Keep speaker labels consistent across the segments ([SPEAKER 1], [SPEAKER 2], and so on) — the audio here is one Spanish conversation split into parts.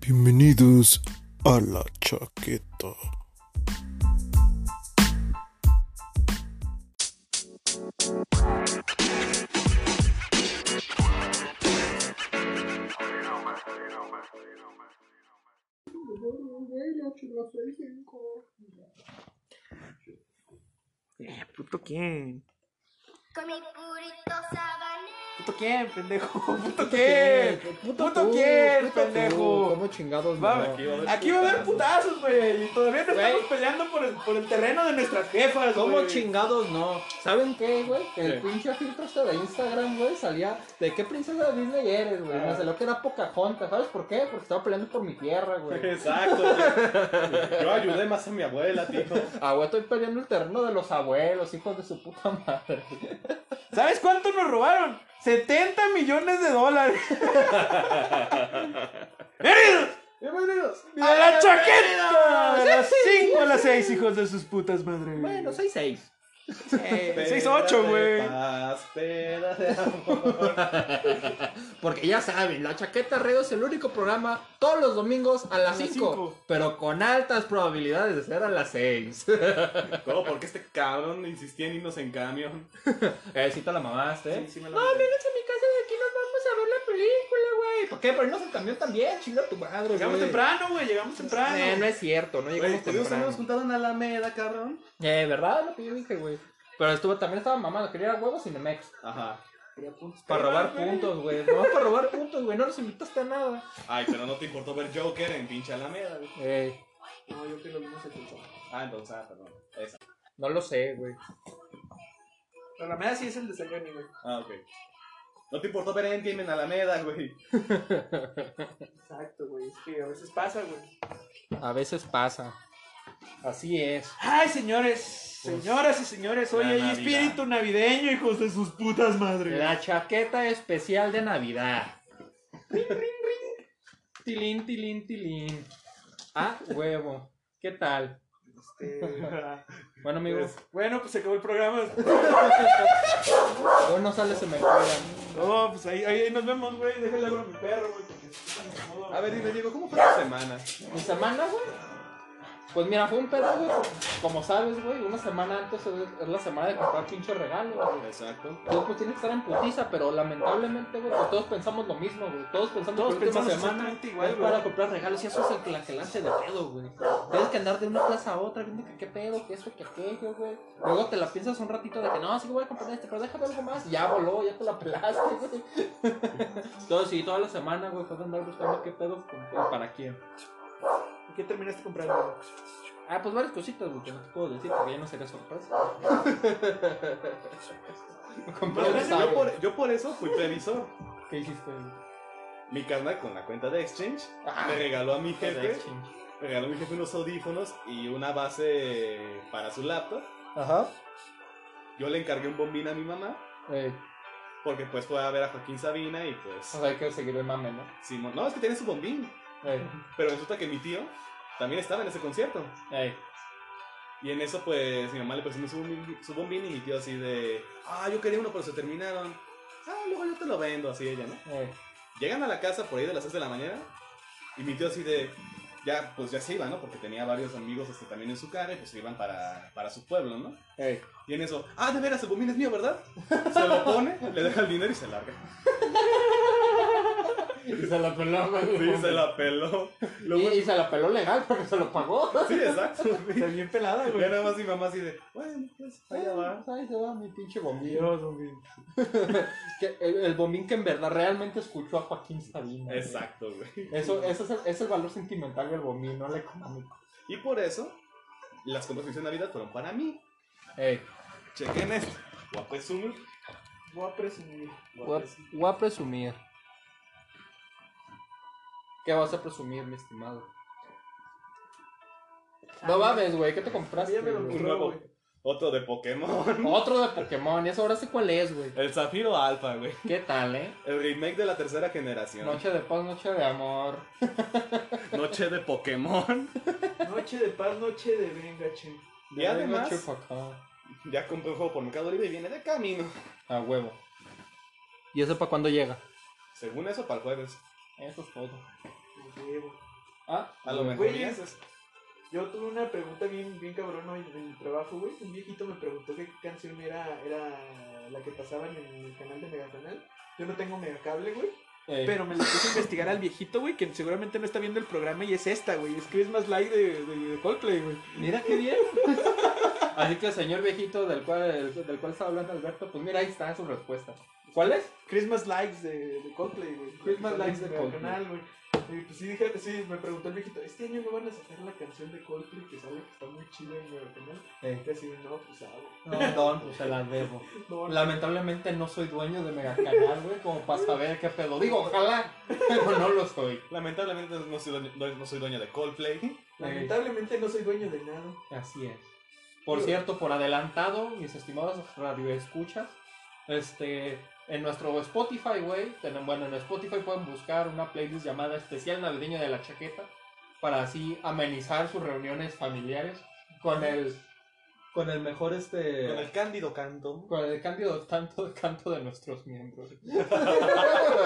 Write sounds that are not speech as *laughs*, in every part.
[SPEAKER 1] Bienvenidos a la chaqueta.
[SPEAKER 2] Eh, puto quién.
[SPEAKER 3] Con mi purito sabanero.
[SPEAKER 2] Puto quién, pendejo. *laughs* Puto quién. Puto, quién, pendejo.
[SPEAKER 4] ¿Cómo chingados?
[SPEAKER 2] Va-
[SPEAKER 4] no?
[SPEAKER 2] aquí, va a haber putazos, güey. Y todavía nos
[SPEAKER 4] Güey.
[SPEAKER 2] estamos peleando por el, por el terreno de nuestras jefas,
[SPEAKER 4] ¿Cómo
[SPEAKER 2] güey.
[SPEAKER 4] chingados no? ¿Saben qué, güey? Que el
[SPEAKER 2] ¿Qué?
[SPEAKER 4] pinche filtro este de Instagram, güey, salía de qué princesa de Disney eres, güey.
[SPEAKER 2] Ah.
[SPEAKER 4] Me salió que era Pocahontas, ¿sabes por qué? Porque estaba peleando por mi
[SPEAKER 2] *laughs*
[SPEAKER 4] tierra, güey.
[SPEAKER 5] Exacto. güey. Yo ayudé más a mi abuela, tío.
[SPEAKER 4] Ah, güey, estoy peleando el terreno de los abuelos, hijos de su puta madre.
[SPEAKER 2] ¿Sabes cuánto nos robaron? 70 millones de *laughs* dólares. ¡Bienvenidos
[SPEAKER 4] Bienvenidos.
[SPEAKER 2] ¡A la chaqueta! A
[SPEAKER 4] Bienvenidos.
[SPEAKER 2] las 5 a las 6, hijos de sus putas madres.
[SPEAKER 4] Bueno,
[SPEAKER 2] *laughs*
[SPEAKER 4] soy seis.
[SPEAKER 2] Eh, 6-8, güey.
[SPEAKER 5] Peda de amor.
[SPEAKER 4] Porque ya saben, La Chaqueta Radio es el único programa todos los domingos a las
[SPEAKER 2] las
[SPEAKER 4] 5,
[SPEAKER 2] cinco.
[SPEAKER 4] pero con altas probabilidades de ser a las 6.
[SPEAKER 5] ¿Cómo? ¿Por qué este cabrón insistía en irnos en camión?
[SPEAKER 4] *laughs* eh, sí te la mamaste, ¿eh?
[SPEAKER 5] Sí, sí me la
[SPEAKER 4] no,
[SPEAKER 5] mamé.
[SPEAKER 4] vénganse a mi casa de aquí, nos vamos a ver la película, güey. ¿Por qué? Pero irnos en camión también, chinga tu madre,
[SPEAKER 2] Llegamos
[SPEAKER 4] güey.
[SPEAKER 2] temprano, güey. Llegamos temprano. pues,
[SPEAKER 4] Eh, no es cierto, no llegamos
[SPEAKER 5] Güey, nos
[SPEAKER 4] temprano.
[SPEAKER 5] hemos juntado en Alameda, cabrón.
[SPEAKER 4] Eh, ¿verdad? Lo que yo dije, güey. Pero estuvo, también estaba mamando, quería ir a huevos Cinemex.
[SPEAKER 5] Ajá.
[SPEAKER 4] Para robar puntos, güey. No, para robar puntos, güey. No nos invitaste a nada.
[SPEAKER 5] Ay, pero no te importó ver Joker en pinche Alameda, güey.
[SPEAKER 4] Eh,
[SPEAKER 5] No, yo que lo vimos en pinche. Ah, entonces, ah, perdón. Esa.
[SPEAKER 4] no lo sé, güey.
[SPEAKER 2] Pero la meda sí es el desayuno, güey.
[SPEAKER 5] Ah, ok. No te importó ver Endgame en Alameda, güey.
[SPEAKER 2] Exacto, güey. Es que a veces pasa, güey.
[SPEAKER 4] A veces pasa. Así es.
[SPEAKER 2] Ay, señores. Señoras y señores, hoy
[SPEAKER 5] la
[SPEAKER 2] hay
[SPEAKER 5] Navidad.
[SPEAKER 2] espíritu navideño, hijos de sus putas madres.
[SPEAKER 4] La chaqueta especial de Navidad. Tilín, tilín, tilín. Ah, huevo. ¿Qué tal?
[SPEAKER 2] Este, *laughs*
[SPEAKER 4] Bueno, amigos,
[SPEAKER 2] pues, bueno, pues se acabó el programa.
[SPEAKER 4] hoy no sale se me cuela.
[SPEAKER 2] No, pues ahí, ahí, ahí nos vemos, güey. Déjale algo a mi perro, güey. porque está incomodo.
[SPEAKER 5] A ver, dime, Diego, ¿cómo fue tu semana?
[SPEAKER 4] ¿Mi semana, güey? Pues mira, fue un pedo, güey. Como sabes, güey, una semana antes es es la semana de comprar pinche regalo, güey.
[SPEAKER 5] Exacto.
[SPEAKER 4] Todos pues tienen que estar en putiza, pero lamentablemente, güey, pues, todos pensamos lo mismo, güey. Todos pensamos
[SPEAKER 2] Todos
[SPEAKER 4] que la última
[SPEAKER 2] pensamos
[SPEAKER 4] semana
[SPEAKER 2] exactamente igual,
[SPEAKER 4] es
[SPEAKER 2] güey.
[SPEAKER 4] para comprar regalos y eso es el que la que la hace de pedo, güey. Tienes que andar de una plaza a otra viendo que qué pedo, que esto, que aquello, güey. Luego te la piensas un ratito de que no, sí que voy a comprar este, pero déjame algo más. Y Ya voló, ya te la pelaste, güey. *laughs* Todo, sí, toda la semana, güey, fue de andar buscando qué pedo comprar para quién.
[SPEAKER 2] ¿Y ¿Qué terminaste comprando?
[SPEAKER 4] Ah, pues varias cositas, güey, que no te puedo decir porque ya no sería sorpresa.
[SPEAKER 5] *laughs*
[SPEAKER 4] Compré
[SPEAKER 5] Pero
[SPEAKER 4] un
[SPEAKER 5] gracias, yo,
[SPEAKER 4] sable.
[SPEAKER 5] por, yo por eso fui previsor.
[SPEAKER 4] ¿Qué hiciste? güey?
[SPEAKER 5] Mi carnal con la cuenta de Exchange
[SPEAKER 4] Ah,
[SPEAKER 5] me regaló a mi jefe
[SPEAKER 4] Exchange.
[SPEAKER 5] Me regaló mi jefe unos audífonos y una base para su laptop.
[SPEAKER 4] Ajá.
[SPEAKER 5] Yo le encargué un bombín a mi mamá,
[SPEAKER 4] Eh,
[SPEAKER 5] porque pues fue a ver a Joaquín Sabina y
[SPEAKER 4] o
[SPEAKER 5] pues...
[SPEAKER 4] sea, hay que seguir el mame, ¿no?
[SPEAKER 5] Simón, no, es que tiene su bombín.
[SPEAKER 4] Eh,
[SPEAKER 5] Pero resulta que mi tío también estaba en ese concierto.
[SPEAKER 4] eh.
[SPEAKER 5] Y en eso pues mi mamá le presionó su bombín, su bombín y mi tío así de... Ah, yo quería uno, pero se terminaron. Ah, luego yo te lo vendo, así ella, ¿no?
[SPEAKER 4] Eh,
[SPEAKER 5] Llegan a la casa por ahí de las 6 de la mañana y mi tío así de... Ya, pues ya se iba, ¿no? Porque tenía varios amigos este, también en su cara y pues se iban para, para su pueblo, ¿no?
[SPEAKER 4] eh.
[SPEAKER 5] Y en eso, ah, de veras, el bombín es mío, ¿verdad? Se lo pone, le deja el dinero y se larga.
[SPEAKER 4] Y se la peló, güey.
[SPEAKER 5] Sí, se la peló. Lo
[SPEAKER 4] Y,
[SPEAKER 5] bueno-
[SPEAKER 4] y se la peló legal porque se lo pagó.
[SPEAKER 5] Sí, exacto.
[SPEAKER 2] Está bien pelada,
[SPEAKER 5] Ya
[SPEAKER 2] güey.
[SPEAKER 5] nada más mi mamá así de, bueno, pues allá va.
[SPEAKER 4] Ahí se va mi pinche bombín.
[SPEAKER 2] Dios, güey.
[SPEAKER 4] Que- el, el bombín que en verdad realmente escuchó a Joaquín Sabina. güey.
[SPEAKER 5] Exacto, güey.
[SPEAKER 4] Eso, eso es, el, es el valor sentimental del bombín, no el económico.
[SPEAKER 5] Y por eso, las compras de Navidad fueron para mí.
[SPEAKER 4] Eh,
[SPEAKER 5] Chequen esto. Guapo es un...
[SPEAKER 2] Voy a presumir.
[SPEAKER 4] voy a presumir. ¿Qué vas a presumir, mi estimado? No mames, güey, ¿qué te compraste?
[SPEAKER 2] También Ah, me lo
[SPEAKER 4] güey?
[SPEAKER 5] Un nuevo. Otro de Pokémon.
[SPEAKER 4] Otro de Pokémon, y eso ahora sé cuál es, güey.
[SPEAKER 5] El Zafiro Alpha, güey.
[SPEAKER 4] ¿Qué tal, eh?
[SPEAKER 5] El remake de la tercera generación.
[SPEAKER 4] Noche de paz, noche de amor.
[SPEAKER 5] Noche de *laughs* Pokémon.
[SPEAKER 2] Noche de paz, noche de venga, che.
[SPEAKER 5] Y además,
[SPEAKER 4] Noche Pacá.
[SPEAKER 5] ya compré un juego por Mercado Libre y viene de camino.
[SPEAKER 4] A huevo. ¿Y eso para cuándo llega?
[SPEAKER 5] Según eso, para el jueves.
[SPEAKER 4] Eso es todo.
[SPEAKER 2] Lo llevo.
[SPEAKER 4] ¿Ah?
[SPEAKER 5] A lo mejor
[SPEAKER 2] Güey,
[SPEAKER 5] ya es-
[SPEAKER 2] Yo tuve una pregunta bien, bien cabrona hoy en el trabajo, güey. Un viejito me preguntó qué canción era, era la que pasaban en el canal de Megacanal. Yo no tengo megacable, güey.
[SPEAKER 4] Eh,
[SPEAKER 2] Pero me lo puse a investigar al viejito, güey, que seguramente no está viendo el programa y es esta, güey. Es Christmas Light de, de, de Coldplay, güey.
[SPEAKER 4] Mira qué bien. *laughs* Así que, señor viejito del cual, del cual estaba hablando Alberto, pues mira, ahí está su respuesta. ¿Cuál es?
[SPEAKER 2] Christmas Lights de, de Coldplay, güey.
[SPEAKER 4] Christmas Lights de Coldplay.
[SPEAKER 2] Canal, güey. Y pues sí, dije, sí, me preguntó el viejito, este año no van a sacar la canción de Coldplay que sale que está muy chida en el canal. Y así, no, pues ah, güey.
[SPEAKER 4] No, Este, *laughs* don, pues se las debo.
[SPEAKER 2] No, no.
[SPEAKER 4] Lamentablemente no soy dueño de Megacanal, güey, como para saber qué pedo. Digo, ojalá, *laughs* pero no lo soy.
[SPEAKER 5] Lamentablemente no soy, dueño, no- no soy dueño de *laughs* Coldplay.
[SPEAKER 4] Este,
[SPEAKER 2] Lamentablemente no soy dueño de nada.
[SPEAKER 4] Así es. Por cierto, por adelantado, mis estimados radioescuchas, este, en nuestro Spotify, güey, tenemos- bueno, en Spotify pueden buscar una playlist llamada Especial Navideño de la Chaqueta para así amenizar sus reuniones familiares con el con el mejor este
[SPEAKER 5] Con el
[SPEAKER 2] *laughs*
[SPEAKER 5] cándido canto.
[SPEAKER 4] con el cambio de tanto *laughs* canto de nuestros miembros.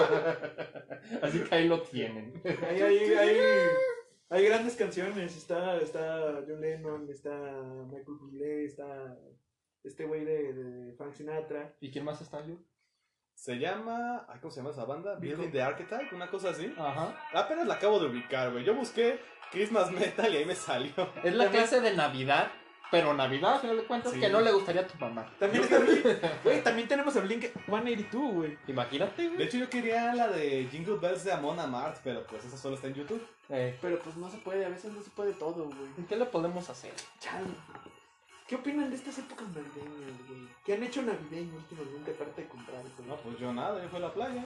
[SPEAKER 4] *laughs* así que ahí lo tienen.
[SPEAKER 2] *laughs* Hay, Pues hay, hay, hay grandes canciones. Está, está John Lennon, está Michael Bublé, está este güey de, de Frank Sinatra.
[SPEAKER 4] ¿Y quién más está yo?
[SPEAKER 5] Se llama. ay, ¿Cómo se llama esa banda? Building the Archetype, una cosa así.
[SPEAKER 4] Ajá.
[SPEAKER 5] Apenas la acabo de ubicar, güey. Yo busqué Christmas Metal y ahí me salió.
[SPEAKER 4] Es la clase de Navidad, pero Navidad, al final de cuentas,
[SPEAKER 5] Sí.
[SPEAKER 4] que no le gustaría a tu mamá.
[SPEAKER 2] También, está Blink, *laughs* güey, también tenemos a Blink 182, güey.
[SPEAKER 4] Imagínate,
[SPEAKER 5] De
[SPEAKER 4] güey.
[SPEAKER 5] hecho, yo quería la de Jingle Bells de Amon Amart, pero pues esa solo está en YouTube.
[SPEAKER 4] Eh,
[SPEAKER 2] Pero pues no se puede, a veces no se puede todo, güey.
[SPEAKER 4] ¿Qué le podemos hacer?
[SPEAKER 2] Chale. ¿Qué opinan de estas épocas navideñas, güey? ¿Qué han hecho navideño últimamente aparte de comprar, güey?
[SPEAKER 5] No, pues yo nada, yo fui a la playa.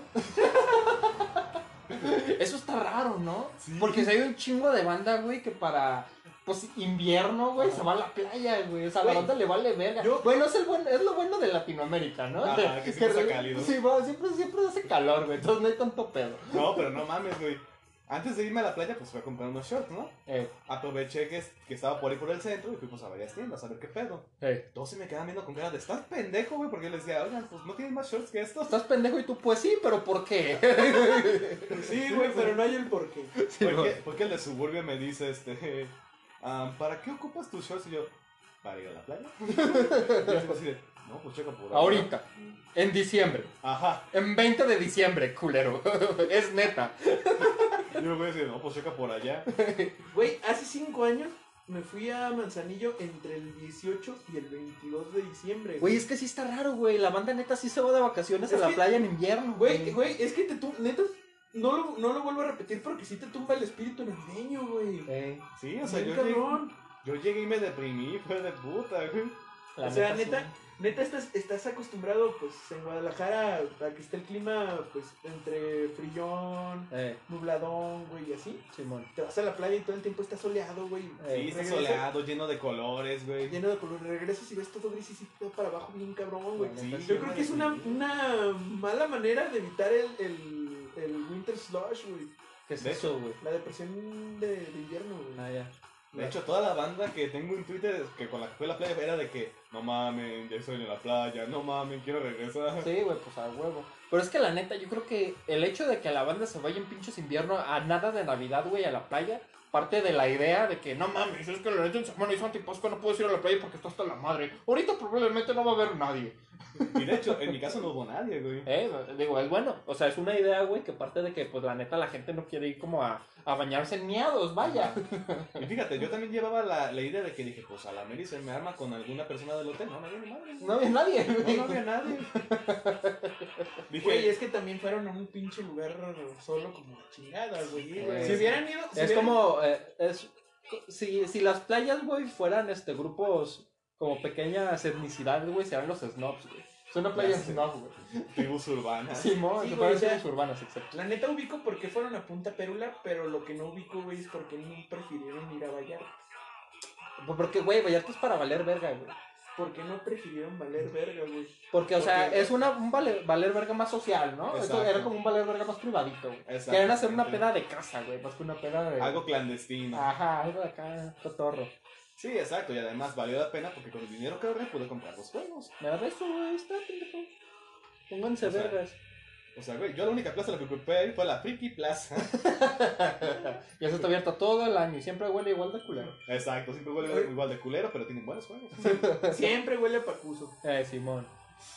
[SPEAKER 4] Eso está raro, ¿no?
[SPEAKER 5] Sí.
[SPEAKER 4] Porque si hay un chingo de banda, güey, que para pues invierno, güey, se va a la playa, güey. O sea,
[SPEAKER 2] Güey,
[SPEAKER 4] la banda le vale verga.
[SPEAKER 2] yo-
[SPEAKER 4] Bueno, es el buen, es lo bueno de Latinoamérica, ¿no?
[SPEAKER 5] Ajá,
[SPEAKER 4] O sea,
[SPEAKER 5] que siempre está cálido.
[SPEAKER 4] Sí, va, siempre, siempre hace calor, güey. Entonces no hay tanto pedo.
[SPEAKER 5] No, pero no mames, güey. Antes de irme a la playa, pues fui a comprar unos shorts, ¿no?
[SPEAKER 4] Eh,
[SPEAKER 5] Aproveché que, que estaba por ahí por el centro y fuimos a varias tiendas a ver qué pedo.
[SPEAKER 4] eh.
[SPEAKER 5] Todos se me quedaban viendo con cara de estás pendejo, güey, porque yo les decía, oigan, pues no tienen más shorts que estos.
[SPEAKER 4] Estás pendejo y tú, pues sí, pero ¿por qué?
[SPEAKER 2] Sí, güey, pero no hay el porqué.
[SPEAKER 4] Sí,
[SPEAKER 5] Porque,
[SPEAKER 4] güey.
[SPEAKER 5] porque el de suburbia me dice, este, *laughs* ah, ¿para qué ocupas tus shorts? Y yo, ¿para ir a la playa? *laughs* Y yo tipo así de, no, pues checa por ahí".
[SPEAKER 4] Ahorita, en diciembre,
[SPEAKER 5] Ajá.
[SPEAKER 4] en 20 de diciembre, culero. *laughs* es neta.
[SPEAKER 5] Y yo voy a decir, no, pues checa por allá.
[SPEAKER 2] Güey, hace cinco años me fui a Manzanillo entre el 18 y el 22 de diciembre.
[SPEAKER 4] Güey, es que sí está raro, güey. La banda neta sí se va de vacaciones
[SPEAKER 2] Es
[SPEAKER 4] a la
[SPEAKER 2] que-
[SPEAKER 4] playa en invierno,
[SPEAKER 2] Güey, güey, es que te tum- neta, no lo, no lo vuelvo a repetir porque sí te tumba el espíritu navideño, güey.
[SPEAKER 4] Eh,
[SPEAKER 5] Sí, o sea,
[SPEAKER 2] Bien
[SPEAKER 5] yo llegué,
[SPEAKER 2] cabrón.
[SPEAKER 5] yo llegué y me deprimí, fue de puta, güey.
[SPEAKER 4] la
[SPEAKER 2] O sea,
[SPEAKER 4] sí.
[SPEAKER 2] neta- Neta, estás, estás acostumbrado, pues, en Guadalajara, a que esté el clima, pues, entre frillón,
[SPEAKER 4] Eh,
[SPEAKER 2] nubladón, güey, y así.
[SPEAKER 4] Simón.
[SPEAKER 2] Te vas a la playa y todo el tiempo está soleado, güey.
[SPEAKER 4] Eh,
[SPEAKER 5] Sí, está
[SPEAKER 2] regresa-
[SPEAKER 5] soleado, lleno de colores, güey.
[SPEAKER 2] Lleno de color. Regresas y ves todo gris y sí, todo para abajo, bien cabrón, güey.
[SPEAKER 5] Sí,
[SPEAKER 2] Yo creo que es una, una mala manera de evitar el, el, el Winter Slush, güey.
[SPEAKER 4] ¿Qué es
[SPEAKER 5] De
[SPEAKER 4] eso, güey?
[SPEAKER 2] La depresión de, de invierno, güey.
[SPEAKER 4] Ah, ya.
[SPEAKER 5] De hecho, toda la banda que tengo en Twitter que con la que fue a la playa era de que, no mamen, ya estoy en la playa, no mamen, quiero regresar.
[SPEAKER 2] Ah.
[SPEAKER 4] Sí, güey, pues a huevo. Pero es que la neta, yo creo que el hecho de que la banda se vaya en pinches invierno a nada de Navidad, güey, a la playa, parte de la idea de que no mames, es que la neta en Semana y Santa y Pascua no puedes ir a la playa porque está hasta la madre. Ahorita probablemente no va a haber nadie.
[SPEAKER 5] Y de hecho, en mi caso no hubo nadie, güey.
[SPEAKER 4] Eh, digo, es bueno. O sea, es una idea, güey, que parte de que, pues la neta, la gente no quiere ir como a, a bañarse en miados, vaya.
[SPEAKER 5] Y fíjate, yo también llevaba la, la idea de que dije, pues a la Mary se me arma con alguna persona del hotel. No, no había ni madre.
[SPEAKER 4] No había nadie,
[SPEAKER 5] No,
[SPEAKER 4] güey.
[SPEAKER 5] no había nadie.
[SPEAKER 2] *laughs*
[SPEAKER 5] Dije,
[SPEAKER 2] Güey, es que también fueron a un pinche lugar solo como la chingada, güey.
[SPEAKER 4] Eh,
[SPEAKER 2] Si hubieran ido... si
[SPEAKER 4] Es
[SPEAKER 2] hubieran-
[SPEAKER 4] como, eh, es, si, si las playas, güey, fueran este, grupos como pequeñas etnicidades, güey, serían los snobs, güey. Es una playa
[SPEAKER 5] Ya sé. Ah,
[SPEAKER 4] snob, güey.
[SPEAKER 5] tribus urbanas.
[SPEAKER 4] Simón,
[SPEAKER 2] Sí,
[SPEAKER 4] se
[SPEAKER 2] güey,
[SPEAKER 4] parecen
[SPEAKER 2] ya.
[SPEAKER 4] las urbanas, exacto.
[SPEAKER 2] La neta ubico por qué fueron a Punta Perula, pero lo que no ubico, güey, es por qué no prefirieron ir a Vallarta.
[SPEAKER 4] Pues, Porque, güey, Vallarta es para valer verga, güey.
[SPEAKER 2] ¿Por qué no prefirieron valer verga, güey?
[SPEAKER 4] Porque, o sea,
[SPEAKER 2] Porque-
[SPEAKER 4] es una, un vale- valer verga más social, ¿no? Esto
[SPEAKER 5] Exacto.
[SPEAKER 4] era como un valer verga más privadito, güey.
[SPEAKER 5] Exacto.
[SPEAKER 4] Querían hacer una peda de casa, güey, Ah. más que una peda de...
[SPEAKER 5] Algo clandestino.
[SPEAKER 4] Ajá, algo de acá, cotorro.
[SPEAKER 5] Sí, exacto. Y además valió la pena porque con el dinero que ahorré pude comprar los juegos.
[SPEAKER 4] Me da eso, güey, está, pendejo. Pónganse
[SPEAKER 5] O sea,
[SPEAKER 4] vergas.
[SPEAKER 5] O sea, güey, yo la única plaza a la que ocupé ahí fue la Friki Plaza. *laughs*
[SPEAKER 4] Y eso está abierto todo el año y siempre huele igual de culero.
[SPEAKER 5] Exacto, siempre huele igual de culero, pero tienen buenos juegos.
[SPEAKER 2] Siempre huele a pacuso.
[SPEAKER 4] Eh, Simón.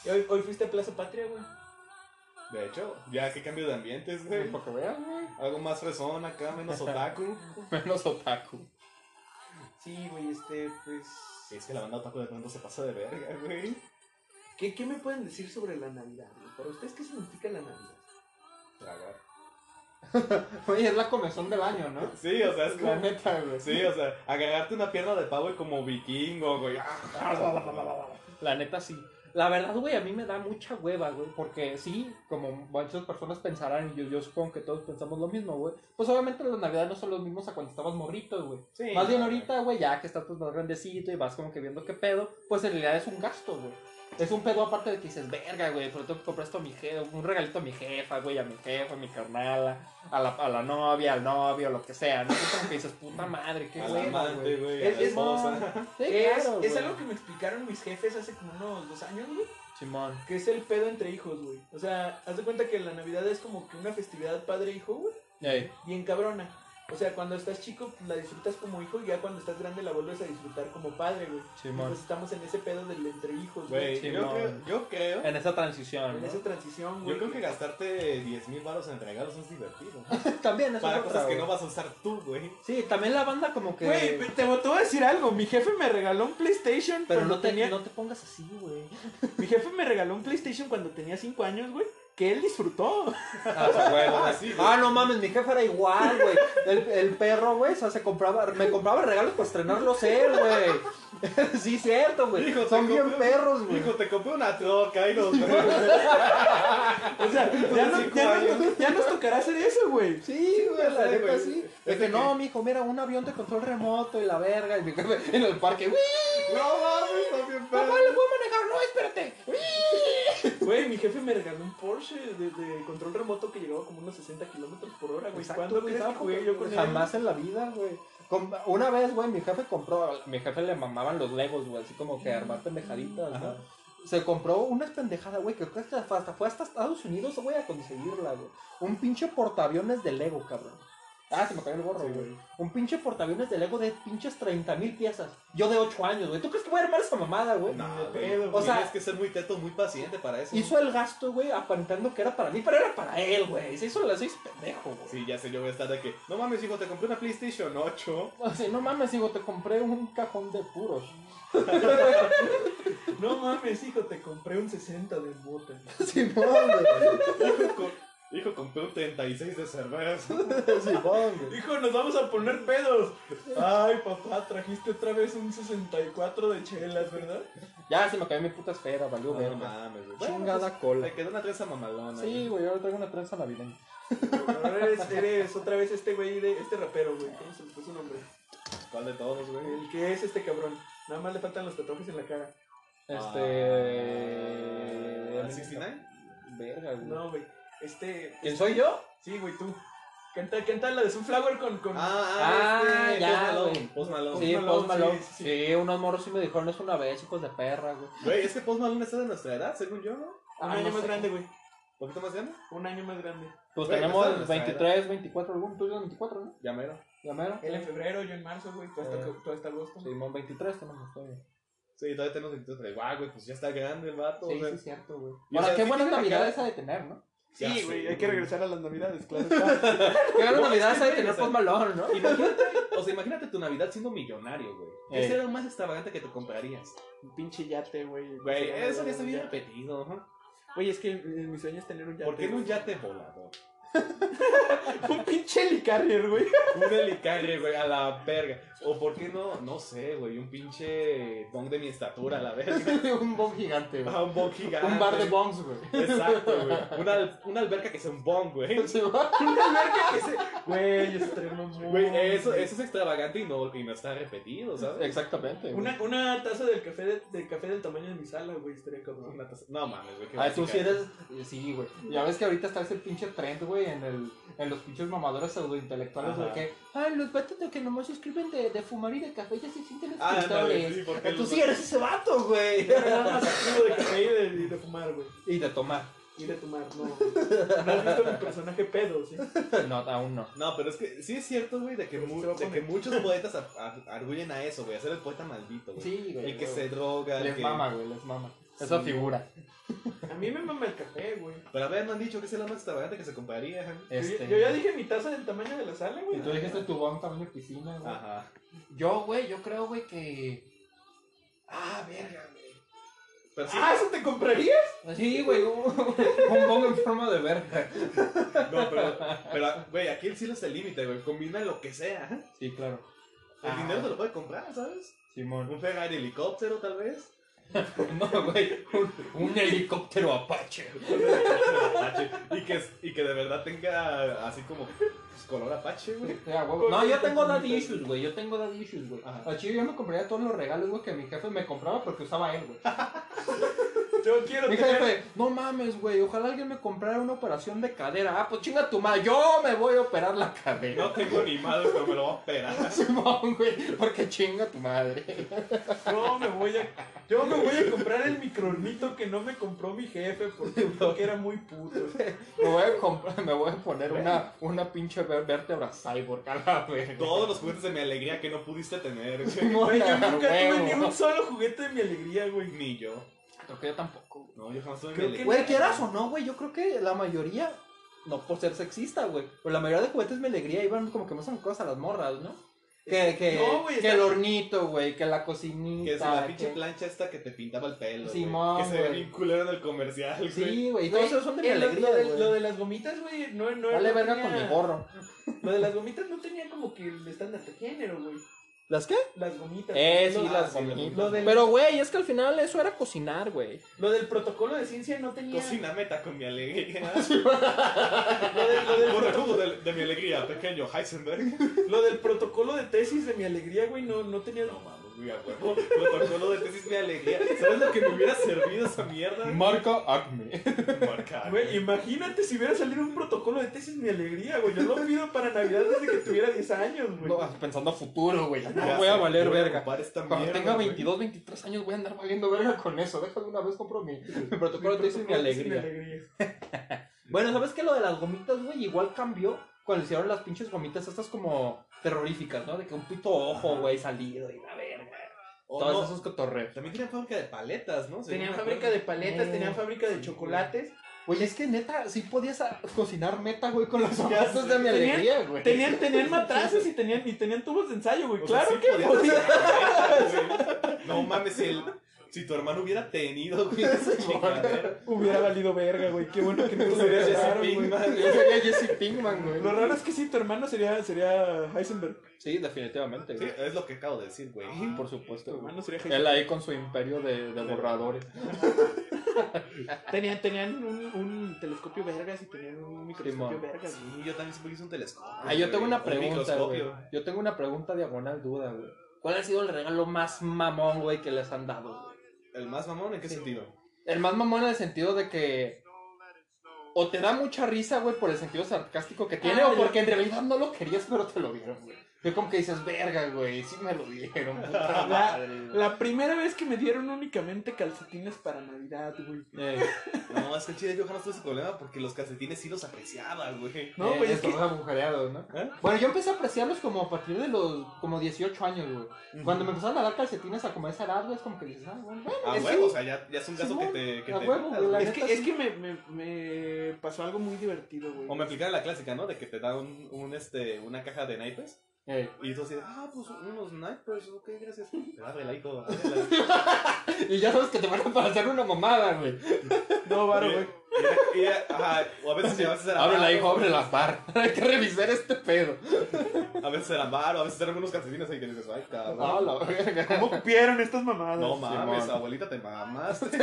[SPEAKER 2] Y Hoy, hoy fuiste a Plaza Patria, güey.
[SPEAKER 5] De hecho, ya qué cambio de ambientes, güey.
[SPEAKER 4] Para que veas, güey.
[SPEAKER 5] Algo más fresón acá, menos otaku.
[SPEAKER 4] *laughs* Menos otaku.
[SPEAKER 2] Sí, güey, este, pues.
[SPEAKER 5] Es que la banda otaku de pronto se pasa de verga, güey.
[SPEAKER 2] ¿Qué, qué me pueden decir sobre la Navidad? güey? Para ustedes, ¿qué significa la Navidad?
[SPEAKER 5] Tragar.
[SPEAKER 4] Oye, es la comezón del año, ¿no?
[SPEAKER 5] Sí, o sea, es
[SPEAKER 4] La
[SPEAKER 5] como...
[SPEAKER 4] neta, güey.
[SPEAKER 5] Sí, o sea, agarrarte una pierna de pavo y como vikingo, güey. Ah,
[SPEAKER 4] La neta sí. La verdad, güey, a mí me da mucha hueva, güey, porque sí, como muchas personas pensarán, y yo, yo supongo que todos pensamos lo mismo, güey, pues obviamente las navidades no son los mismos a cuando estabas morrito, güey.
[SPEAKER 5] Sí,
[SPEAKER 4] Más bien ahorita, güey, ya que estás pues, más grandecito y vas como que viendo qué pedo, pues en realidad es un gasto, güey. Es un pedo aparte de que dices, verga, güey, pero tengo que comprar esto a mi jefe, un regalito a mi jefa, güey, a mi jefa, a mi carnala, a la, a la novia, al novio, lo que sea, ¿no? Es como que dices, puta madre, qué
[SPEAKER 5] A la
[SPEAKER 4] hueva,
[SPEAKER 5] amante,
[SPEAKER 4] güey.
[SPEAKER 5] güey.
[SPEAKER 2] Es-
[SPEAKER 5] Es,
[SPEAKER 2] es-
[SPEAKER 5] esposa.
[SPEAKER 4] Sí,
[SPEAKER 2] es,
[SPEAKER 4] claro,
[SPEAKER 2] es
[SPEAKER 4] güey.
[SPEAKER 2] algo que me explicaron mis jefes hace como unos dos años, güey.
[SPEAKER 4] Simón.
[SPEAKER 2] Que es el pedo entre hijos, güey. O sea, haz de cuenta que la Navidad es como que una festividad padre-hijo, güey.
[SPEAKER 4] Ey,
[SPEAKER 2] Bien cabrona. O sea, cuando estás chico pues, la disfrutas como hijo y ya cuando estás grande la vuelves a disfrutar como padre, güey.
[SPEAKER 4] Simón.
[SPEAKER 2] Entonces estamos en ese pedo del entre hijos,
[SPEAKER 5] Güey,
[SPEAKER 2] güey.
[SPEAKER 5] yo creo, yo creo,
[SPEAKER 4] En esa transición,
[SPEAKER 2] En
[SPEAKER 4] ¿no?
[SPEAKER 2] esa transición, güey.
[SPEAKER 5] yo creo que gastarte 10 mil baros en regalos es divertido.
[SPEAKER 4] También eso
[SPEAKER 5] Para
[SPEAKER 4] es otra,
[SPEAKER 5] cosas que
[SPEAKER 4] güey.
[SPEAKER 5] no vas a usar tú, güey.
[SPEAKER 4] Sí, también la banda como que...
[SPEAKER 2] Güey, te te voy a decir algo. Mi jefe me regaló un PlayStation
[SPEAKER 4] pero
[SPEAKER 2] cuando
[SPEAKER 4] no te,
[SPEAKER 2] tenía.
[SPEAKER 4] no te pongas así, güey.
[SPEAKER 2] Mi jefe me regaló un PlayStation cuando tenía 5 años, güey. Que él
[SPEAKER 5] *laughs*
[SPEAKER 2] disfrutó.
[SPEAKER 4] Ah,
[SPEAKER 5] Bueno, así, güey.
[SPEAKER 4] Ah, no mames, mi jefe era igual, güey. El, el perro, güey, o sea, se compraba, me compraba regalos para estrenarlos él, güey. *laughs* Sí, cierto, güey.
[SPEAKER 5] Hijo, te
[SPEAKER 4] Son bien
[SPEAKER 5] compré-
[SPEAKER 4] perros, güey.
[SPEAKER 5] Hijo, te compré una troca y los *laughs* güey.
[SPEAKER 2] O sea, ya, no-
[SPEAKER 5] Cinco
[SPEAKER 2] ya no-
[SPEAKER 5] años.
[SPEAKER 2] ya nos tocará hacer eso, güey.
[SPEAKER 4] Sí, güey, la
[SPEAKER 5] Sí,
[SPEAKER 4] neta
[SPEAKER 5] güey.
[SPEAKER 4] sí.
[SPEAKER 5] Es
[SPEAKER 4] De
[SPEAKER 5] de
[SPEAKER 4] que
[SPEAKER 5] que-
[SPEAKER 4] no, mijo, mira, un avión de control remoto y la verga. Y mi jefe en el parque, güey,
[SPEAKER 5] No mames, son bien
[SPEAKER 4] papá,
[SPEAKER 5] perros.
[SPEAKER 4] ¿le puedo manejar? No, espérate. Uy.
[SPEAKER 2] Güey, mi jefe me regaló un Porsche de, de control remoto que llegaba como unos 60 kilómetros por hora, güey. Pues,
[SPEAKER 4] Exacto,
[SPEAKER 2] ¿Cuándo
[SPEAKER 4] güey,
[SPEAKER 2] crees que
[SPEAKER 4] estaba
[SPEAKER 2] jugué
[SPEAKER 4] con-
[SPEAKER 2] yo con él?
[SPEAKER 4] Jamás en la vida, güey. Com- Una vez, güey, mi jefe compró, mi jefe le mamaban los legos, güey, así como que armar pendejaditas, ¿no?
[SPEAKER 5] Ajá.
[SPEAKER 4] Se compró unas pendejadas, güey, que creo que hasta, hasta fue hasta Estados Unidos, güey, a conseguirla, güey. Un pinche portaaviones de Lego, cabrón. Ah, se me cayó el gorro,
[SPEAKER 5] Sí,
[SPEAKER 4] güey.
[SPEAKER 5] güey.
[SPEAKER 4] Un pinche portaaviones de Lego de pinches 30 mil piezas. Yo de 8 años, güey. ¿Tú crees que voy a armar esa mamada, güey?
[SPEAKER 5] No,
[SPEAKER 2] Ni de
[SPEAKER 5] güey.
[SPEAKER 2] pedo,
[SPEAKER 5] O
[SPEAKER 4] güey.
[SPEAKER 5] sea, tienes que ser muy teto, muy paciente para eso.
[SPEAKER 4] Hizo el gasto, güey, aparentando que era para mí, pero era para él, güey. Se hizo las seis pendejo, güey.
[SPEAKER 5] Sí, ya sé, yo voy a estar de que, no mames, hijo, te compré una PlayStation 8.
[SPEAKER 4] Así, no mames, hijo, te compré un cajón de puros.
[SPEAKER 2] No mames, hijo, te compré un 60 de mota.
[SPEAKER 4] Simón, güey.
[SPEAKER 5] Hijo, co- hijo, compré un 36
[SPEAKER 4] *laughs*
[SPEAKER 5] de cerveza.
[SPEAKER 4] Simón, güey.
[SPEAKER 2] *laughs* Hijo, nos vamos a poner pedos. Ay, papá, trajiste otra vez un 64 de chelas, ¿verdad?
[SPEAKER 4] Ya se me cayó mi puta esfera, valió
[SPEAKER 5] No
[SPEAKER 4] verga.
[SPEAKER 5] mames, güey.
[SPEAKER 4] Chingada
[SPEAKER 5] Bueno, pues,
[SPEAKER 4] cola.
[SPEAKER 5] Le quedó una trenza mamalona.
[SPEAKER 4] Sí,
[SPEAKER 5] güey.
[SPEAKER 4] güey, ahora traigo una trenza navideña.
[SPEAKER 2] Ahora eres, eres otra vez este güey, de, este rapero, güey. ¿Cómo se le puso su nombre?
[SPEAKER 5] ¿Cuál de todos, güey?
[SPEAKER 2] El que es este cabrón. Nada más le faltan los tatuajes en la cara.
[SPEAKER 4] Este.
[SPEAKER 5] ¿El 69?
[SPEAKER 4] Verga, güey.
[SPEAKER 2] No, güey. Este.
[SPEAKER 4] ¿Quién soy yo?
[SPEAKER 2] Sí, güey, tú. Canta, canta la de Sunflower con. con...
[SPEAKER 5] Ah,
[SPEAKER 4] Ah,
[SPEAKER 5] este,
[SPEAKER 4] ya,
[SPEAKER 5] Post Malone,
[SPEAKER 4] güey.
[SPEAKER 5] Post Malone.
[SPEAKER 4] Sí,
[SPEAKER 2] Malone,
[SPEAKER 4] Post Malone.
[SPEAKER 2] sí,
[SPEAKER 4] Sí, unos morros sí me dijeron es una vez, hijos de perra, güey.
[SPEAKER 5] Güey, es que Post Malone está de nuestra edad, según yo, ¿no?
[SPEAKER 2] Un
[SPEAKER 4] Ah,
[SPEAKER 2] año
[SPEAKER 4] no
[SPEAKER 2] más
[SPEAKER 4] sé.
[SPEAKER 2] grande, güey.
[SPEAKER 5] ¿Un poquito más grande?
[SPEAKER 2] Un año más grande.
[SPEAKER 4] Pues
[SPEAKER 5] Güey,
[SPEAKER 4] tenemos
[SPEAKER 5] esa es nuestra
[SPEAKER 4] 23, 24, algún. Tú eres 24, ¿no?
[SPEAKER 5] Ya mero.
[SPEAKER 4] Ya mero.
[SPEAKER 2] Él en febrero, yo en marzo, güey. Tú
[SPEAKER 5] Ah.
[SPEAKER 2] hasta, tú hasta agosto.
[SPEAKER 4] Simón, 23 tenemos todavía.
[SPEAKER 5] Sí, todavía tenemos 23, pero igual, güey, pues ya está grande el vato.
[SPEAKER 4] Sí,
[SPEAKER 5] o sea.
[SPEAKER 4] sí, cierto, güey.
[SPEAKER 5] Y, o
[SPEAKER 4] Ahora,
[SPEAKER 5] sea,
[SPEAKER 4] qué
[SPEAKER 5] sí
[SPEAKER 4] buena
[SPEAKER 5] tiene una
[SPEAKER 4] Navidad
[SPEAKER 5] cara-
[SPEAKER 4] esa de tener, ¿no?
[SPEAKER 5] Ya
[SPEAKER 2] Sí,
[SPEAKER 5] sé,
[SPEAKER 2] güey, hay que regresar a las navidades, claro.
[SPEAKER 5] *laughs*
[SPEAKER 4] Qué buena Navidad esa de tener
[SPEAKER 5] regresar.
[SPEAKER 4] Post Malone, ¿no?
[SPEAKER 5] Imagínate, o sea, imagínate tu Navidad siendo millonario, güey.
[SPEAKER 4] Eh.
[SPEAKER 5] Ese era lo más extravagante que te comprarías.
[SPEAKER 2] Un pinche yate, güey.
[SPEAKER 5] Güey,
[SPEAKER 2] Sí,
[SPEAKER 5] eso ya está
[SPEAKER 2] un
[SPEAKER 5] bien
[SPEAKER 2] yate.
[SPEAKER 5] repetido. ajá.
[SPEAKER 2] Güey, es que eh, mi sueño es tener un yate.
[SPEAKER 5] ¿Por qué no un yate volador?
[SPEAKER 2] *laughs* un pinche helicarrier, güey? *laughs*
[SPEAKER 5] Un helicarrier, güey, a la verga. O por qué no, no sé, güey, un pinche bong de mi estatura, a la verga. *laughs*
[SPEAKER 4] *laughs* un bong gigante, güey.
[SPEAKER 5] Ah, un bong gigante.
[SPEAKER 4] Un bar de bongs, *laughs* güey.
[SPEAKER 5] Exacto, güey. Una, al- una alberca que sea un bong, güey.
[SPEAKER 2] Güey, estreno muy.
[SPEAKER 5] Güey, eso, eso es extravagante y no, y no está repetido, ¿sabes?
[SPEAKER 4] Exactamente. güey.
[SPEAKER 2] Una, una taza del café, de- del café del tamaño de mi sala, güey, estaría cabrón.
[SPEAKER 5] Una taza- No mames, güey. qué
[SPEAKER 4] Ah, tú
[SPEAKER 5] básica.
[SPEAKER 4] sí eres. Sí, güey. Ya ves que ahorita está ese pinche trend, güey, en, el, en los pinches mamadores pseudointelectuales de
[SPEAKER 5] Ajá.
[SPEAKER 4] que. Ay, los vatos de que nomás se escriben de, de fumar y de café ya se sienten
[SPEAKER 5] Ah, ándale,
[SPEAKER 4] escritores.
[SPEAKER 5] sí, porque
[SPEAKER 4] tú
[SPEAKER 5] el-
[SPEAKER 4] *laughs* sí eres ese vato, güey.
[SPEAKER 2] Nada más escribo de café y de, y de fumar, güey.
[SPEAKER 4] y de tomar.
[SPEAKER 2] ir a tomar, no. güey. No has visto mi personaje pedo, ¿sí?
[SPEAKER 4] No, aún no.
[SPEAKER 5] No, pero es que sí es cierto, güey, de que,
[SPEAKER 2] Pero
[SPEAKER 5] mu-
[SPEAKER 2] se va a
[SPEAKER 5] de que
[SPEAKER 2] poner.
[SPEAKER 5] muchos poetas a- a- arguyen a eso, güey, a ser el poeta maldito, güey.
[SPEAKER 4] Sí, güey.
[SPEAKER 5] el que
[SPEAKER 4] güey.
[SPEAKER 5] se droga, el
[SPEAKER 4] Les
[SPEAKER 5] que...
[SPEAKER 4] mama, güey, les mama. Esa
[SPEAKER 5] Sí.
[SPEAKER 4] figura.
[SPEAKER 2] A mí me mama el café, güey.
[SPEAKER 5] Pero a ver, me han dicho que es el más extravagante que se compraría.
[SPEAKER 2] Yo-
[SPEAKER 4] Este,
[SPEAKER 2] Yo, ya dije mi taza del tamaño de la sala, güey.
[SPEAKER 4] Y tú dijiste tu bon tamaño piscina, güey.
[SPEAKER 5] Ajá.
[SPEAKER 4] Yo, güey, yo creo, güey, que. Ah, verga, güey. Pues
[SPEAKER 5] Pero sí,
[SPEAKER 2] Ah, ¿eso te comprarías?
[SPEAKER 4] Sí, güey, un *laughs* un bong en forma de verga.
[SPEAKER 5] no, pero, pero, güey, aquí el cielo es el límite, güey. Combina lo que sea. El
[SPEAKER 4] Sí, claro.
[SPEAKER 5] dinero te lo puede comprar, ¿sabes?
[SPEAKER 4] Simón. *laughs*
[SPEAKER 5] Un Ferrari helicóptero, tal vez.
[SPEAKER 4] No, güey, un, un helicóptero Apache.
[SPEAKER 5] Un helicóptero Apache. Y que, y que de verdad tenga así como pues, color Apache, güey.
[SPEAKER 4] Ya, güey. No, yo tengo daddy issues, güey. Yo tengo daddy issues, güey.
[SPEAKER 5] Ajá.
[SPEAKER 4] Al chile yo me compraría todos los regalos, güey, que mi jefe me compraba porque usaba él, *laughs* güey.
[SPEAKER 2] Yo quiero
[SPEAKER 4] Mi
[SPEAKER 2] tener...
[SPEAKER 4] jefe, no mames, güey. Ojalá alguien me comprara una operación de cadera. Ah, pues chinga tu madre. Yo me voy a operar la cadera.
[SPEAKER 5] No tengo ni madre, pero me lo voy a operar.
[SPEAKER 4] *laughs* Simón, güey, porque chinga tu madre.
[SPEAKER 2] Yo me voy a... Yo me voy a comprar el microornito que no me compró mi jefe
[SPEAKER 4] *laughs*
[SPEAKER 2] porque dijo que era muy puto.
[SPEAKER 4] Me voy a, comprar- me voy a poner una, una pinche ver- vértebra cyborg a la verga.
[SPEAKER 5] Todos los juguetes de mi alegría que no pudiste tener, güey.
[SPEAKER 4] Simón,
[SPEAKER 2] Güey, yo
[SPEAKER 4] a
[SPEAKER 2] nunca tuve ni
[SPEAKER 4] huevo.
[SPEAKER 2] un solo juguete de mi alegría, güey.
[SPEAKER 5] Ni yo.
[SPEAKER 4] Creo que yo tampoco. güey.
[SPEAKER 5] No, yo jamás tuve mi
[SPEAKER 2] Creo que-
[SPEAKER 5] alegría.
[SPEAKER 4] Güey, quieras o no, güey, yo creo que la mayoría, no por ser sexista, güey, pero la mayoría de juguetes me alegría iban como que más enfocados a las morras, ¿no? Que, que,
[SPEAKER 2] No, güey,
[SPEAKER 4] que
[SPEAKER 2] está-
[SPEAKER 4] el hornito, güey, que la
[SPEAKER 5] Que es la
[SPEAKER 4] cocinita.
[SPEAKER 5] pinche
[SPEAKER 4] que-
[SPEAKER 5] plancha esta que te pintaba el pelo. güey.
[SPEAKER 4] Simón,
[SPEAKER 5] Que se ve
[SPEAKER 4] güey.
[SPEAKER 5] bien culero en el comercial, güey.
[SPEAKER 4] Sí, güey, y todos
[SPEAKER 2] Güey,
[SPEAKER 4] esos son de mi
[SPEAKER 2] eh, lo-
[SPEAKER 4] alegría,
[SPEAKER 2] lo, de,
[SPEAKER 4] güey.
[SPEAKER 2] lo de las gomitas, güey, no, no,
[SPEAKER 4] Vale
[SPEAKER 2] no
[SPEAKER 4] verga
[SPEAKER 2] tenía-
[SPEAKER 4] con mi gorro.
[SPEAKER 2] Lo de las gomitas no tenía como que el estándar de género, güey.
[SPEAKER 4] ¿Las qué?
[SPEAKER 2] Las gomitas.
[SPEAKER 4] Eh,
[SPEAKER 2] Lo-
[SPEAKER 4] sí,
[SPEAKER 5] ah,
[SPEAKER 4] las
[SPEAKER 5] sí,
[SPEAKER 4] gomitas.
[SPEAKER 2] lo del-
[SPEAKER 4] Pero, güey, es que al final eso era cocinar, güey.
[SPEAKER 2] Lo del protocolo de ciencia no tenía.
[SPEAKER 5] Cocina meta con
[SPEAKER 2] *laughs*
[SPEAKER 5] mi alegría.
[SPEAKER 2] Lo, del- lo del *laughs*
[SPEAKER 5] Borra
[SPEAKER 2] proto-
[SPEAKER 5] todo de, de mi alegría, pequeño
[SPEAKER 2] *laughs*
[SPEAKER 5] Heisenberg.
[SPEAKER 2] lo del protocolo de tesis de mi alegría, güey, no, no tenía.
[SPEAKER 5] No mames, güey, a huevo. Protocolo de tesis mi alegría. ¿Sabes lo que me hubiera servido esa mierda?
[SPEAKER 4] Marca Acme.
[SPEAKER 5] Marca.
[SPEAKER 2] Güey, imagínate si hubiera salido un protocolo de tesis de mi alegría, güey. Yo lo pido para Navidad desde que tuviera 10 años, güey.
[SPEAKER 4] No, ah, pensando a futuro, güey.
[SPEAKER 5] Ya
[SPEAKER 4] No voy a
[SPEAKER 5] sé,
[SPEAKER 4] valer
[SPEAKER 5] yo voy a
[SPEAKER 4] verga.
[SPEAKER 5] ocupar esta
[SPEAKER 4] Cuando
[SPEAKER 5] mierda,
[SPEAKER 4] tenga
[SPEAKER 5] güey.
[SPEAKER 4] 22, 23 años voy a andar valiendo verga con eso. Déjame una vez compro mi, mi
[SPEAKER 5] *laughs*
[SPEAKER 4] protocolo de tesis mi alegría. Bueno, ¿sabes qué? Lo de las gomitas, güey, igual cambió cuando hicieron las pinches gomitas estas como terroríficas, ¿no? De que un pito ojo,
[SPEAKER 5] Ajá.
[SPEAKER 4] güey, salido y la verga.
[SPEAKER 5] O
[SPEAKER 4] Todos
[SPEAKER 5] no,
[SPEAKER 4] esos cotorreos.
[SPEAKER 5] También tenían fábrica de paletas, ¿no?
[SPEAKER 2] Tenían
[SPEAKER 5] Según
[SPEAKER 2] fábrica
[SPEAKER 5] recuerdo.
[SPEAKER 2] de paletas,
[SPEAKER 4] No.
[SPEAKER 2] tenían fábrica de chocolates.
[SPEAKER 4] Güey, es que neta, sí podías ah, cocinar meta, güey, con las
[SPEAKER 5] Ya
[SPEAKER 4] gomitas
[SPEAKER 5] sé.
[SPEAKER 4] de mi
[SPEAKER 2] Tenía-
[SPEAKER 4] alegría, güey. *laughs*
[SPEAKER 2] Tenían, tenían matraces y tenían, y tenían tubos de ensayo, güey.
[SPEAKER 5] O sea,
[SPEAKER 2] claro
[SPEAKER 5] sí
[SPEAKER 2] que
[SPEAKER 5] podías
[SPEAKER 2] podía.
[SPEAKER 5] hacer paletas, güey. No mames, si, el- si tu hermano hubiera tenido, güey, esa chingadera.
[SPEAKER 2] Hubiera valido verga, güey. Qué bueno que no
[SPEAKER 5] Tú
[SPEAKER 2] lo
[SPEAKER 5] serías Jesse
[SPEAKER 2] lograron, güey.
[SPEAKER 5] Pinkman.
[SPEAKER 4] Yo sería Jesse Pinkman,
[SPEAKER 2] Lo
[SPEAKER 4] güey.
[SPEAKER 2] raro es que sí, tu hermano sería, sería Heisenberg.
[SPEAKER 4] Sí, definitivamente,
[SPEAKER 5] Sí,
[SPEAKER 4] güey.
[SPEAKER 5] es lo que acabo de decir, güey.
[SPEAKER 4] Por
[SPEAKER 2] Tu
[SPEAKER 4] supuesto. güey.
[SPEAKER 2] hermano sería Heisenberg.
[SPEAKER 4] Él ahí con su imperio de, de borradores.
[SPEAKER 2] Tenían, tenían un, un telescopio vergas y tenían un microscopio
[SPEAKER 4] Simón.
[SPEAKER 2] vergas, güey.
[SPEAKER 5] Sí, yo también siempre quise un telescopio.
[SPEAKER 4] Ah, yo tengo
[SPEAKER 5] güey,
[SPEAKER 4] una
[SPEAKER 5] un
[SPEAKER 4] pregunta, güey.
[SPEAKER 5] microscopio.
[SPEAKER 4] Yo tengo una pregunta diagonal duda, güey. ¿Cuál ha sido el regalo más mamón, güey, que les han dado, güey?
[SPEAKER 5] ¿El más mamón en qué
[SPEAKER 4] Sí.
[SPEAKER 5] sentido?
[SPEAKER 4] El más mamón en el sentido de que. O te da mucha risa, güey, por el sentido sarcástico que tiene,
[SPEAKER 2] Ah,
[SPEAKER 4] o
[SPEAKER 2] yo-
[SPEAKER 4] porque en realidad no lo querías, pero te lo dieron, güey. Yo como que dices, verga, güey, sí me lo dieron, *laughs* puta madre, güey".
[SPEAKER 2] La primera vez que me dieron únicamente calcetines para Navidad, güey.
[SPEAKER 4] Eh,
[SPEAKER 5] No, es que el chile yo jamás tuve ese problema porque los calcetines sí los apreciaba, güey.
[SPEAKER 2] No,
[SPEAKER 4] eh,
[SPEAKER 2] güey, es
[SPEAKER 4] estos
[SPEAKER 2] que-
[SPEAKER 4] agujereados, ¿no?
[SPEAKER 5] ¿Eh?
[SPEAKER 4] Bueno, yo empecé a apreciarlos como a partir de los como 18 años, güey. Cuando me empezaron a dar calcetines a como esa edad, güey, es como que dices, ah, bueno, bueno,
[SPEAKER 5] A
[SPEAKER 4] es
[SPEAKER 5] huevo,
[SPEAKER 4] que-
[SPEAKER 5] o sea, ya, ya es un caso
[SPEAKER 4] Simón,
[SPEAKER 5] que te. Que
[SPEAKER 4] a
[SPEAKER 5] te
[SPEAKER 4] huevo,
[SPEAKER 5] metas,
[SPEAKER 4] güey, la
[SPEAKER 5] güey.
[SPEAKER 2] Es que,
[SPEAKER 4] neta,
[SPEAKER 2] es
[SPEAKER 4] sí.
[SPEAKER 2] que me, me, me pasó algo muy divertido, güey.
[SPEAKER 5] O
[SPEAKER 2] *laughs*
[SPEAKER 5] Oh, me aplicaron la clásica, ¿no? De que te da un, un, este, una caja de naipes.
[SPEAKER 4] Eh,
[SPEAKER 5] Y tú así, ah, pues unos naipes, ok, gracias. Pero ábrela, hijo, ábrela.
[SPEAKER 4] Y ya sabes que te van a hacer una mamada, güey.
[SPEAKER 2] No, varo, güey.
[SPEAKER 5] Y era- y era- ajá, o a veces llevabas a
[SPEAKER 4] Ábrela, hijo, ábrela, bar. *laughs* Hay que revisar este pedo.
[SPEAKER 5] A veces era mar, o a veces eran unos calcetines ahí que dices, ay, cabrón.
[SPEAKER 4] Ah, la verga.
[SPEAKER 2] ¿Cómo cupieron estas mamadas?
[SPEAKER 5] No mames, ah.
[SPEAKER 4] Simón.
[SPEAKER 5] abuelita,
[SPEAKER 4] *laughs*
[SPEAKER 5] te mamaste.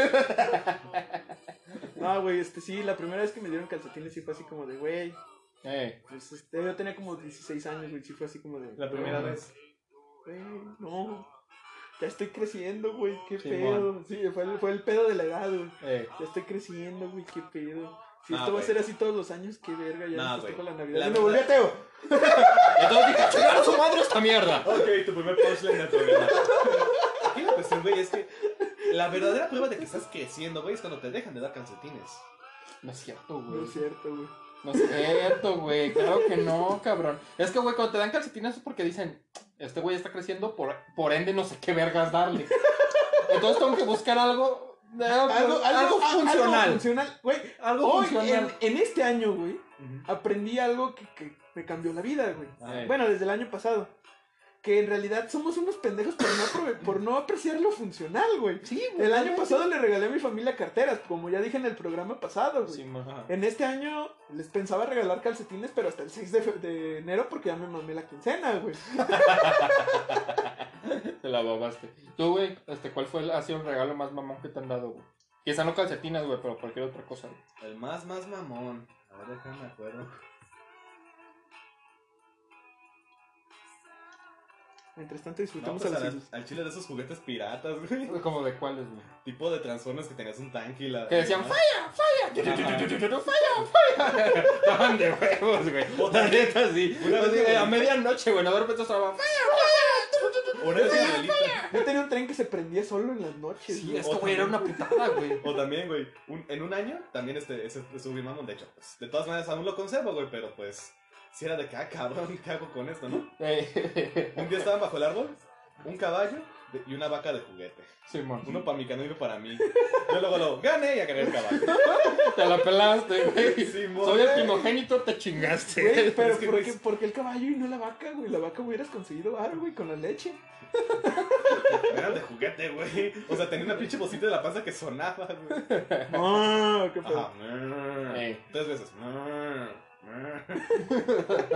[SPEAKER 2] Ah, güey, este sí, la primera vez que me dieron calcetines sí fue así como de, güey,
[SPEAKER 4] Eh,
[SPEAKER 2] pues este, yo tenía como 16 años, güey, sí fue así como de,
[SPEAKER 5] La primera vez.
[SPEAKER 2] güey, no, ya estoy creciendo, güey, qué
[SPEAKER 4] Sí,
[SPEAKER 2] pedo. Sí, fue el, fue el pedo de la edad, güey.
[SPEAKER 4] eh.
[SPEAKER 2] Ya estoy creciendo, güey, qué pedo. Si
[SPEAKER 5] Nah,
[SPEAKER 2] esto va
[SPEAKER 5] güey.
[SPEAKER 2] a ser así todos los años, qué verga, ya
[SPEAKER 5] Nah,
[SPEAKER 2] no festejo
[SPEAKER 5] güey.
[SPEAKER 2] la Navidad.
[SPEAKER 5] La
[SPEAKER 2] y me
[SPEAKER 5] verdad-
[SPEAKER 2] volví ateo.
[SPEAKER 4] Entonces dije, chingar a su madre esta mierda.
[SPEAKER 5] Ok, tu primer punchline del programa. Aquí la cuestión, güey, es que la verdadera prueba de que estás creciendo, güey, es cuando te dejan de dar calcetines.
[SPEAKER 4] No es cierto, güey.
[SPEAKER 2] No es cierto, güey.
[SPEAKER 4] No es cierto, güey. Claro que no, cabrón. Es que, güey, cuando te dan calcetines es porque dicen, este güey está creciendo, por, por ende no sé qué vergas darle. Entonces tengo que buscar algo. Algo, algo,
[SPEAKER 2] a-
[SPEAKER 4] funcional.
[SPEAKER 2] Algo funcional, güey.
[SPEAKER 4] Algo
[SPEAKER 2] Hoy,
[SPEAKER 4] funcional.
[SPEAKER 2] En, en este año, güey,
[SPEAKER 5] Ujú.
[SPEAKER 2] aprendí algo que, que me cambió la vida, güey.
[SPEAKER 4] Eh,
[SPEAKER 2] Bueno, desde el año pasado. Que en realidad somos unos pendejos por no, aprove- por no apreciar lo funcional, güey.
[SPEAKER 4] sí, güey.
[SPEAKER 2] El año pasado le regalé a mi familia carteras, como ya dije en el programa pasado, güey.
[SPEAKER 4] Sí, ma.
[SPEAKER 2] En este año les pensaba regalar calcetines, pero hasta el 6 de, fe- de enero porque ya me mamé la quincena, güey.
[SPEAKER 4] Te la babaste. Tú, güey, este, ¿cuál fue el, ha sido el regalo más mamón que te han dado, güey? Quizá no calcetines, güey, pero cualquier otra cosa, güey.
[SPEAKER 5] El más, más mamón. A ver, déjame me acuerdo.
[SPEAKER 2] Mientras tanto
[SPEAKER 5] No,
[SPEAKER 2] disfrutamos
[SPEAKER 5] pues,
[SPEAKER 2] a
[SPEAKER 5] al,
[SPEAKER 2] las islas.
[SPEAKER 5] al chile de esos juguetes piratas, güey.
[SPEAKER 4] Como de cuáles, *laughs* güey.
[SPEAKER 5] Tipo de transformes que tenías un tanque y la.
[SPEAKER 4] Que decían,
[SPEAKER 5] ¿no?
[SPEAKER 4] ¡Falla! ¡Falla! ¡Falla! ¡Falla! Estaban *laughs* de huevos, güey. La neta, *laughs* sí.
[SPEAKER 5] Una vez
[SPEAKER 4] Así,
[SPEAKER 5] me-
[SPEAKER 4] a medianoche, güey, no dormí, entonces estaba... ¡Falla!
[SPEAKER 5] Una vez mi abuelita.
[SPEAKER 2] Yo tenía un tren que se prendía solo en las noches.
[SPEAKER 4] Sí,
[SPEAKER 2] güey.
[SPEAKER 4] esto, güey, era una putada, güey.
[SPEAKER 5] O también, güey, un- en un año también este, ese es un mamón. De hecho, pues, de todas maneras aún lo conservo, güey, pero pues, si era de que, ah, cabrón, ¿qué hago con esto, no? Un día estaban bajo el árbol, un caballo de- y una vaca de juguete.
[SPEAKER 4] *laughs* Simón.
[SPEAKER 5] Uno para mi cano y uno para mí. Yo luego lo gané y agarré el
[SPEAKER 4] *laughs*
[SPEAKER 5] caballo.
[SPEAKER 4] Te la pelaste, güey.
[SPEAKER 5] Simón.
[SPEAKER 4] Soy el primogénito, te chingaste.
[SPEAKER 2] Güey, pero
[SPEAKER 5] Es que,
[SPEAKER 2] ¿por,
[SPEAKER 5] güey,
[SPEAKER 2] qué, por qué el caballo y no la vaca, güey? La vaca hubieras conseguido algo, güey, con la
[SPEAKER 5] *laughs*
[SPEAKER 2] leche.
[SPEAKER 5] Eran de juguete, güey. O sea, tenía una pinche bocita de la panza que sonaba, güey.
[SPEAKER 2] No, qué pedo.
[SPEAKER 5] Ajá.
[SPEAKER 4] Eh.
[SPEAKER 5] Tres veces.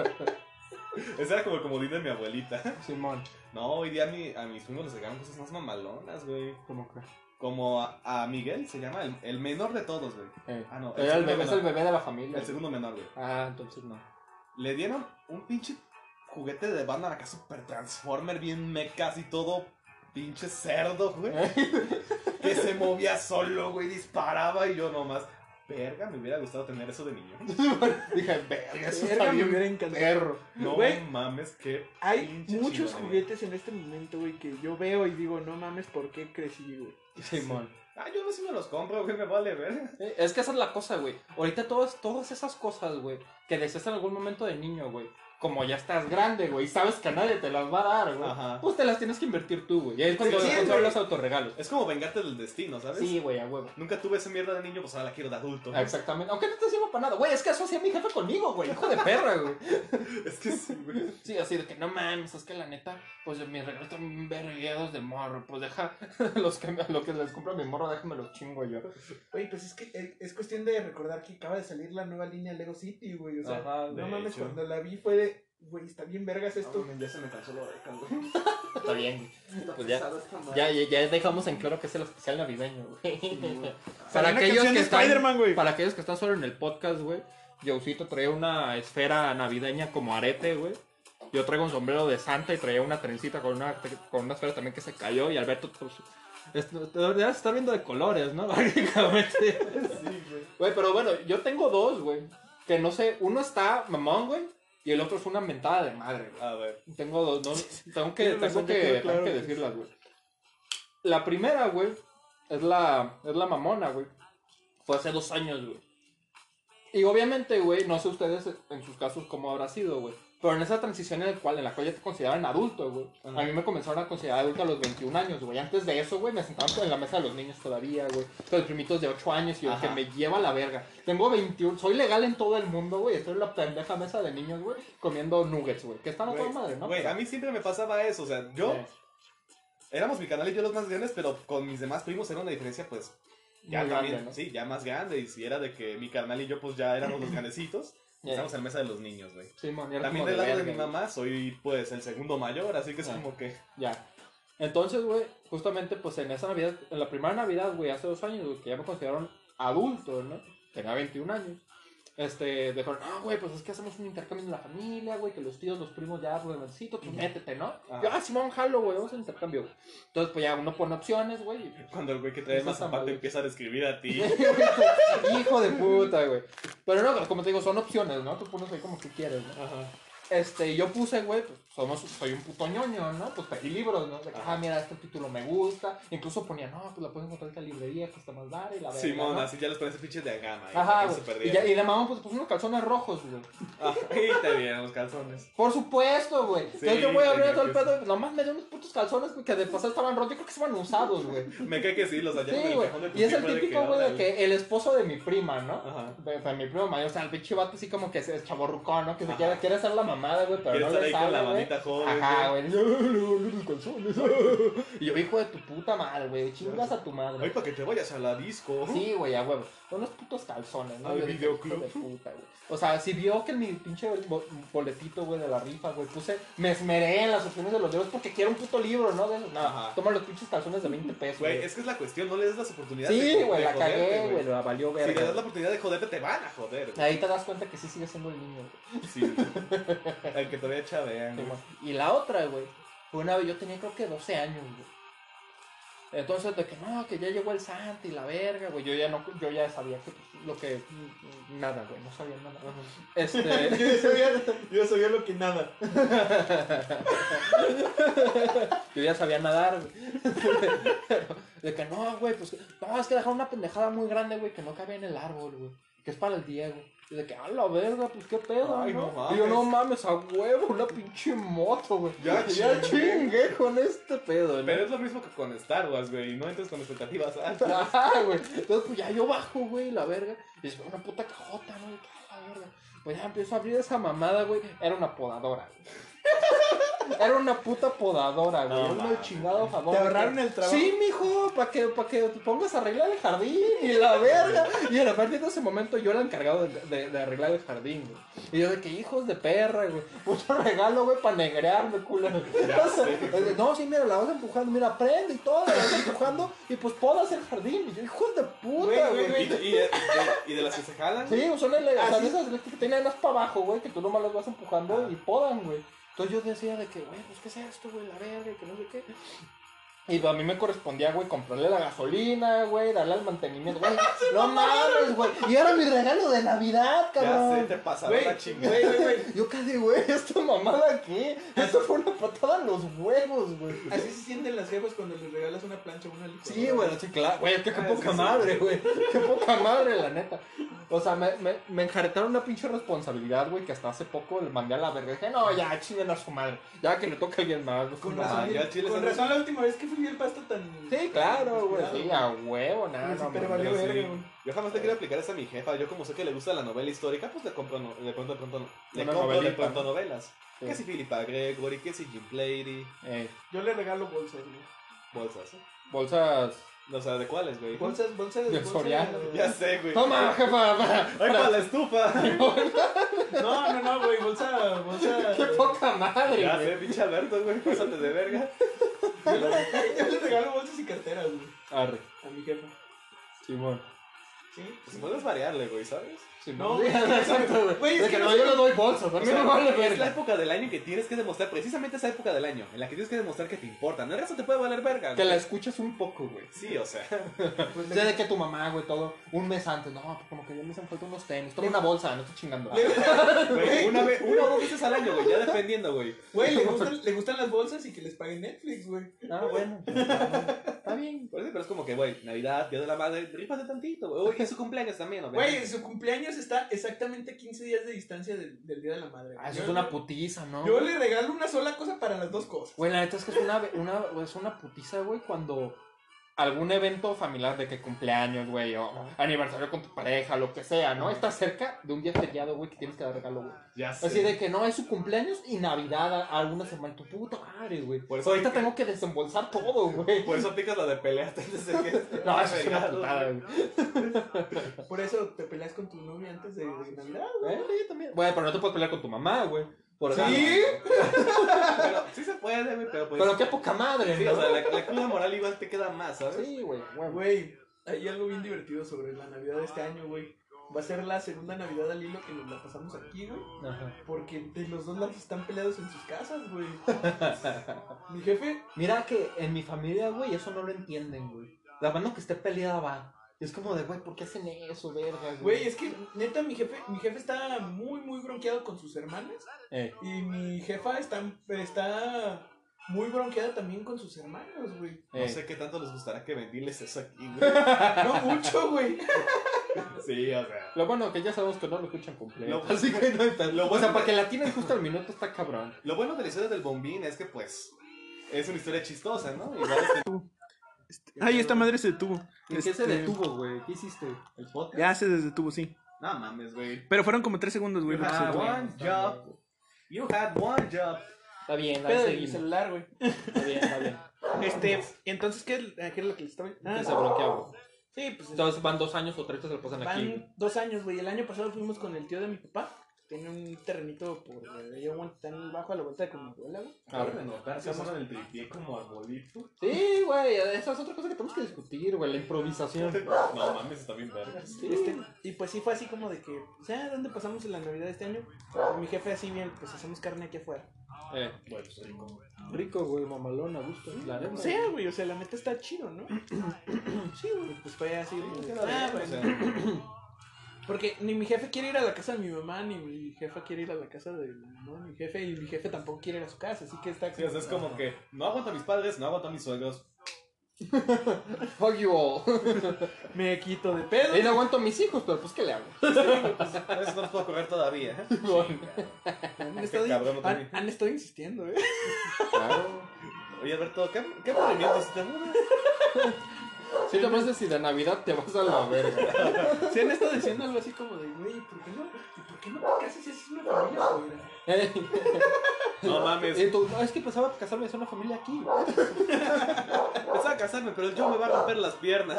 [SPEAKER 5] *laughs* Esa era como el comodín de mi abuelita.
[SPEAKER 4] Simón.
[SPEAKER 5] No, hoy día a, mi- a mis primos les regalan cosas más mamalonas, güey.
[SPEAKER 4] ¿Cómo que?
[SPEAKER 5] Como a, a Miguel, se llama el, el menor de todos, güey.
[SPEAKER 4] Eh.
[SPEAKER 5] Ah, no.
[SPEAKER 4] Era el
[SPEAKER 5] segundo
[SPEAKER 4] bebé, es el
[SPEAKER 5] menor.
[SPEAKER 4] bebé de la familia.
[SPEAKER 5] El segundo menor, güey.
[SPEAKER 4] Ah, entonces no.
[SPEAKER 5] Le dieron un pinche juguete de banda acá, super transformer, bien meca, así todo pinche cerdo, güey. que se movía solo, güey, disparaba y yo nomás. Verga, me hubiera gustado tener eso de niño.
[SPEAKER 4] Dije, verga, eso
[SPEAKER 2] Verga,
[SPEAKER 4] está
[SPEAKER 2] me
[SPEAKER 4] bien
[SPEAKER 2] hubiera encantado.
[SPEAKER 4] perro.
[SPEAKER 5] No
[SPEAKER 2] Güey.
[SPEAKER 5] mames, qué
[SPEAKER 2] Hay
[SPEAKER 5] pinche
[SPEAKER 2] muchos
[SPEAKER 5] chingonería.
[SPEAKER 2] juguetes en este momento, güey, que yo veo y digo, no mames, ¿por qué crecí, güey?
[SPEAKER 4] Simón.
[SPEAKER 5] Ah, yo no sé si me los compro, güey, me vale ver.
[SPEAKER 4] Eh, Es que esa es la cosa, güey. Ahorita todas, todas esas cosas, güey, que deseas en algún momento de niño, güey. Como ya estás grande, güey, y sabes que nadie te las va a dar, güey.
[SPEAKER 5] Ajá.
[SPEAKER 4] Pues te las tienes que invertir tú, güey. Y ahí es cuando
[SPEAKER 5] Sí, sí,
[SPEAKER 4] encuentras
[SPEAKER 5] güey.
[SPEAKER 4] los autorregalos.
[SPEAKER 5] Es como vengarte del destino, ¿sabes?
[SPEAKER 4] Sí, Ah, güey, a huevo.
[SPEAKER 5] Nunca tuve esa mierda de niño, pues ahora la quiero de adulto. güey.
[SPEAKER 4] Exactamente. Aunque no te sirva para nada. Güey, es que eso hacía mi jefe conmigo, güey. Hijo de perra, güey.
[SPEAKER 5] Es que sí,
[SPEAKER 4] *laughs*
[SPEAKER 5] güey.
[SPEAKER 4] Sí, así de que no mames, es que la neta, pues mis regalos están vergueados de morro. Pues deja *laughs* los que, me- lo que les compra mi morro, déjame los chingo
[SPEAKER 5] *laughs*
[SPEAKER 4] yo.
[SPEAKER 2] Güey, pues es que eh, es cuestión de recordar que acaba de salir la nueva línea Lego City, güey. O sea,
[SPEAKER 4] Ajá,
[SPEAKER 2] no
[SPEAKER 5] de
[SPEAKER 2] mames,
[SPEAKER 5] hecho.
[SPEAKER 2] cuando la vi fue de, güey, está bien vergas
[SPEAKER 4] Ah,
[SPEAKER 2] esto.
[SPEAKER 5] Ya se me cansó la oreja, güey.
[SPEAKER 4] *laughs* Está bien. Pues ya, ya, ya, ya dejamos en claro que es el especial navideño, güey. para,
[SPEAKER 2] Una
[SPEAKER 4] aquellos
[SPEAKER 2] canción
[SPEAKER 4] que
[SPEAKER 2] de
[SPEAKER 4] están,
[SPEAKER 2] Spider-Man, güey.
[SPEAKER 4] para aquellos que están solo en el podcast, güey, Jousito trae una esfera navideña como arete, güey. Yo traigo un sombrero de santa y traía una trencita con una, con una esfera también que se cayó. Y Alberto, pues, es- deberías estar viendo de colores, ¿no? *laughs* Prácticamente.
[SPEAKER 5] Sí, güey.
[SPEAKER 4] Güey, pero bueno, yo tengo dos, güey. Que no sé, uno está mamón, güey. Y el otro es una mentada de madre, güey.
[SPEAKER 5] A ver.
[SPEAKER 4] Tengo dos, no, tengo que,
[SPEAKER 2] Tienes razón,
[SPEAKER 4] tengo que,
[SPEAKER 2] ya quedó
[SPEAKER 4] tengo
[SPEAKER 2] claro,
[SPEAKER 4] que
[SPEAKER 2] güey.
[SPEAKER 4] decirlas, güey. La primera, güey, es la, es la mamona, güey. Fue hace dos años, güey. Y obviamente, güey, no sé ustedes en sus casos cómo habrá sido, güey. Pero en esa transición en, el cual, en la cual ya te consideraban adulto, güey.
[SPEAKER 5] Ajá.
[SPEAKER 4] A mí me comenzaron a considerar adulto a los 21 años, güey. Antes de eso, güey, me sentaban en la mesa de los niños todavía, güey. Los primitos de 8 años y yo
[SPEAKER 5] Ajá.
[SPEAKER 4] que me lleva la verga. Tengo 21, soy legal en todo el mundo, güey. Estoy en la pendeja mesa de niños, güey, comiendo nuggets, güey. Que están a toda
[SPEAKER 5] Güey,
[SPEAKER 4] madre, ¿no?
[SPEAKER 5] güey, a mí siempre me pasaba eso, o sea, yo...
[SPEAKER 4] Sí.
[SPEAKER 5] Éramos mi canal y yo los más grandes, pero con mis demás primos era una diferencia, pues, ya
[SPEAKER 4] Muy
[SPEAKER 5] también,
[SPEAKER 4] grande, ¿no?
[SPEAKER 5] sí, ya más grande. Y si era de que mi carnal y yo, pues, ya éramos
[SPEAKER 4] *laughs*
[SPEAKER 5] los grandecitos,
[SPEAKER 4] Ya.
[SPEAKER 5] estamos en mesa de los niños, güey.
[SPEAKER 4] Sí, mon, ya era
[SPEAKER 5] También
[SPEAKER 4] como
[SPEAKER 5] del lado de
[SPEAKER 4] verga,
[SPEAKER 5] mi
[SPEAKER 4] güey.
[SPEAKER 5] mamá soy, pues, el segundo mayor, así que es
[SPEAKER 4] Ah.
[SPEAKER 5] como que...
[SPEAKER 4] Ya. Entonces, güey, justamente, pues en esa Navidad, en la primera Navidad, güey, hace dos años, güey, que ya me consideraron adulto, ¿no? Tenía 21 años. Este, dijeron, no, güey, pues es que hacemos un intercambio en la familia, güey, que los tíos, los primos ya, güey, necesito, pues métete, ¿no?
[SPEAKER 5] Ah.
[SPEAKER 4] Yo, ah, Simón, jalo, güey, vamos a intercambio, güey. Entonces, pues ya uno pone opciones, güey, y
[SPEAKER 5] Cuando el güey que trae
[SPEAKER 4] Esas
[SPEAKER 5] más zapato
[SPEAKER 4] tamales.
[SPEAKER 5] empieza a describir
[SPEAKER 4] *laughs*
[SPEAKER 5] a ti.
[SPEAKER 4] Hijo de puta, güey. Pero no, como te digo, son opciones, ¿no? Tú pones ahí como tú quieres, ¿no?
[SPEAKER 5] Ajá.
[SPEAKER 4] Este, yo puse, güey, pues somos, soy un puto ñoño, ¿no? Pues pedí libros, ¿no? De que, ah, mira, este título me gusta. Incluso ponía, no, pues la puedes encontrar en esta librería, cuesta más dar y la verga.
[SPEAKER 5] *laughs* Simón,
[SPEAKER 4] ¿no?
[SPEAKER 5] así ya les parece pinches de gama.
[SPEAKER 4] Ajá,
[SPEAKER 5] que
[SPEAKER 4] güey.
[SPEAKER 5] se
[SPEAKER 4] Y,
[SPEAKER 5] perdían.
[SPEAKER 4] ya- y la mamá, pues, puso unos calzones rojos, güey.
[SPEAKER 5] *laughs* Ah, y te vienen los calzones.
[SPEAKER 4] Por supuesto, güey. Entonces
[SPEAKER 5] Sí,
[SPEAKER 4] yo voy a abrir
[SPEAKER 5] tenía
[SPEAKER 4] todo el
[SPEAKER 5] que-
[SPEAKER 4] pedo, y pues, nomás me dio unos putos calzones, güey, que de pasar estaban rotos. Yo creo que estaban usados, güey.
[SPEAKER 5] *laughs* Me cae que sí, los hallaron en
[SPEAKER 4] Sí,
[SPEAKER 5] el
[SPEAKER 4] güey.
[SPEAKER 5] cajón de tu
[SPEAKER 4] Y es el
[SPEAKER 5] tienda de
[SPEAKER 4] típico, güey, de
[SPEAKER 5] órale.
[SPEAKER 4] que el esposo de mi prima, ¿no?
[SPEAKER 5] Ajá.
[SPEAKER 4] De, de Pues, mi prima mayor, o sea, el pinche vato así como que es chaborrucón, ¿no? Que se quiere, quiere hacer la mamada, güey, pero
[SPEAKER 5] Quiere
[SPEAKER 4] no
[SPEAKER 5] estar
[SPEAKER 4] le
[SPEAKER 5] ahí con la
[SPEAKER 4] sale, güey.
[SPEAKER 5] bandita joven.
[SPEAKER 4] Ajá,
[SPEAKER 5] güey.
[SPEAKER 4] güey. Los calzones. *laughs* Y yo, hijo de tu puta madre, güey. Chingas a tu
[SPEAKER 5] Ay,
[SPEAKER 4] madre.
[SPEAKER 5] para que te vayas a la disco.
[SPEAKER 4] Sí, güey, a huevo. Unos putos calzones, ¿no?
[SPEAKER 5] Al
[SPEAKER 4] Yo dije,
[SPEAKER 5] videoclub.
[SPEAKER 4] "Hijo de puta, güey". O sea, si vio que en mi pinche bo- boletito, güey, de la rifa, güey, puse, me esmeré en las opciones de los libros porque quiero un puto libro, ¿no? De esos. No,
[SPEAKER 5] Ajá.
[SPEAKER 4] toma los pinches calzones de 20 pesos.
[SPEAKER 5] Güey,
[SPEAKER 4] güey.
[SPEAKER 5] es que es la cuestión, no le des las oportunidades.
[SPEAKER 4] Sí,
[SPEAKER 5] de-
[SPEAKER 4] güey,
[SPEAKER 5] de
[SPEAKER 4] la
[SPEAKER 5] joderte,
[SPEAKER 4] cagué, güey, la valió
[SPEAKER 5] Si le das la
[SPEAKER 4] verga.
[SPEAKER 5] oportunidad de joderte, te van a joder.
[SPEAKER 4] *laughs*
[SPEAKER 5] güey.
[SPEAKER 4] Ahí te das cuenta que sí sigue siendo el niño, güey.
[SPEAKER 5] Sí. El que todavía
[SPEAKER 4] *laughs*
[SPEAKER 5] chavean. güey.
[SPEAKER 4] Simón. Y la otra, güey, fue una vez, yo tenía creo que 12 años, güey. Entonces, de que no, que ya llegó el Santa y la verga, güey. Yo ya no, yo ya sabía que pues, lo que. Nada, güey, no sabía nada. Este.
[SPEAKER 2] *laughs* Yo sabía, yo sabía lo que nada.
[SPEAKER 4] *laughs* Yo ya sabía nadar, güey. Pero, *laughs* de que no, güey, pues. No, es que dejaron una pendejada muy grande, güey, que no cabía en el árbol, güey. Que es para el Diego. Y de que, a la verga, pues qué pedo,
[SPEAKER 5] Ay,
[SPEAKER 4] ¿no?
[SPEAKER 5] no mames.
[SPEAKER 4] Y yo, no mames, a huevo, una pinche moto, güey.
[SPEAKER 5] Ya
[SPEAKER 4] ya
[SPEAKER 5] chingué.
[SPEAKER 4] chingué con este pedo, ¿no?
[SPEAKER 5] Pero es lo mismo que con Star Wars, güey. No entres con expectativas altas.
[SPEAKER 4] Ajá, güey. Entonces, pues ya yo bajo, güey, la verga. Y es una puta cajota, ¿no? Y que, a la verga. Pues ya empiezo a abrir esa mamada, güey. Era una podadora, güey. Era una puta podadora, güey.
[SPEAKER 5] No
[SPEAKER 4] Era un
[SPEAKER 5] mames.
[SPEAKER 4] chingado jabón.
[SPEAKER 2] Te
[SPEAKER 4] güey.
[SPEAKER 2] ahorraron el trabajo.
[SPEAKER 4] Sí, mijo, para que, pa' que te pongas a arreglar el jardín y la verga. Y a partir de ese momento yo era el encargado de, de- de arreglar el jardín, güey. Y yo de que hijos de perra, güey. Mucho regalo, güey, para negrearme, culo. *laughs* eh, no, sí, mira, la vas empujando, mira, prende y todo, la vas empujando y pues podas el jardín. Y yo, hijos de puta,
[SPEAKER 2] Güey, güey,
[SPEAKER 4] güey.
[SPEAKER 5] Y, y, de- y de las que se jalan.
[SPEAKER 4] Sí, son ele- o sea,
[SPEAKER 2] Así-
[SPEAKER 4] de esas eléctricas que tienen las para abajo, güey, que tú nomás las vas empujando y podan, güey. Entonces yo decía de que, güey, pues qué es esto, güey, la verga, y que no sé qué. Y a mí me correspondía, güey, comprarle la gasolina, güey, darle al *laughs* mantenimiento, güey. no mames, güey. Y era mi regalo de Navidad,
[SPEAKER 5] Ya se
[SPEAKER 4] cabrón.
[SPEAKER 5] te pasaron
[SPEAKER 2] Güey,
[SPEAKER 5] la
[SPEAKER 2] güey,
[SPEAKER 5] chingada.
[SPEAKER 2] güey, güey.
[SPEAKER 4] Yo casi, güey, *laughs* esta mamada qué. Esto fue una patada en los huevos, güey.
[SPEAKER 2] Así se sienten las jefas cuando les regalas una plancha o una licuadora.
[SPEAKER 4] Sí, güey, sí, claro. Güey, qué, qué
[SPEAKER 5] Ah, es
[SPEAKER 4] poca
[SPEAKER 5] que sí.
[SPEAKER 4] madre, güey. Qué poca madre, la neta. O sea, me, me, me enjaretaron una pinche responsabilidad, güey, que hasta hace poco le mandé a la verga. Dije, no, ya, chinguen a su madre. Ya que le toca a alguien más. ¿no?
[SPEAKER 2] Con
[SPEAKER 4] No,
[SPEAKER 2] razón,
[SPEAKER 5] ya, chile,
[SPEAKER 2] con
[SPEAKER 5] Sandra.
[SPEAKER 2] razón la última vez que fui vi el pasto tan...
[SPEAKER 4] Sí, claro, güey.
[SPEAKER 2] descuidado,
[SPEAKER 4] Sí, a huevo, nada.
[SPEAKER 2] Sí, pero
[SPEAKER 4] mames.
[SPEAKER 2] valió
[SPEAKER 5] Pero sí.
[SPEAKER 2] verga, güey.
[SPEAKER 5] Yo jamás le quiero aplicar esa a mi jefa. Yo como sé que le gusta la novela histórica, pues le compro no- de pronto, de pronto, no- le
[SPEAKER 4] Una
[SPEAKER 5] compro de
[SPEAKER 4] novelita,
[SPEAKER 5] pronto
[SPEAKER 4] ¿no?
[SPEAKER 5] novelas.
[SPEAKER 4] Sí.
[SPEAKER 5] Que si Philippa Gregory, que si Jim Plady,
[SPEAKER 4] Eh,
[SPEAKER 2] Yo le regalo bolsas, güey.
[SPEAKER 5] bolsas. ¿eh?
[SPEAKER 4] bolsas.
[SPEAKER 5] No sé, ¿de cuáles, güey?
[SPEAKER 2] Bolsas, bolsas...
[SPEAKER 4] De
[SPEAKER 2] bolsas-
[SPEAKER 4] Soriana.
[SPEAKER 5] Ya sé, güey.
[SPEAKER 4] Toma, jefa. *laughs* para-
[SPEAKER 5] ¡Ay, para la estufa!
[SPEAKER 2] No, no, no, güey, bolsa, bolsa...
[SPEAKER 4] *laughs* Qué poca madre,
[SPEAKER 5] ya
[SPEAKER 4] güey.
[SPEAKER 5] sé, pinche Alberto, güey. Pásate de verga.
[SPEAKER 2] Yo le regalo bolsas y carteras, güey,
[SPEAKER 4] Arre,
[SPEAKER 2] a mi jefa.
[SPEAKER 4] Simón.
[SPEAKER 2] ¿Sí?
[SPEAKER 5] Pues puedes variarle, güey, ¿sabes?
[SPEAKER 2] No,
[SPEAKER 4] Simón.
[SPEAKER 2] güey,
[SPEAKER 4] *laughs* exacto,
[SPEAKER 2] güey,
[SPEAKER 4] güey.
[SPEAKER 2] es
[SPEAKER 4] De
[SPEAKER 2] que
[SPEAKER 4] que no,
[SPEAKER 2] no-
[SPEAKER 4] yo le doy bolsas. A mí me vale
[SPEAKER 5] es la
[SPEAKER 4] verga.
[SPEAKER 5] época del año que tienes que demostrar, precisamente esa época del año, en la que tienes que demostrar que te importan. El resto te puede valer verga.
[SPEAKER 4] Que
[SPEAKER 5] güey.
[SPEAKER 4] la escuches un poco, güey.
[SPEAKER 5] Sí, o sea.
[SPEAKER 2] Pues
[SPEAKER 4] O
[SPEAKER 2] le-
[SPEAKER 4] sea, de que tu mamá, güey, todo un mes antes, no, pues como que ya me hacen falta unos tenis, toma una bolsa, no estoy chingando.
[SPEAKER 5] Güey, una, vez, una o dos veces al año, güey, ya dependiendo, güey.
[SPEAKER 2] Güey, le gustan, le gustan las bolsas y que les pague Netflix, güey. *laughs*
[SPEAKER 4] Ah, bueno, pues, ah, está bien.
[SPEAKER 5] Por eso, pero es como que, güey, Navidad, Día de la Madre, rifate tantito, güey. Oye, es su cumpleaños también, obviamente.
[SPEAKER 2] Güey, su cumpleaños está exactamente 15 días de distancia del, del Día de la Madre. güey.
[SPEAKER 4] Ah, eso
[SPEAKER 2] Yo-
[SPEAKER 4] es una putiza, ¿no?
[SPEAKER 2] Yo le regalo una sola cosa para las dos cosas.
[SPEAKER 4] Güey, la neta es que es una, una- es una putiza, güey, cuando algún evento familiar de que cumpleaños, güey, o aniversario con tu pareja, lo que sea, ¿no? Está cerca de un día feriado, güey, que tienes que dar regalo, güey.
[SPEAKER 5] Ya sé.
[SPEAKER 4] Así de que no, es su cumpleaños y Navidad a- alguna semana, tu puta madre, güey.
[SPEAKER 5] Por eso
[SPEAKER 4] Ahorita
[SPEAKER 5] hay que-
[SPEAKER 4] tengo que desembolsar todo, güey.
[SPEAKER 5] *laughs* Por eso aplicas la de pelearte antes de que.
[SPEAKER 4] No, eso es una putada, güey.
[SPEAKER 2] Por eso te peleas con tu novia antes de, de Navidad.
[SPEAKER 4] Eh, yo también. Bueno, pero no te puedes pelear con tu mamá, güey. Por
[SPEAKER 2] ¿Sí?
[SPEAKER 4] ejemplo.
[SPEAKER 5] Pero sí se puede, güey, pero pues.
[SPEAKER 4] Pero qué poca madre,
[SPEAKER 5] Sí,
[SPEAKER 4] ¿no?
[SPEAKER 5] o sea, la, la cruda moral igual te queda más, ¿sabes?
[SPEAKER 4] Sí, güey. güey, güey.
[SPEAKER 2] Güey, hay algo bien divertido sobre la Navidad de este año, güey. Va a ser la segunda Navidad al hilo que nos la pasamos aquí, güey.
[SPEAKER 4] Ajá.
[SPEAKER 2] Porque de los dos lados están peleados en sus casas, güey. *laughs* Mi jefe,
[SPEAKER 4] Mira que en mi familia, güey, eso no lo entienden, güey. La mano que esté peleada va. Y es como de, güey, ¿por qué hacen eso, verga,
[SPEAKER 2] Güey, es que neta, mi jefe, mi jefe está muy, muy bronqueado con sus hermanas.
[SPEAKER 4] Eh,
[SPEAKER 2] Y mi jefa está, está muy bronqueada también con sus hermanos, güey.
[SPEAKER 5] No
[SPEAKER 4] eh.
[SPEAKER 5] sé qué tanto les gustará que ventiles eso aquí,
[SPEAKER 4] *laughs*
[SPEAKER 5] güey.
[SPEAKER 2] No mucho, güey.
[SPEAKER 5] Sí, o sea.
[SPEAKER 4] Lo bueno que ya sabemos que no lo escuchan completo.
[SPEAKER 5] Lo-
[SPEAKER 4] así que no está.
[SPEAKER 5] lo
[SPEAKER 4] o sea,
[SPEAKER 5] bueno-
[SPEAKER 4] para que la tienen justo al minuto está cabrón.
[SPEAKER 5] Lo bueno de la historia del bombín es que, pues, es una historia chistosa, ¿no? Igual es que
[SPEAKER 6] *laughs* Ay, esta madre se detuvo.
[SPEAKER 4] Este, ¿En qué se
[SPEAKER 6] Este,
[SPEAKER 4] detuvo, güey? ¿Qué hiciste?
[SPEAKER 5] el podcast.
[SPEAKER 6] Ya se detuvo, sí.
[SPEAKER 5] No mames, güey.
[SPEAKER 6] Pero fueron como tres segundos, güey. lo que se
[SPEAKER 5] Ah,
[SPEAKER 6] detuvo.
[SPEAKER 5] one job. You had one job.
[SPEAKER 4] Está bien, ahí
[SPEAKER 2] Pedo de mi
[SPEAKER 4] seguimos.
[SPEAKER 2] celular, güey.
[SPEAKER 4] Está bien, está
[SPEAKER 5] *laughs*
[SPEAKER 4] bien.
[SPEAKER 2] Este, entonces, ¿qué, a qué es lo que les estaba
[SPEAKER 4] Que
[SPEAKER 2] Ah,
[SPEAKER 4] se bloqueaba.
[SPEAKER 2] sí, pues
[SPEAKER 4] Entonces van dos años o tres que se lo pasan aquí.
[SPEAKER 2] van dos años, güey. El año pasado fuimos con el tío de mi papá. Tiene un terrenito por allá, güey, tan bajo a la vuelta de con mi abuela, güey.
[SPEAKER 4] A ver.
[SPEAKER 5] Ahora de notar que usaron el tripié como arbolito.
[SPEAKER 4] Sí, güey, esa es otra cosa que tenemos que discutir, güey, la improvisación.
[SPEAKER 5] No mames, está bien verga.
[SPEAKER 4] Sí.
[SPEAKER 2] Este, y pues sí fue así como de que, o sea, ¿dónde pasamos la Navidad este año? Y mi jefe así bien, pues hacemos carne aquí afuera.
[SPEAKER 4] Eh,
[SPEAKER 5] Bueno, pues rico.
[SPEAKER 4] rico, güey, mamalón, a gusto. La neta.
[SPEAKER 2] O sea, güey, o sea, la neta está chido,
[SPEAKER 5] *coughs*
[SPEAKER 2] ¿no? sí, güey, pues fue así. como de, ah,
[SPEAKER 5] O
[SPEAKER 2] bueno.
[SPEAKER 5] sea,
[SPEAKER 2] Porque ni mi jefe quiere ir a la casa de mi mamá, ni mi jefa quiere ir a la casa de la mamá de mi jefe, y mi jefe tampoco quiere ir a su casa, así que está
[SPEAKER 5] sí, o sea, es como que no aguanto a mis padres, no aguanto a mis suegros.
[SPEAKER 4] *laughs* Fuck you all. *laughs*
[SPEAKER 2] me quito de pedo.
[SPEAKER 4] Eh, no aguanto a mis hijos, pero pues, ¿qué le hago?
[SPEAKER 5] pues, Eso no los puedo correr todavía. ¿eh?
[SPEAKER 2] han,
[SPEAKER 5] Qué
[SPEAKER 2] estado,
[SPEAKER 5] cabrón, no
[SPEAKER 2] han-
[SPEAKER 5] tenía.
[SPEAKER 2] han estado insistiendo,
[SPEAKER 5] *laughs*
[SPEAKER 2] ¿eh?
[SPEAKER 4] Claro.
[SPEAKER 5] Oye, Alberto, ¿qué, qué movimientos te mudas?
[SPEAKER 4] Sí, te parece si de Navidad te vas a la *laughs* verga.
[SPEAKER 2] Se han estado diciendo algo así como de, güey, ¿por qué no, ¿y por qué no te casas si haces una familia afuera?
[SPEAKER 4] Eh,
[SPEAKER 5] No mames.
[SPEAKER 4] eh, tú, "Ah, es que pensaba casarme es una familia aquí.
[SPEAKER 5] Pensaba casarme, pero yo me va a romper las piernas.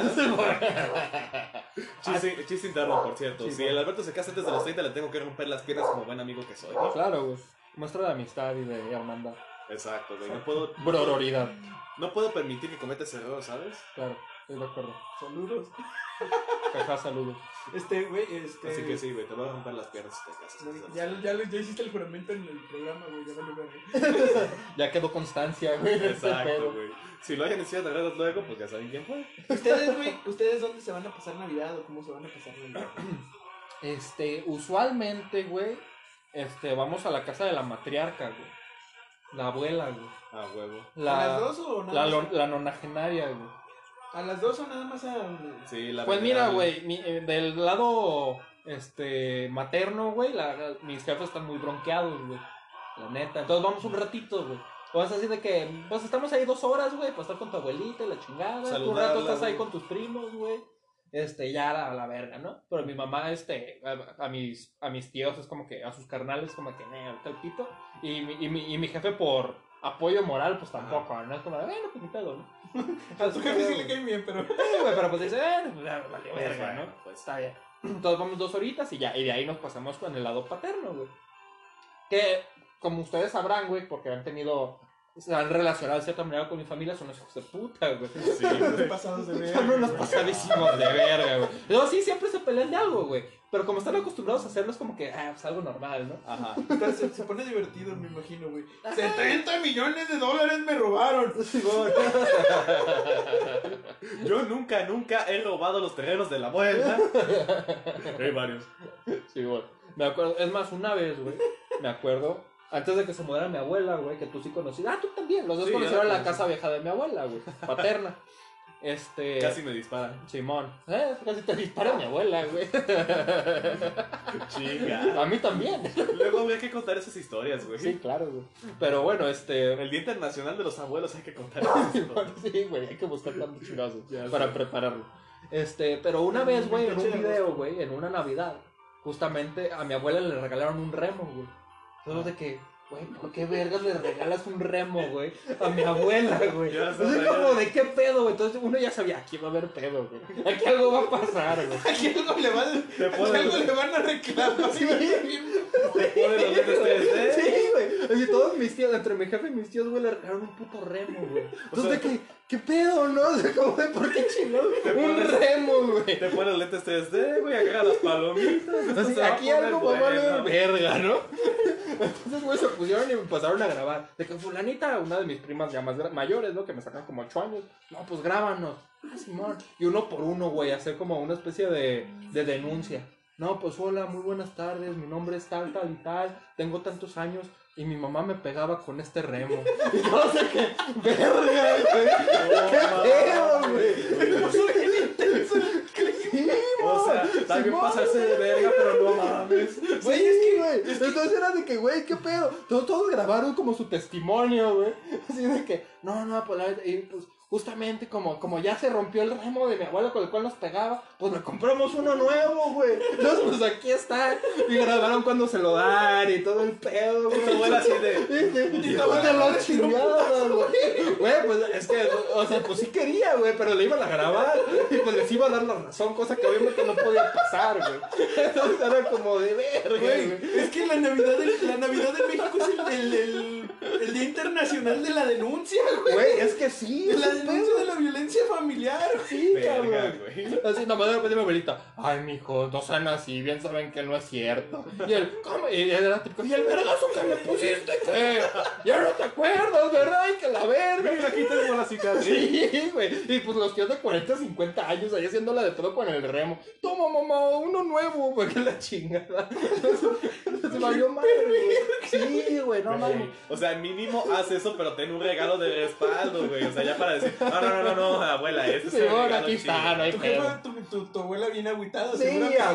[SPEAKER 4] *laughs*
[SPEAKER 5] chiste, chiste interno, por cierto. si el Alberto se casa antes de los 30, le tengo que romper las piernas como buen amigo que soy. ¿no?
[SPEAKER 4] Claro, güey. Muestra de amistad y de hermandad.
[SPEAKER 5] Exacto, güey. No puedo,
[SPEAKER 4] Brodoridad.
[SPEAKER 5] no puedo permitir que cometas errores, ¿sabes?
[SPEAKER 4] Claro, estoy de acuerdo.
[SPEAKER 2] Saludos.
[SPEAKER 4] Jaja, saludos.
[SPEAKER 2] Este, güey, este...
[SPEAKER 5] Así que sí, güey, te voy a romper las piernas si te casas. antes de los
[SPEAKER 2] Ya, ya, lo- ya hiciste el juramento en el programa, güey, ya valió verga.
[SPEAKER 4] Ya quedó constancia, güey. de este
[SPEAKER 5] Exacto,
[SPEAKER 4] pedo.
[SPEAKER 5] güey. Si lo hayan decidido arreglarlos luego, pues ya saben quién fue.
[SPEAKER 2] ¿Ustedes, güey, ustedes dónde se van a pasar Navidad o cómo se van a pasar Navidad?
[SPEAKER 4] Este, usualmente, güey, este, vamos a la casa de la matriarca, güey. La abuela, güey.
[SPEAKER 5] A Ah, huevo.
[SPEAKER 2] ¿A las
[SPEAKER 4] La,
[SPEAKER 2] dos o
[SPEAKER 4] la,
[SPEAKER 2] nada
[SPEAKER 4] lo-
[SPEAKER 2] más?
[SPEAKER 4] la nonagenaria, güey.
[SPEAKER 2] ¿A las dos o nada más a una?
[SPEAKER 5] Sí, la
[SPEAKER 4] Pues mira,
[SPEAKER 5] venerable.
[SPEAKER 4] güey, mi- eh, del lado este materno, güey, la- mis jefes están muy bronqueados, güey. La neta. Entonces vamos un ratito, güey. Vas así de que, pues estamos ahí dos horas, güey, para estar con tu abuelita y la chingada. Tú un
[SPEAKER 5] Saludarla,
[SPEAKER 4] rato estás ahí
[SPEAKER 5] güey.
[SPEAKER 4] con tus primos, güey. Este, ya a la, a la verga, ¿no? Pero mi mamá, este, a, a mis, a mis tíos es como que, a sus carnales, como que, "Neh, ahorita el pito. Y mi, y, mi, y mi jefe por apoyo moral, pues tampoco, ¿no? Es como, bueno, pues mi pedo, ¿no? *laughs*
[SPEAKER 2] A tu jefe sí le cae bien, pero... *laughs*
[SPEAKER 4] Sí, güey, pero pues dice, eh, vale,
[SPEAKER 5] Pues
[SPEAKER 4] verga,
[SPEAKER 5] bueno,
[SPEAKER 4] ¿no?
[SPEAKER 5] pues.
[SPEAKER 4] Está bien. Entonces vamos dos horitas y ya, y de ahí nos pasamos con el lado paterno, güey. Que, como ustedes sabrán, güey, porque han tenido, se han relacionado de cierta manera con mi familia, son unos hijos de puta, güey.
[SPEAKER 5] Sí, güey.
[SPEAKER 2] pasados
[SPEAKER 5] *laughs*
[SPEAKER 2] de
[SPEAKER 4] Son unos
[SPEAKER 2] verga.
[SPEAKER 4] pasadísimos de verga, güey. No, sí, siempre se pelean de algo, güey. Pero como están acostumbrados a hacerlo, es como que, ah, pues algo normal, ¿no?
[SPEAKER 5] Ajá.
[SPEAKER 2] Entonces, se pone divertido, me imagino, güey. 70 millones de dólares me robaron.
[SPEAKER 5] Yo nunca, nunca he robado los terrenos de la abuela. Hay varios.
[SPEAKER 4] Sí, güey. Me acuerdo, es más, una vez, güey, me acuerdo, antes de que se mudara mi abuela, güey, que tú sí conocías. Ah, tú también, los dos
[SPEAKER 5] Sí, ya la
[SPEAKER 4] conocieron la
[SPEAKER 5] conocí.
[SPEAKER 4] casa vieja de mi abuela, güey, paterna. Este.
[SPEAKER 5] Casi me disparan.
[SPEAKER 4] Simón. Eh, casi te dispara mi abuela,
[SPEAKER 5] *laughs*
[SPEAKER 4] güey.
[SPEAKER 5] Chinga.
[SPEAKER 4] A mí también.
[SPEAKER 5] Luego habría que contar esas historias, güey.
[SPEAKER 4] Sí, claro, güey. Pero bueno, este.
[SPEAKER 5] El Día Internacional de los Abuelos hay que contar esas historias.
[SPEAKER 4] *laughs* Sí, güey, hay que buscar tantos chingados
[SPEAKER 5] Ya sé.
[SPEAKER 4] para prepararlo. Este, pero una vez, güey, en un
[SPEAKER 2] 28 de
[SPEAKER 4] video, güey, en una Navidad, justamente a mi abuela le regalaron un remo, güey.
[SPEAKER 5] Ah.
[SPEAKER 4] Entonces de que, güey, ¿por qué vergas le regalas un remo, güey? A mi
[SPEAKER 5] *laughs*
[SPEAKER 4] abuela, güey.
[SPEAKER 5] Ya sé,
[SPEAKER 4] Entonces
[SPEAKER 5] ya
[SPEAKER 4] como
[SPEAKER 5] sé.
[SPEAKER 4] de qué pedo, güey. Entonces uno ya sabía, aquí va a haber pedo, güey. Aquí algo va a pasar,
[SPEAKER 5] *laughs*
[SPEAKER 4] güey.
[SPEAKER 2] Aquí algo le, va,
[SPEAKER 5] Te
[SPEAKER 2] aquí algo
[SPEAKER 5] pueden
[SPEAKER 2] le van a reclamar.
[SPEAKER 4] *laughs* Sí.
[SPEAKER 5] te pueden los ustedes, ¿eh?
[SPEAKER 4] Sí, güey. Oye, todos mis tíos, entre mi jefe y mis tíos, güey, le regalaron un puto remo, güey. Entonces,
[SPEAKER 5] sea-
[SPEAKER 4] de que, ¿qué pedo, no? *laughs* O sea, como de, ¿por qué chingados?
[SPEAKER 5] Te
[SPEAKER 4] Un
[SPEAKER 5] pones-
[SPEAKER 4] remo, güey.
[SPEAKER 5] Te ponen los lentes 3D, güey, agarra las palomitas. esto
[SPEAKER 4] Así,
[SPEAKER 5] se va a
[SPEAKER 4] aquí
[SPEAKER 5] poner
[SPEAKER 4] algo va a valer
[SPEAKER 5] bueno.
[SPEAKER 4] verga, ¿no? Entonces, güey, se pusieron y me pasaron a grabar. De que fulanita, una de mis primas ya más gra- mayores, ¿no? Que me sacan como 8 años. No, pues grábanos. Ah, Simón. Y uno por uno, güey, hacer como una especie de, de denuncia. No, pues hola, muy buenas tardes, mi nombre es tal, tal y tal, tengo tantos años y mi mamá me pegaba con este remo. *laughs* Y yo no sé qué, verga, güey. ¿Qué pedo, güey? *laughs* Sí,
[SPEAKER 5] O sea,
[SPEAKER 4] mon,
[SPEAKER 5] también
[SPEAKER 4] Simón,
[SPEAKER 5] pasarse de verga, pero no mames.
[SPEAKER 4] Güey, es que, güey. Entonces era de que, güey, qué pedo. Todos, todos grabaron como su testimonio, güey. Así de que, no, no, pues, la verdad, y, pues justamente como, como ya se rompió el remo de mi abuelo con el cual nos pegaba, pues le compramos uno nuevo, güey. Entonces, pues aquí está. Y grabaron cuando se lo dan y todo el pedo, güey.
[SPEAKER 5] Tu así de.
[SPEAKER 4] Y no me lo han chingado, güey. Güey, pues es que, o sea, pues sí quería, güey, pero le iban a grabar y pues les iba a dar la razón, cosa que obviamente no podía pasar, güey. Entonces era como de verga, güey.
[SPEAKER 2] Güey, es que la Navidad, de, la Navidad de México es el, el, el- el Día Internacional de la Denuncia, güey.
[SPEAKER 4] Güey, es que sí,
[SPEAKER 2] De
[SPEAKER 4] es
[SPEAKER 2] la
[SPEAKER 4] un pedo,
[SPEAKER 2] denuncia de la violencia familiar, güey.
[SPEAKER 4] sí,
[SPEAKER 5] Verga,
[SPEAKER 4] cabrón.
[SPEAKER 5] güey.
[SPEAKER 4] Así, nomás de repente mi abuelita, ay, mijo, no sean así, bien saben que no es cierto. Y él, ¿cómo? Y él era típico, y el vergazo que me pusiste, ¿qué? Ya no te acuerdas, ¿verdad? Y que la verga.
[SPEAKER 5] Mira, aquí tengo la cicatriz.
[SPEAKER 4] Sí, güey. Y pues los tíos de 40, 50 años ahí haciéndola de todo con el remo. Toma, mamá, uno nuevo, güey, que la chingada. Se valió madre, güey. Sí, güey, no mames.
[SPEAKER 5] O sea, mínimo haz eso, pero ten un regalo de respaldo, güey. O sea, ya para decir, no, no, no, no, no abuela, este
[SPEAKER 4] Sí,
[SPEAKER 5] es el
[SPEAKER 4] bueno,
[SPEAKER 5] regalo
[SPEAKER 4] aquí está, no
[SPEAKER 5] chido".
[SPEAKER 4] hay
[SPEAKER 2] Tu, jefa-
[SPEAKER 4] pedo.
[SPEAKER 2] tu, tu, tu abuela bien agüitada,
[SPEAKER 4] Sí,
[SPEAKER 2] seguramente,
[SPEAKER 4] a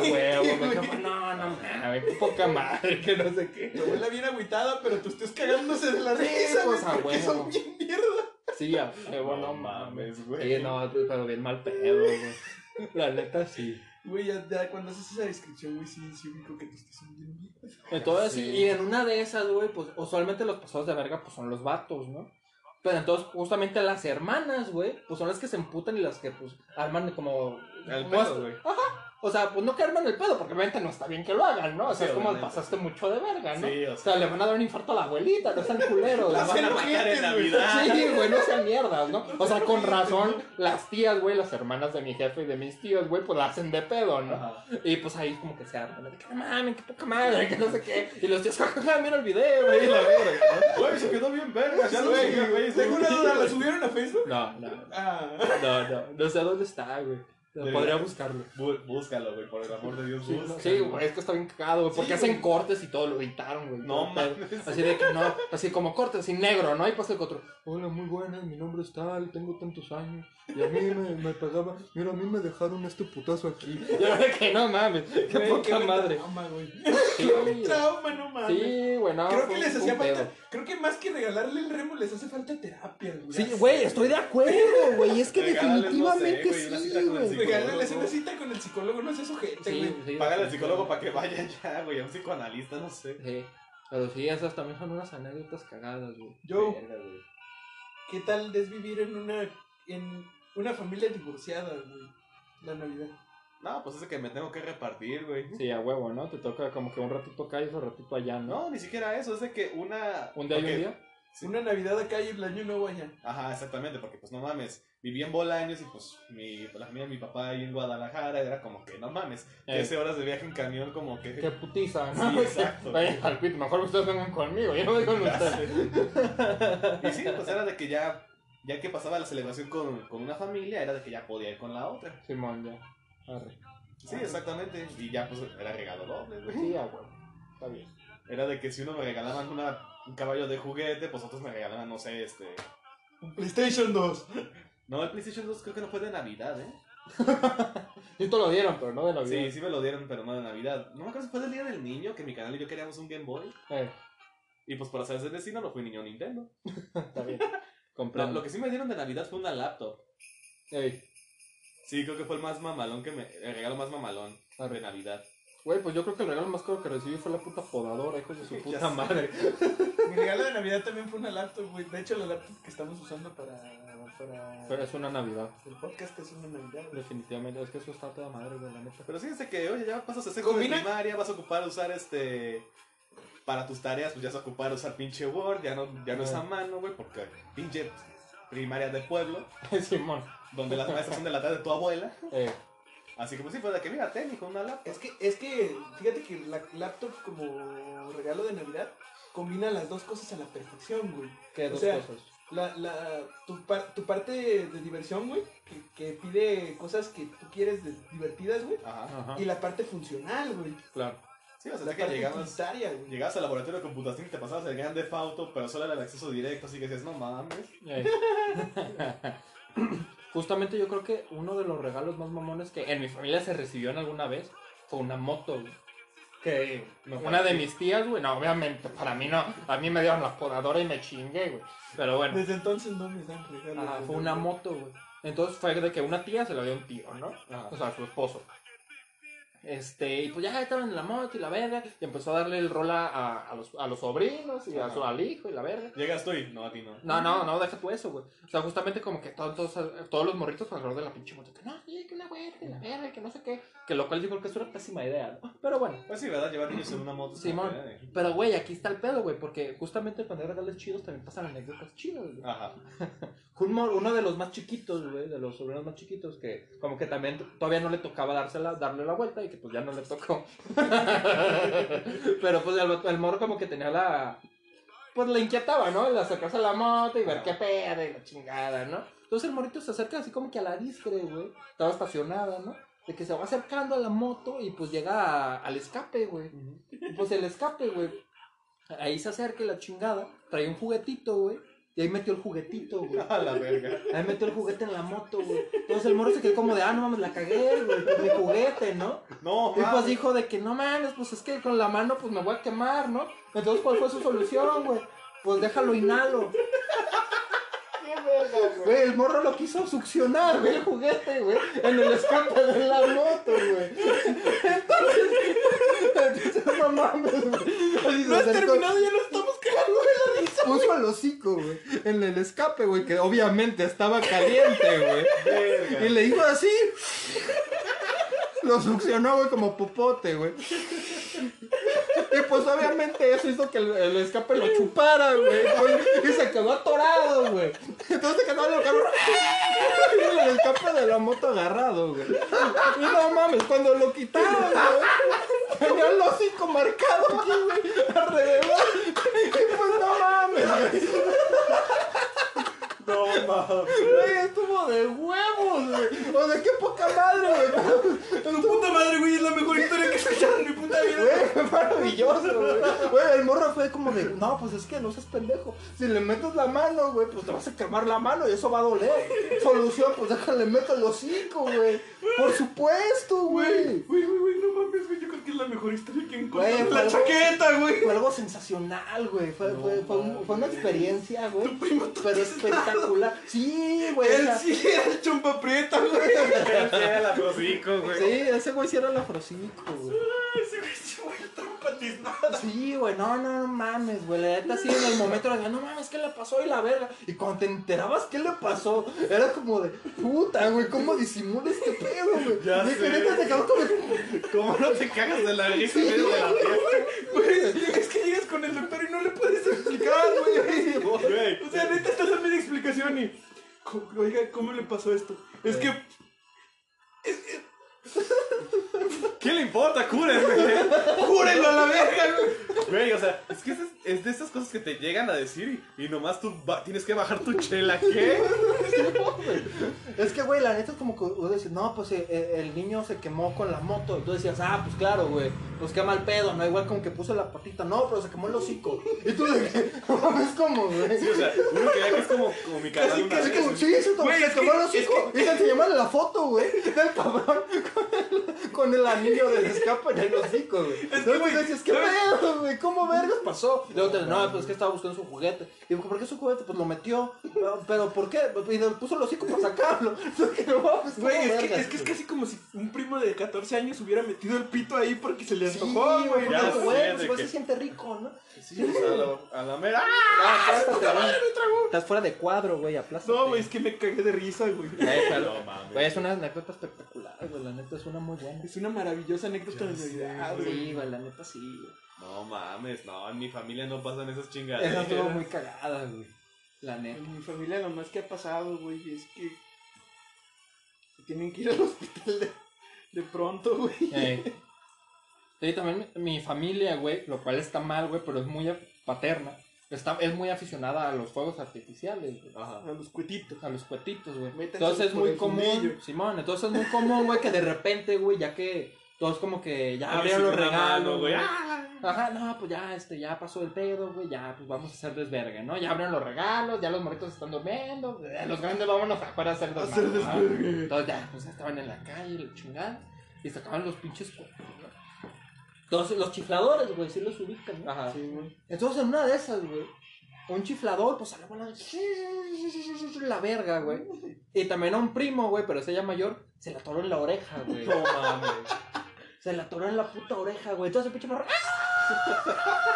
[SPEAKER 2] güey.
[SPEAKER 4] huevo, güey. No, no, no mames, qué poca madre, que no sé qué.
[SPEAKER 2] Tu abuela bien agüitada, pero tú estés cagándose de la
[SPEAKER 4] Sí,
[SPEAKER 2] risa, güey,
[SPEAKER 4] pues, a
[SPEAKER 2] porque
[SPEAKER 4] huevo.
[SPEAKER 2] son bien mierda.
[SPEAKER 4] Sí, a huevo, no
[SPEAKER 5] No
[SPEAKER 4] mames.
[SPEAKER 5] mames, güey.
[SPEAKER 4] Sí, no, pero bien mal pedo, güey. La neta, sí.
[SPEAKER 2] Güey, ya, ya cuando haces esa descripción, güey, sí, sí ubico que tú estás son bien mierda.
[SPEAKER 4] Entonces,
[SPEAKER 5] Sí.
[SPEAKER 4] y en una de esas, güey, pues usualmente los pasados de verga, pues son los vatos, ¿no? Pero entonces, justamente las hermanas, güey, pues son las que se emputan y las que, pues, arman como.
[SPEAKER 5] El
[SPEAKER 4] como
[SPEAKER 5] pedo,
[SPEAKER 4] esto.
[SPEAKER 5] güey.
[SPEAKER 4] O sea, pues no que arman el pedo, porque obviamente no está bien que lo hagan, ¿no? O sea, es
[SPEAKER 5] Sí,
[SPEAKER 4] como
[SPEAKER 5] obviamente.
[SPEAKER 4] pasaste mucho de verga, ¿no?
[SPEAKER 5] Sí, o
[SPEAKER 4] o sea, le van a dar un infarto a la abuelita, no sean culeros.
[SPEAKER 5] La
[SPEAKER 4] güey.
[SPEAKER 5] van a
[SPEAKER 2] Hacen
[SPEAKER 5] matar en
[SPEAKER 2] ojetes, güey.
[SPEAKER 5] Navidad.
[SPEAKER 4] *laughs* Sí, güey, no sean mierdas, ¿no? O sea, con razón, las tías, güey, las hermanas de mi jefe y de mis tíos, güey, pues la hacen de pedo, ¿no?
[SPEAKER 5] Ajá.
[SPEAKER 4] Y pues ahí como que se arman, de que no mames, qué poca madre, que no sé qué. Y los tíos, *laughs* jajaja, mira el video, güey, la verga.
[SPEAKER 5] Güey, se quedó bien verga. Ya lo
[SPEAKER 2] Güey,
[SPEAKER 5] subí a Facebook.
[SPEAKER 2] Tengo una duda, ¿la subieron a Facebook?
[SPEAKER 4] No, no, no,
[SPEAKER 2] Ah,
[SPEAKER 4] no, no, no sé dónde está, güey.
[SPEAKER 5] De
[SPEAKER 4] Podría
[SPEAKER 5] verdad.
[SPEAKER 4] buscarlo.
[SPEAKER 5] Bú- Búscalo, güey, por el amor de Dios,
[SPEAKER 4] Sí,
[SPEAKER 5] búscalo.
[SPEAKER 4] Sí, güey, es que está bien cagado, güey, porque
[SPEAKER 2] Sí,
[SPEAKER 4] hacen
[SPEAKER 2] güey.
[SPEAKER 4] cortes y todo, lo editaron, güey.
[SPEAKER 5] No
[SPEAKER 4] todo el pedo.
[SPEAKER 5] mames.
[SPEAKER 4] Así de que no, así como cortes, así negro, ¿no? Y pasa el otro, hola, muy buenas, mi nombre es tal, tengo tantos años, y a mí me, me pegaba, mira, a mí me dejaron este putazo aquí. *laughs* Y ahora que no mames, qué
[SPEAKER 2] güey,
[SPEAKER 4] poca
[SPEAKER 2] buen
[SPEAKER 4] madre.
[SPEAKER 2] Trauma, güey.
[SPEAKER 4] Sí,
[SPEAKER 2] Qué
[SPEAKER 4] güey.
[SPEAKER 2] trauma, no mames.
[SPEAKER 4] Sí, güey, no,
[SPEAKER 2] Creo
[SPEAKER 4] fue
[SPEAKER 2] que
[SPEAKER 4] un-
[SPEAKER 2] les
[SPEAKER 4] un
[SPEAKER 2] hacía
[SPEAKER 4] pedo.
[SPEAKER 2] falta, creo que más que regalarle el remo les hace falta terapia, güey.
[SPEAKER 4] Sí, güey, estoy de acuerdo, güey. Es que
[SPEAKER 5] Regálales, no sé,
[SPEAKER 4] definitivamente
[SPEAKER 5] güey, una cita
[SPEAKER 4] sí,
[SPEAKER 5] con
[SPEAKER 4] güey.
[SPEAKER 5] el psicólogo.
[SPEAKER 2] Regálenles una cita con el psicólogo, no seas ojete,
[SPEAKER 4] Sí,
[SPEAKER 2] güey.
[SPEAKER 4] sí,
[SPEAKER 5] Págale al
[SPEAKER 4] sí.
[SPEAKER 5] psicólogo para que vaya *laughs* ya, güey, a un psicoanalista, no sé.
[SPEAKER 4] Sí. Pero sí, esas también son unas anécdotas cagadas, güey.
[SPEAKER 2] Yo,
[SPEAKER 5] Verga, güey.
[SPEAKER 2] ¿qué tal desvivir en una en una familia divorciada, güey? La Navidad.
[SPEAKER 5] No, pues es que me tengo que repartir, güey.
[SPEAKER 4] Sí, a huevo, ¿no? Te toca como que un ratito acá y otro ratito allá, ¿no?
[SPEAKER 5] No, ni siquiera eso, es de que una...
[SPEAKER 4] Un día y
[SPEAKER 5] porque-
[SPEAKER 4] un día.
[SPEAKER 5] Sí.
[SPEAKER 2] Una Navidad acá y el año nuevo allá.
[SPEAKER 5] Ajá, exactamente, porque pues no mames, viví en Bolaños y pues mi, la familia de mi papá ahí en Guadalajara era como que no mames,
[SPEAKER 4] Eh.
[SPEAKER 5] 13 horas de viaje en camión como que...
[SPEAKER 4] Qué putiza, ¿no?
[SPEAKER 5] Sí,
[SPEAKER 4] *laughs*
[SPEAKER 5] exacto.
[SPEAKER 4] Vayan al pit, mejor ustedes vengan conmigo, yo no voy con
[SPEAKER 5] Ya
[SPEAKER 4] ustedes. *laughs*
[SPEAKER 5] sé. y sí, pues era de que ya, ya que pasaba la celebración con, con una familia, era de que ya podía ir con la otra.
[SPEAKER 4] Simón, ya. Arre.
[SPEAKER 5] Sí, exactamente, y ya pues era regalo doble, güey.
[SPEAKER 4] Sí, a huevo. Está bien.
[SPEAKER 5] Era de que si uno me regalaban una, un caballo de juguete, pues otros me regalaban, no sé, este...
[SPEAKER 2] Un PlayStation 2.
[SPEAKER 5] No, el PlayStation 2 creo que no fue de Navidad, ¿eh?
[SPEAKER 4] Sí, te lo dieron, pero no de la
[SPEAKER 5] Sí,
[SPEAKER 4] vida.
[SPEAKER 5] sí me lo dieron, pero no de Navidad. No me acuerdo si fue del Día del Niño, que mi canal y yo queríamos un Game Boy.
[SPEAKER 4] Eh,
[SPEAKER 5] Y pues por hacer ese destino no fui niño Nintendo.
[SPEAKER 4] está
[SPEAKER 5] *laughs*
[SPEAKER 4] bien.
[SPEAKER 5] Lo,
[SPEAKER 4] Comprendo.
[SPEAKER 5] lo que sí me dieron de Navidad fue una laptop.
[SPEAKER 4] Ey,
[SPEAKER 5] Sí, creo que fue el más mamalón que me... El regalo más mamalón de
[SPEAKER 4] arre.
[SPEAKER 5] Navidad.
[SPEAKER 4] Güey, pues yo creo que el regalo más caro que recibí fue la puta podadora, hijos de su
[SPEAKER 5] *laughs* Ya
[SPEAKER 4] puta
[SPEAKER 5] sé.
[SPEAKER 4] madre.
[SPEAKER 2] Mi regalo de Navidad también fue una laptop, güey. De hecho, la laptop que estamos usando para para
[SPEAKER 4] Pero es una Navidad.
[SPEAKER 2] el podcast es una Navidad. güey.
[SPEAKER 4] Definitivamente, es que eso está toda madre, güey, la neta. *laughs*
[SPEAKER 5] Pero fíjense que, oye, ya pasas a sexto de
[SPEAKER 2] ¿Combina?
[SPEAKER 5] primaria, vas a ocupar usar este... Para tus tareas, pues ya vas a ocupar usar pinche Word, ya no, ya no es a mano, güey, porque pinche primaria de pueblo,
[SPEAKER 4] Simón,
[SPEAKER 5] donde las maestras son de la edad de tu abuela.
[SPEAKER 4] eh,
[SPEAKER 5] Así que pues sí, pues de que mira, tenis con una laptop.
[SPEAKER 2] Es que, es que, fíjate que la laptop como regalo de Navidad combina las dos cosas a la perfección, güey.
[SPEAKER 4] ¿Qué
[SPEAKER 2] O
[SPEAKER 4] dos
[SPEAKER 2] sea,
[SPEAKER 4] cosas?
[SPEAKER 2] La, la, tu, par- tu parte de diversión, güey, que, que pide cosas que tú quieres de- divertidas, güey.
[SPEAKER 5] Ajá.
[SPEAKER 4] Ajá,
[SPEAKER 2] Y la parte funcional, güey.
[SPEAKER 4] claro.
[SPEAKER 5] Sí, o sea,
[SPEAKER 2] La
[SPEAKER 5] es que
[SPEAKER 2] parte
[SPEAKER 5] llegabas,
[SPEAKER 2] utilitaria, güey.
[SPEAKER 5] llegabas al laboratorio de computación y te pasabas el grande fauto, pero solo era el acceso directo, así que decías, no mames.
[SPEAKER 4] Eh. *laughs* Justamente yo creo que uno de los regalos más mamones que en mi familia se recibió en alguna vez fue una moto, güey. Que
[SPEAKER 5] No,
[SPEAKER 4] una
[SPEAKER 5] para
[SPEAKER 4] de
[SPEAKER 5] ti.
[SPEAKER 4] mis tías, güey, no, obviamente, para mí no. A mí me dieron la podadora y me chingué, güey. Pero bueno.
[SPEAKER 2] Desde entonces no me dan regalos.
[SPEAKER 4] Ajá,
[SPEAKER 2] güey.
[SPEAKER 4] fue una moto, güey. Entonces fue de que una tía se la dio a un tío, ¿no?
[SPEAKER 5] Ajá.
[SPEAKER 4] O sea, a su esposo. Este, y pues ya estaban en la moto y la verga. Y empezó a darle el rol a, a- a los, a los sobrinos y a su,
[SPEAKER 5] Ajá.
[SPEAKER 4] al hijo y la verga.
[SPEAKER 5] Llegas tú y no, a ti no.
[SPEAKER 4] No, no, no, deja tú eso, güey. O sea, justamente como que todos, todos, todos los morritos alrededor de la pinche moto. Que no, sí, que una vuelta, y la verga, que no sé qué. Que lo cual yo creo que es una pésima idea, ¿no? Pero bueno.
[SPEAKER 5] Pues sí, ¿verdad? Llevar niños en una moto. es eh,
[SPEAKER 4] Simón.
[SPEAKER 5] una idea de-
[SPEAKER 4] Pero, güey, aquí está el pedo, güey. Porque justamente cuando hay regalos chidos también pasan anécdotas chidas, güey.
[SPEAKER 5] Ajá. *laughs*
[SPEAKER 4] Un mor- uno de los más chiquitos, güey, de los sobrinos más chiquitos, que como que también t- todavía no le tocaba dársela, darle la vuelta y que pues ya no le tocó. *laughs* Pero pues el, vato- el morro como que tenía la... Pues le inquietaba, ¿no? El acercarse a la moto y ver qué pedo y la chingada, ¿no? Entonces el morrito se acerca así como que a la discre, güey. Estaba estacionada, ¿no? De que se va acercando a la moto y pues llega a- al escape, güey. Y, Pues el escape, güey. Ahí se acerca y la chingada. Traía un juguetito, güey. Y ahí metió el juguetito, güey.
[SPEAKER 5] A la verga.
[SPEAKER 4] Ahí metió el juguete en la moto, güey. Entonces el morro se quedó como de, ah, no mames, la cagué, güey, con mi juguete, ¿no?
[SPEAKER 5] No,
[SPEAKER 4] Y pues
[SPEAKER 5] mames.
[SPEAKER 4] dijo de que no mames, pues es que con la mano pues me voy a quemar, ¿no? Entonces, ¿cuál fue su solución, güey? Pues déjalo inhalo.
[SPEAKER 5] Qué verga, güey.
[SPEAKER 4] Güey, el morro lo quiso succionar, güey, el juguete, güey, en el escape de la moto, güey. Entonces, entonces no mames, güey. No has terminado, ya lo estamos cagando de la risa. Puso al hocico, güey, en el escape, güey, que obviamente estaba caliente, güey.
[SPEAKER 5] Verga.
[SPEAKER 4] Y le hizo así. Lo succionó, güey, como popote, güey. Y pues obviamente eso hizo que el, el escape lo chupara, güey. pues, Y se quedó atorado, güey. Entonces se quedó el cabrón. Y el escape de la moto agarrado, güey. Y no mames, cuando lo quitaron, güey. Tenía el hocico marcado aquí, güey. Alrededor. Y pues no mames, güey.
[SPEAKER 5] No mames. *laughs*
[SPEAKER 4] Güey, estuvo de huevos, güey. O sea, qué poca madre, güey.
[SPEAKER 2] Tu puta madre, güey, es la mejor historia que he escuchado en mi puta vida.
[SPEAKER 4] Güey, fue maravilloso, güey. Güey, el morro fue como de, no, pues es que no seas pendejo. Si le metes la mano, güey, pues te vas a quemar la mano y eso va a doler. Solución, pues déjale meto el hocico, güey. Por supuesto, güey.
[SPEAKER 2] Güey, güey, güey, no mames, güey, yo creo que es la mejor historia que he encontrado.
[SPEAKER 4] Güey,
[SPEAKER 2] la
[SPEAKER 4] pero-
[SPEAKER 2] chaqueta, güey.
[SPEAKER 4] Fue algo sensacional, güey. Fue, fue, fue, un- fue una experiencia, güey. Pero espectacular. Sí, güey. o
[SPEAKER 2] Él
[SPEAKER 4] sea,
[SPEAKER 2] sí era "Ah". el chumpa prieta, güey.
[SPEAKER 5] Era la hocico, güey.
[SPEAKER 4] Sí, ese güey sí era el afrocico, güey.
[SPEAKER 2] Ese güey se fue el trompa tiznada.
[SPEAKER 4] Sí, güey, no, no, no mames, güey. La neta sí en el momento era de, no mames, ¿qué le pasó? Y la verga. Y cuando te enterabas qué le pasó, era como de, puta, güey, ¿cómo disimula este pedo, güey?
[SPEAKER 5] Ya
[SPEAKER 4] De que
[SPEAKER 5] sé.
[SPEAKER 4] neta te quedó como,
[SPEAKER 5] ¿Cómo no te cagas de la risa en medio de la
[SPEAKER 2] Güey, es que llegas con el doctor y no le puedes explicar,
[SPEAKER 4] güey.
[SPEAKER 2] güey.
[SPEAKER 5] fiesta? Güey.
[SPEAKER 2] O sea, neta, estás a media explicación y. co- Oiga, ¿cómo le pasó esto? Es que.
[SPEAKER 5] ¿Qué le importa? Cúrenme.
[SPEAKER 2] ¡Júrenlo a la verga, güey!
[SPEAKER 5] Güey, o sea, es que es, es de esas cosas que te llegan a decir y, y nomás tú ba- tienes que bajar tu chela. ¿Qué?
[SPEAKER 4] Es que, güey, la neta es como que tú decías, no, pues eh, eh, el niño se quemó con la moto. Y tú decías, ah, pues claro, güey, pues qué mal pedo, ¿no? Igual como que puso la patita, no, pero se quemó el hocico. Y tú de que, no mames, ¿cómo, güey?
[SPEAKER 5] Sí, o sea, uno que ve que es como, como mi canal. una
[SPEAKER 4] Es
[SPEAKER 5] vez,
[SPEAKER 4] como,
[SPEAKER 5] güey.
[SPEAKER 4] sí, se tomó,
[SPEAKER 2] Güey,
[SPEAKER 4] se
[SPEAKER 2] es que-
[SPEAKER 4] tomó los
[SPEAKER 2] es
[SPEAKER 4] cinco. Y se enseñaban la foto, güey, del cabrón con el, con el anillo del escape en el hocico, güey.
[SPEAKER 2] Es que,
[SPEAKER 4] Entonces
[SPEAKER 2] güey,
[SPEAKER 4] dices, ¿qué
[SPEAKER 2] ¿sabes?
[SPEAKER 4] pedo, güey? ¿Cómo vergas pasó? Y luego te no, pues es que estaba buscando su juguete. Y digo, ¿por qué su juguete? Pues lo metió. "No, ¿Pero por qué? Y le puso los hocico para sacarlo. *laughs* Entonces, no, pues, ¿cómo
[SPEAKER 2] Güey, es que,
[SPEAKER 4] vergas,
[SPEAKER 2] es que es casi como si un primo de 14 años hubiera metido el pito ahí porque se le
[SPEAKER 4] Sí,
[SPEAKER 2] antojó, güey.
[SPEAKER 4] porque,
[SPEAKER 5] Ya
[SPEAKER 4] güey,
[SPEAKER 5] sé
[SPEAKER 4] pues,
[SPEAKER 5] de
[SPEAKER 4] igual
[SPEAKER 5] que-
[SPEAKER 4] se siente rico, ¿no?
[SPEAKER 5] Sí, o sea, a la, a la mera.
[SPEAKER 4] Ah, aplástate, güey. Estás fuera de cuadro, güey, aplástate.
[SPEAKER 2] No, güey, es que me cagué de risa, güey.
[SPEAKER 4] Eh, pero-
[SPEAKER 5] No mames.
[SPEAKER 4] Güey, es una anécdota espectacular, güey, la neta es una muy buena.
[SPEAKER 2] Es una maravillosa anécdota
[SPEAKER 5] Ya
[SPEAKER 2] de
[SPEAKER 5] sé,
[SPEAKER 2] Navidad,
[SPEAKER 5] güey.
[SPEAKER 2] güey.
[SPEAKER 4] Sí, güey, la neta sí, güey.
[SPEAKER 5] No mames, no, en mi familia no pasan esas
[SPEAKER 4] Esa
[SPEAKER 5] chingaderas.
[SPEAKER 4] estuvo muy cagada, güey. La neta.
[SPEAKER 2] En mi familia lo más que ha pasado, güey, es que se tienen que ir al *laughs* hospital de, de pronto, güey.
[SPEAKER 4] Eh. Y también mi, mi familia, güey, lo cual está mal, güey, pero es muy af- paterna. Está, es muy aficionada a los fuegos artificiales, güey.
[SPEAKER 2] A los cuetitos. *laughs*
[SPEAKER 4] A los cuetitos, güey.
[SPEAKER 2] Métanse
[SPEAKER 4] Entonces es
[SPEAKER 2] por
[SPEAKER 4] muy
[SPEAKER 2] el
[SPEAKER 4] común,
[SPEAKER 2] fundillo.
[SPEAKER 4] Simón, entonces es muy común, güey, que de repente, güey, ya que todos como que ya abrieron los
[SPEAKER 5] Una mano,
[SPEAKER 4] regalos, güey.
[SPEAKER 5] güey. ¡Ah!
[SPEAKER 4] Ajá, no, pues ya, este, ya pasó el pedo, güey, ya, pues vamos a hacer desvergue, ¿no? Ya abrieron los regalos, ya los morritos están durmiendo, eh, los grandes vámonos afuera a hacer desvergue.
[SPEAKER 2] hacer
[SPEAKER 4] ¿no?
[SPEAKER 2] desvergue.
[SPEAKER 4] Entonces ya, pues ya estaban en la calle, lo chingaban, y sacaban los pinches cuerpos, ¿no? Entonces, los chifladores, güey, sí los ubican, ¿no? Ajá.
[SPEAKER 2] Sí, güey.
[SPEAKER 4] Entonces, en una de esas, güey, un chiflador, pues salió volando, la verga, güey. Y también a un primo, güey, pero ese ya mayor, se la atoró en la oreja, güey.
[SPEAKER 5] No mames.
[SPEAKER 4] Se la atoró en la puta oreja, güey. Entonces el pinche morro. ¡ah!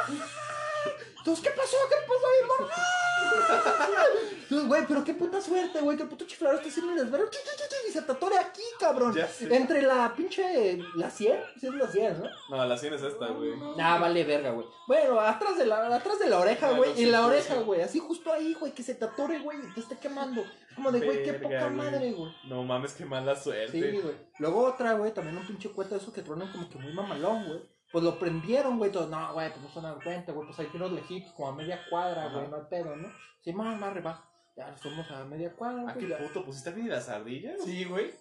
[SPEAKER 4] Entonces, ¿qué pasó? ¿Qué pasó, mi morro? ¡Ah! Entonces, güey, pero qué puta suerte, güey. Que el puto chiflador está haciendo un desvelo. ¡Chi, chi, chi, chi! Y se te atore aquí, cabrón.
[SPEAKER 5] Ya sé.
[SPEAKER 4] Entre la pinche. La 100. Sí, es la 100, ¿no?
[SPEAKER 5] No, la 100 es esta, güey.
[SPEAKER 4] Nah, vale verga, güey. Bueno, atrás de la, atrás de la oreja,
[SPEAKER 5] Ah,
[SPEAKER 4] güey.
[SPEAKER 5] no,
[SPEAKER 4] y
[SPEAKER 5] sí,
[SPEAKER 4] la
[SPEAKER 5] sí,
[SPEAKER 4] oreja,
[SPEAKER 5] sí.
[SPEAKER 4] güey. Así justo ahí, güey. Que se te atore, güey. Y te esté quemando. Como de, güey, qué
[SPEAKER 5] Verga,
[SPEAKER 4] poca
[SPEAKER 5] güey.
[SPEAKER 4] madre, güey.
[SPEAKER 5] No mames, qué mala
[SPEAKER 4] Sí,
[SPEAKER 5] suerte.
[SPEAKER 4] güey. Luego otra, güey, también un pinche cuento de esos que tronan como que muy mamalón, güey. Pues lo prendieron, güey, todos, no, güey, pues no se dan cuenta, güey, pues hay tiros lejitos, como a media cuadra, güey, no hay pedo, ¿no? Sí, más, más, rebaja. Ya nos fuimos a media cuadra,
[SPEAKER 5] ¿A
[SPEAKER 4] güey.
[SPEAKER 5] qué
[SPEAKER 4] ya.
[SPEAKER 5] Ah, puto pusiste bien las ardillas?
[SPEAKER 2] Sí, güey.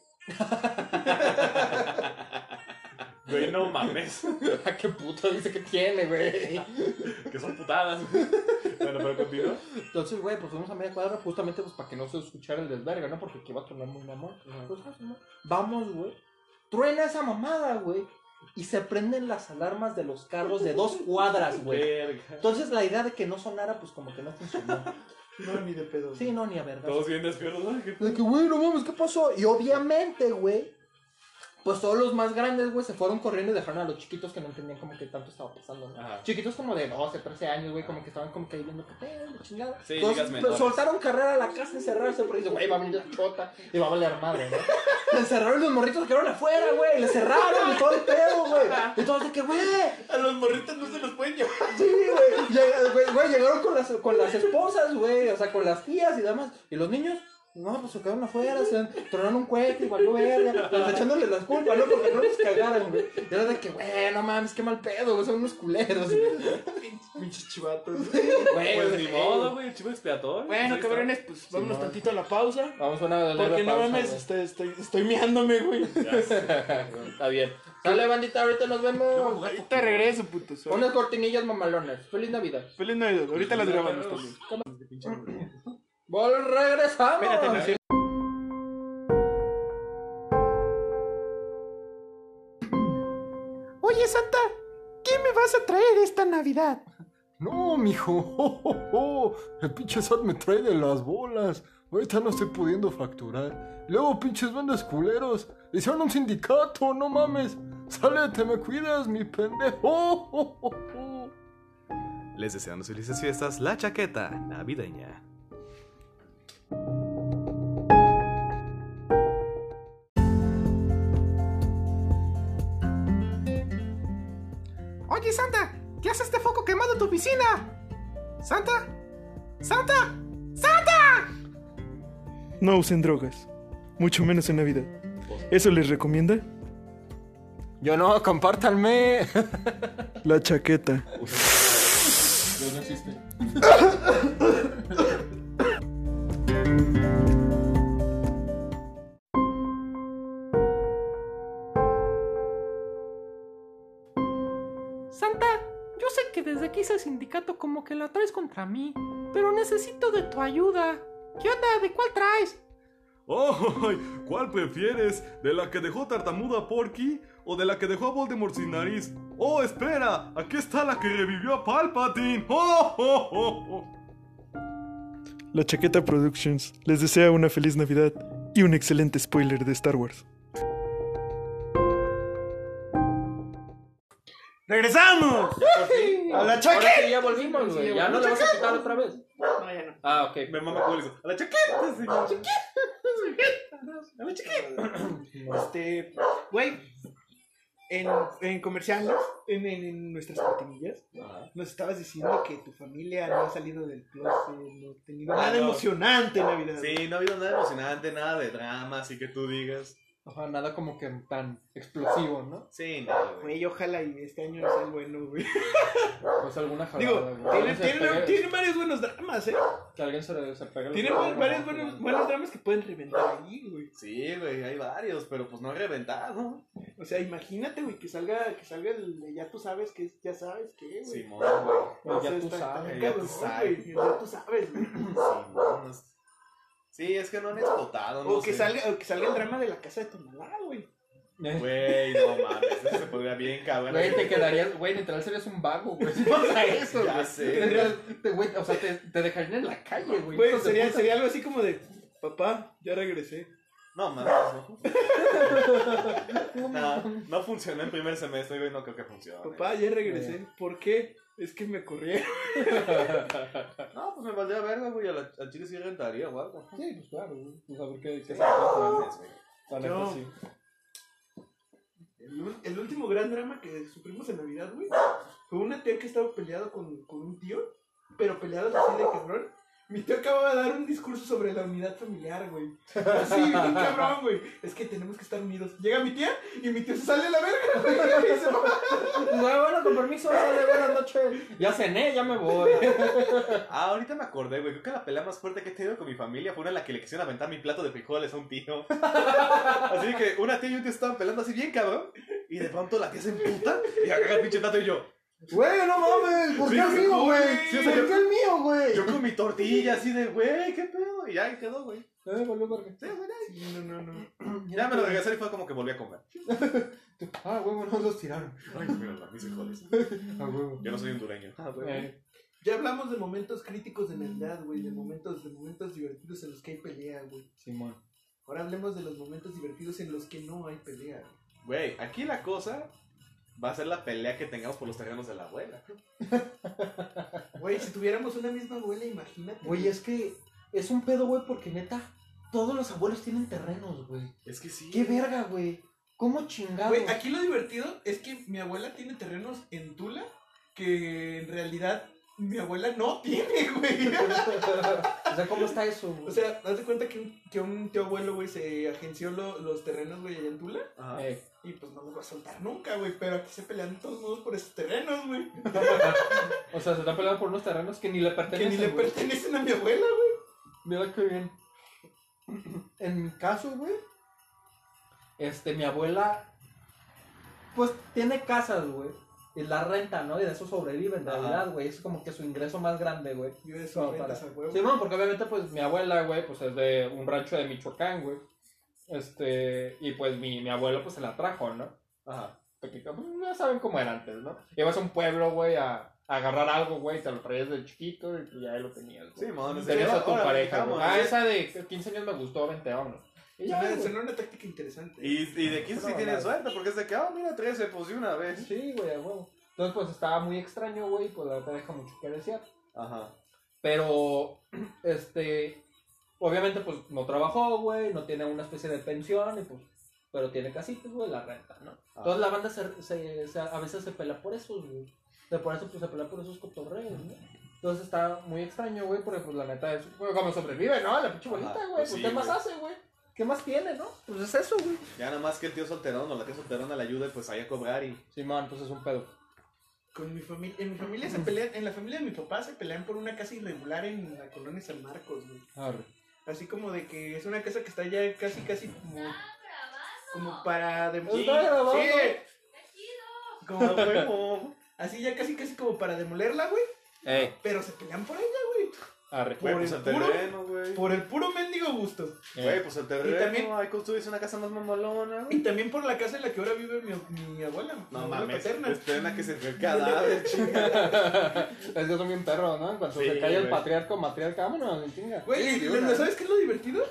[SPEAKER 5] Güey, no mames. *laughs*
[SPEAKER 4] ¿A qué puto dice que tiene, güey?
[SPEAKER 5] que son putadas. *laughs* bueno, pero continúa.
[SPEAKER 4] Entonces, güey, pues fuimos a media cuadra justamente pues para que no se escuchara el desverga, ¿no? Porque aquí iba a tronar muy mamón. Pues, ah, Simón. Vamos, güey. Truena esa mamada, güey. Y se prenden las alarmas de los carros de dos cuadras, güey.
[SPEAKER 5] *laughs* Verga.
[SPEAKER 4] Entonces la idea de que no sonara, pues como que no funcionó.
[SPEAKER 2] No, ni de pedo.
[SPEAKER 4] Sí, no, ni a verga.
[SPEAKER 5] Todos bien despiertos, ¿no? ¿Qué-
[SPEAKER 4] De que, güey, no mames, ¿qué pasó? Y obviamente, güey, pues todos los más grandes, güey, se fueron corriendo y dejaron a los chiquitos que no entendían como que tanto estaba pasando, ¿no?
[SPEAKER 5] Ajá.
[SPEAKER 4] Chiquitos como de 12, 13 años, güey, como que estaban como que ahí viendo que pedo, la chingada.
[SPEAKER 5] Sí,
[SPEAKER 4] Entonces, pues,
[SPEAKER 5] ligas menores.
[SPEAKER 4] soltaron carrera a la casa a encerrarse, porque dice, güey, va a venir la chota y va a valer madre, ¿no?
[SPEAKER 2] *laughs*
[SPEAKER 4] Se encerraron y los morritos se quedaron afuera, güey, y le cerraron y todo el pedo, güey. Entonces, de que, güey,
[SPEAKER 2] A los morritos no se los pueden llevar.
[SPEAKER 4] Sí, güey. Llega- güey, güey, llegaron con las, con las esposas, güey. O sea, con las tías y demás. Y los niños, no, pues se quedaron afuera, se tronaron un cohete y valió verga. Pues echándoles las culpas, ¿no? Porque no los cagaron, güey. Y era de que, güey, no mames, qué mal pedo, güey. Son unos culeros, güey.
[SPEAKER 2] Pinches chivatos.
[SPEAKER 4] Güey,
[SPEAKER 5] Pues
[SPEAKER 4] güey.
[SPEAKER 5] ni modo, güey, chivo expiatorio.
[SPEAKER 2] Bueno,
[SPEAKER 5] Ahí está.
[SPEAKER 2] cabrones, pues vámonos
[SPEAKER 4] no.
[SPEAKER 2] tantito a la pausa.
[SPEAKER 4] Vamos a una leve
[SPEAKER 2] Porque no
[SPEAKER 4] pausa,
[SPEAKER 2] mames,
[SPEAKER 4] güey.
[SPEAKER 2] estoy, estoy, estoy miándome, güey.
[SPEAKER 5] Ya sé.
[SPEAKER 4] Está bien. Sale, bandita, ahorita nos vemos.
[SPEAKER 2] Ahorita regreso, puto.
[SPEAKER 4] Unas cortinillas mamalones. Feliz Navidad.
[SPEAKER 6] Feliz Navidad. Ahorita las grabamos también.
[SPEAKER 4] Vol regresamos.
[SPEAKER 6] Espérate, no es cierto.
[SPEAKER 7] Oye, Santa, ¿qué me vas a traer esta Navidad?
[SPEAKER 1] No, mijo. *laughs* Oh, El pinche SAT me trae de las bolas. Ahorita no estoy pudiendo facturar. Luego, pinches bandas culeros. Hicieron un sindicato, no mames. Sale, te me cuidas, mi pendejo.
[SPEAKER 8] Les deseamos felices fiestas, la chaqueta navideña.
[SPEAKER 7] Oye, Santa, ¿qué hace este foco quemado en tu oficina? Santa, Santa, Santa.
[SPEAKER 6] No usen drogas. Mucho menos en Navidad. ¿Eso les recomienda?
[SPEAKER 1] Yo no, compártanme.
[SPEAKER 6] La chaqueta.
[SPEAKER 7] Santa, yo sé que desde que hice el sindicato como que la traes contra mí, pero necesito de tu ayuda. ¿Qué onda? ¿De cuál traes?
[SPEAKER 8] ¡Oh! ¿Cuál prefieres? ¿De la que dejó tartamuda a Porky o de la que dejó a Voldemort sin nariz? ¡Oh, espera! Aquí está la que revivió a Palpatine. ¡Oh, oh, oh, oh!
[SPEAKER 6] La Chaqueta Productions les desea una feliz Navidad y un excelente spoiler de Star Wars.
[SPEAKER 5] ¡Regresamos!
[SPEAKER 4] ¡A la chaqueta! ya volvimos, güey. Ya no le vas a quitar otra vez.
[SPEAKER 2] No, ya no.
[SPEAKER 4] Ah, ok.
[SPEAKER 5] Me mama cuelgo. ¡A la chaqueta, señor!
[SPEAKER 2] Este, güey, en, en comerciales, en, en- en nuestras cortinillas, nos estabas diciendo que tu familia no ha salido del closet, no ha tenido nada
[SPEAKER 5] no.
[SPEAKER 2] emocionante en Navidad.
[SPEAKER 5] Sí, no ha habido nada emocionante, nada de drama, así que tú digas.
[SPEAKER 4] Ajá, nada como que tan explosivo, ¿no?
[SPEAKER 5] Sí, no, güey.
[SPEAKER 2] Güey, ojalá y este año sea el bueno, güey.
[SPEAKER 4] Pues alguna jalada.
[SPEAKER 2] Digo,
[SPEAKER 4] güey.
[SPEAKER 2] tiene,
[SPEAKER 4] Que
[SPEAKER 2] tiene-
[SPEAKER 4] alguien se pegue-
[SPEAKER 2] tiene varios buenos dramas, ¿eh?
[SPEAKER 4] Que alguien se, le- se pegue. el-
[SPEAKER 2] Tiene va- varios buenos, buenos dramas que pueden reventar ahí, güey.
[SPEAKER 5] Sí, güey, hay varios, pero pues no he reventado.
[SPEAKER 2] O sea, imagínate, güey, que salga, que salga el de ya tú sabes que es, ya sabes que, güey.
[SPEAKER 5] Simón, güey.
[SPEAKER 4] El Pues Ya
[SPEAKER 2] O sea,
[SPEAKER 4] tú
[SPEAKER 2] está-
[SPEAKER 4] sabes.
[SPEAKER 2] está
[SPEAKER 5] Ya tú
[SPEAKER 2] cabrón,
[SPEAKER 5] sabes.
[SPEAKER 2] güey, el Ya tú sabes, güey.
[SPEAKER 5] Simón. es- Sí, es que no han explotado, no
[SPEAKER 2] O que,
[SPEAKER 5] sé.
[SPEAKER 2] salga, o que salga el drama de la casa de Tonalá, güey.
[SPEAKER 5] Güey, no mames, eso se podría bien cabrón.
[SPEAKER 4] Güey, te quedarías, güey, literal serías un vago, güey. Si pasa eso,
[SPEAKER 5] *laughs* Ya
[SPEAKER 4] güey.
[SPEAKER 5] sé.
[SPEAKER 4] Tendrías- te- güey, o sea, te, te dejarían en la calle, güey. pues,
[SPEAKER 2] Güey,
[SPEAKER 4] Hijos de
[SPEAKER 2] sería,
[SPEAKER 4] puta.
[SPEAKER 2] sería algo así como de, papá, ya regresé.
[SPEAKER 5] No mames, no. no. No funcionó en primer semestre, güey, no creo que funcione.
[SPEAKER 2] Papá, ya regresé. ¿Por qué? Es que me corrieron.
[SPEAKER 5] No, pues me valdría verga, güey, a la- al chile sí rentaría o algo.
[SPEAKER 4] Sí, pues claro, güey. O sea, porque qué
[SPEAKER 5] Sí,
[SPEAKER 4] se
[SPEAKER 5] no mames, güey.
[SPEAKER 4] La neta,
[SPEAKER 2] No.
[SPEAKER 4] sí.
[SPEAKER 2] El, ul- el último gran drama que supimos en Navidad, güey, fue una tía que estaba peleado con, con un tío, pero peleados así de cabrón. Mi tío acababa de dar un discurso sobre la unidad familiar, güey. Así, bien *laughs* cabrón, güey. Es que tenemos que estar unidos. Llega mi tía y mi tío se sale a la verga, güey. y se va.
[SPEAKER 4] *laughs* No, bueno, con permiso, sale, buenas noches. Ya cené, ya me voy.
[SPEAKER 5] Ah, ahorita me acordé, güey. Creo que la pelea más fuerte que he tenido con mi familia fue una en la que le quisieron aventar mi plato de frijoles a un tío. *laughs* así que una tía y un tío estaban peleando así bien, cabrón. Y de pronto la tía se emputa y agarra el pinche plato y yo.
[SPEAKER 4] Güey, no mames, ¿por
[SPEAKER 5] Sí,
[SPEAKER 4] qué el mío,
[SPEAKER 5] güey.
[SPEAKER 4] güey?
[SPEAKER 5] Sí, o sea,
[SPEAKER 4] ¿Por
[SPEAKER 5] yo-
[SPEAKER 4] qué el mío, güey?
[SPEAKER 5] Yo con mi tortilla así de, güey, qué pedo. Y ya ahí quedó, güey.
[SPEAKER 4] Eh, volvió por mí.
[SPEAKER 5] Sí, güey,
[SPEAKER 2] No, no, no. *clears throat*
[SPEAKER 5] ya. Ya me lo regresaron y fue como que volví a comer.
[SPEAKER 4] Ah, güey, bueno, los tiraron.
[SPEAKER 5] Ay, Dios mío, mis frijoles.
[SPEAKER 4] Ah, güey.
[SPEAKER 5] Yo no soy hondureño.
[SPEAKER 4] Eh,
[SPEAKER 2] Ya hablamos de momentos críticos de Navidad, güey. De momentos, de momentos divertidos en los que hay pelea, güey.
[SPEAKER 4] Simón.
[SPEAKER 2] Ahora hablemos de los momentos divertidos en los que no hay pelea.
[SPEAKER 5] Güey, aquí la cosa va a ser la pelea que tengamos por los terrenos de la abuela.
[SPEAKER 2] Güey, si tuviéramos una misma abuela, imagínate.
[SPEAKER 4] Güey, es que es un pedo, güey, porque neta, todos los abuelos tienen terrenos, güey.
[SPEAKER 5] Es que sí.
[SPEAKER 4] Qué verga, güey. ¿Cómo chingados?
[SPEAKER 2] Güey, aquí lo divertido es que mi abuela tiene terrenos en Tula que en realidad mi abuela no tiene, güey.
[SPEAKER 4] *laughs*
[SPEAKER 2] *laughs*
[SPEAKER 4] o sea, ¿cómo está eso, güey?
[SPEAKER 2] O sea, haz de cuenta que un, que un tío abuelo, güey, se agenció lo- los terrenos, güey, allá en Tula.
[SPEAKER 5] Ajá.
[SPEAKER 4] Eh, *laughs*
[SPEAKER 2] Y pues no los va a soltar nunca, güey. Pero aquí se pelean de todos modos por esos terrenos, güey.
[SPEAKER 4] o sea, se está peleando por unos terrenos que ni le
[SPEAKER 2] Que
[SPEAKER 4] pertenecen.
[SPEAKER 2] ni le
[SPEAKER 4] güey.
[SPEAKER 2] pertenecen a mi abuela, güey.
[SPEAKER 4] Mira qué bien. En mi caso, güey, este, mi abuela, pues tiene casas, güey. Y la renta, ¿no? Y de eso sobrevive en
[SPEAKER 5] Ajá.
[SPEAKER 4] realidad, güey. Es como que su ingreso más grande, güey.
[SPEAKER 2] Yo de
[SPEAKER 4] No,
[SPEAKER 2] sus rentas a
[SPEAKER 4] para.
[SPEAKER 2] huevo.
[SPEAKER 4] Sí, bueno, porque obviamente, pues, mi abuela, güey, pues es de un rancho de Michoacán, güey. Este, y pues mi, mi abuelo, pues se la trajo, ¿no?
[SPEAKER 5] Ajá.
[SPEAKER 4] Porque, pues, ya saben cómo era antes, ¿no? Ibas a un pueblo, güey, a, a agarrar algo, güey, te lo traías de chiquito y pues, ya lo tenías, güey.
[SPEAKER 5] Sí, madre.
[SPEAKER 4] Tenías a tu
[SPEAKER 5] Ahora,
[SPEAKER 4] pareja, güey.
[SPEAKER 5] vamos,
[SPEAKER 4] Ah,
[SPEAKER 5] ¿eh?
[SPEAKER 4] esa de 15 años me gustó, 20 vámonos. Y ya,
[SPEAKER 2] Suena-
[SPEAKER 4] güey.
[SPEAKER 2] Suena una táctica interesante.
[SPEAKER 5] Y, y de 15 sí
[SPEAKER 4] Una
[SPEAKER 5] tiene
[SPEAKER 4] mamada.
[SPEAKER 5] suerte, porque es de que, ah, mira, 13, pues de una vez.
[SPEAKER 4] Sí, güey, a huevo. Entonces, pues, estaba muy extraño, güey, pues, la verdad deja mucho que desear.
[SPEAKER 5] Ajá.
[SPEAKER 4] Pero, *clears throat* este, obviamente, pues, no trabajó, güey, no tiene una especie de pensión, y pues, pero tiene casitas, güey, la renta, ¿no? Entonces, la banda se, se- se- a veces se pela por esos, güey. De por eso, pues, se pela por esos cotorreos, ¿no? Entonces, está muy extraño, güey, porque, pues, la neta es, güey, como sobrevive, ¿no? La pinche bolita,
[SPEAKER 5] Ajá,
[SPEAKER 4] güey,
[SPEAKER 5] pues
[SPEAKER 4] pues,
[SPEAKER 5] sí,
[SPEAKER 4] ¿qué más
[SPEAKER 5] güey.
[SPEAKER 4] hace, güey? ¿Qué más tiene, no? Pues es eso, güey.
[SPEAKER 5] Ya nada más que el tío solterón o la tía solterona le ayuda, pues ahí a cobrar y.
[SPEAKER 4] Simón, pues es un pedo.
[SPEAKER 2] Con mi familia, en mi familia se pelean, en la familia de mi papá se pelean por una casa irregular en la colonia San Marcos, güey. Así como de que es una casa que está ya casi, casi como, como para demoler.
[SPEAKER 4] Pues Está grabando.
[SPEAKER 2] Como, güey, como- así ya casi, casi como para demolerla, güey.
[SPEAKER 4] Eh,
[SPEAKER 2] Pero se pelean por ella,
[SPEAKER 4] *laughs* arre.
[SPEAKER 5] Güey,
[SPEAKER 2] ¿Por
[SPEAKER 5] pues
[SPEAKER 2] el
[SPEAKER 5] el
[SPEAKER 2] puro?
[SPEAKER 5] terreno, güey.
[SPEAKER 2] por el puro mendigo gusto.
[SPEAKER 5] Güey, pues el terreno.
[SPEAKER 2] también-
[SPEAKER 5] Ahí construyes una casa más mamalona,
[SPEAKER 2] Y
[SPEAKER 5] güey.
[SPEAKER 2] también por la casa en la que ahora vive mi, mi abuela, mi
[SPEAKER 5] No
[SPEAKER 2] abuela
[SPEAKER 5] mames,
[SPEAKER 2] paterna.
[SPEAKER 5] esperen a *laughs* que se ve el cadáver, chinga.
[SPEAKER 4] es que son bien perros, ¿no? En cuanto
[SPEAKER 5] Sí,
[SPEAKER 4] se cae el
[SPEAKER 5] güey.
[SPEAKER 4] patriarca, matriarca, vámonos, en chinga.
[SPEAKER 2] Güey,
[SPEAKER 5] Sí, de
[SPEAKER 2] ¿lo-
[SPEAKER 5] una.
[SPEAKER 2] lo- ¿sabes qué es lo divertido?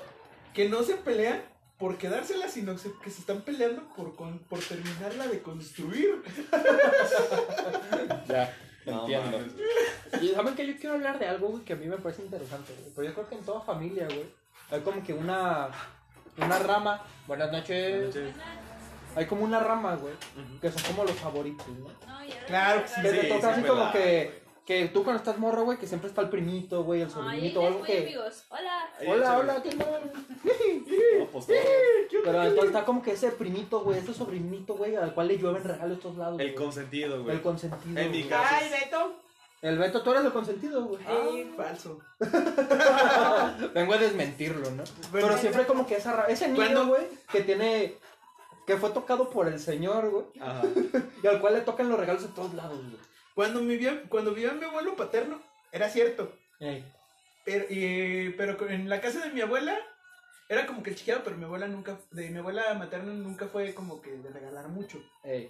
[SPEAKER 2] Que no se pelean por quedársela, sino que se- que se están peleando por, con- por terminarla de construir. *laughs*
[SPEAKER 4] Ya,
[SPEAKER 5] No
[SPEAKER 4] entiendo.
[SPEAKER 5] mames.
[SPEAKER 4] Y saben que yo quiero hablar de algo, güey, que a mí me parece interesante, güey. Pero yo creo que en toda familia, güey, hay como que una, una rama. Buenas noches. Hay como una rama, güey, que son como los favoritos, ¿no?
[SPEAKER 2] Claro que sí.
[SPEAKER 4] Que te
[SPEAKER 5] Sí,
[SPEAKER 4] toca
[SPEAKER 5] sí,
[SPEAKER 4] así
[SPEAKER 5] es
[SPEAKER 4] como
[SPEAKER 5] verdad,
[SPEAKER 4] que
[SPEAKER 5] güey.
[SPEAKER 4] Que tú cuando estás morro, güey, que siempre está el primito, güey, el
[SPEAKER 9] Ay,
[SPEAKER 4] sobrinito, o algo
[SPEAKER 9] muy
[SPEAKER 4] que.
[SPEAKER 9] amigos. Hola.
[SPEAKER 5] Ahí,
[SPEAKER 4] Hola,
[SPEAKER 5] échale.
[SPEAKER 4] hola, ¿qué tal?
[SPEAKER 5] No, pues, todo.
[SPEAKER 4] Pero entonces está como que ese primito, güey, ese sobrinito, güey, al cual le llueven regalos a todos lados.
[SPEAKER 5] El
[SPEAKER 4] güey.
[SPEAKER 5] consentido, güey.
[SPEAKER 4] El consentido.
[SPEAKER 5] En mi
[SPEAKER 4] güey.
[SPEAKER 5] casa.
[SPEAKER 10] Ay, Beto.
[SPEAKER 4] El Beto, tú eres el consentido, güey.
[SPEAKER 2] Ah, Falso.
[SPEAKER 4] Vengo a desmentirlo, ¿no? Pero siempre como que esa ra- ese niño,
[SPEAKER 2] ¿Cuándo?
[SPEAKER 4] güey, que tiene. que fue tocado por el Señor, güey,
[SPEAKER 5] Ajá.
[SPEAKER 4] y al cual le tocan los regalos a todos lados, güey.
[SPEAKER 2] Cuando, mi vie- cuando vivía mi abuelo paterno, era cierto.
[SPEAKER 4] Ey.
[SPEAKER 2] Pero, eh, pero co- en la casa de mi abuela, era como que el chiqueado, pero mi abuela nunca, de mi abuela materna nunca fue como que de regalar mucho.
[SPEAKER 4] Ey.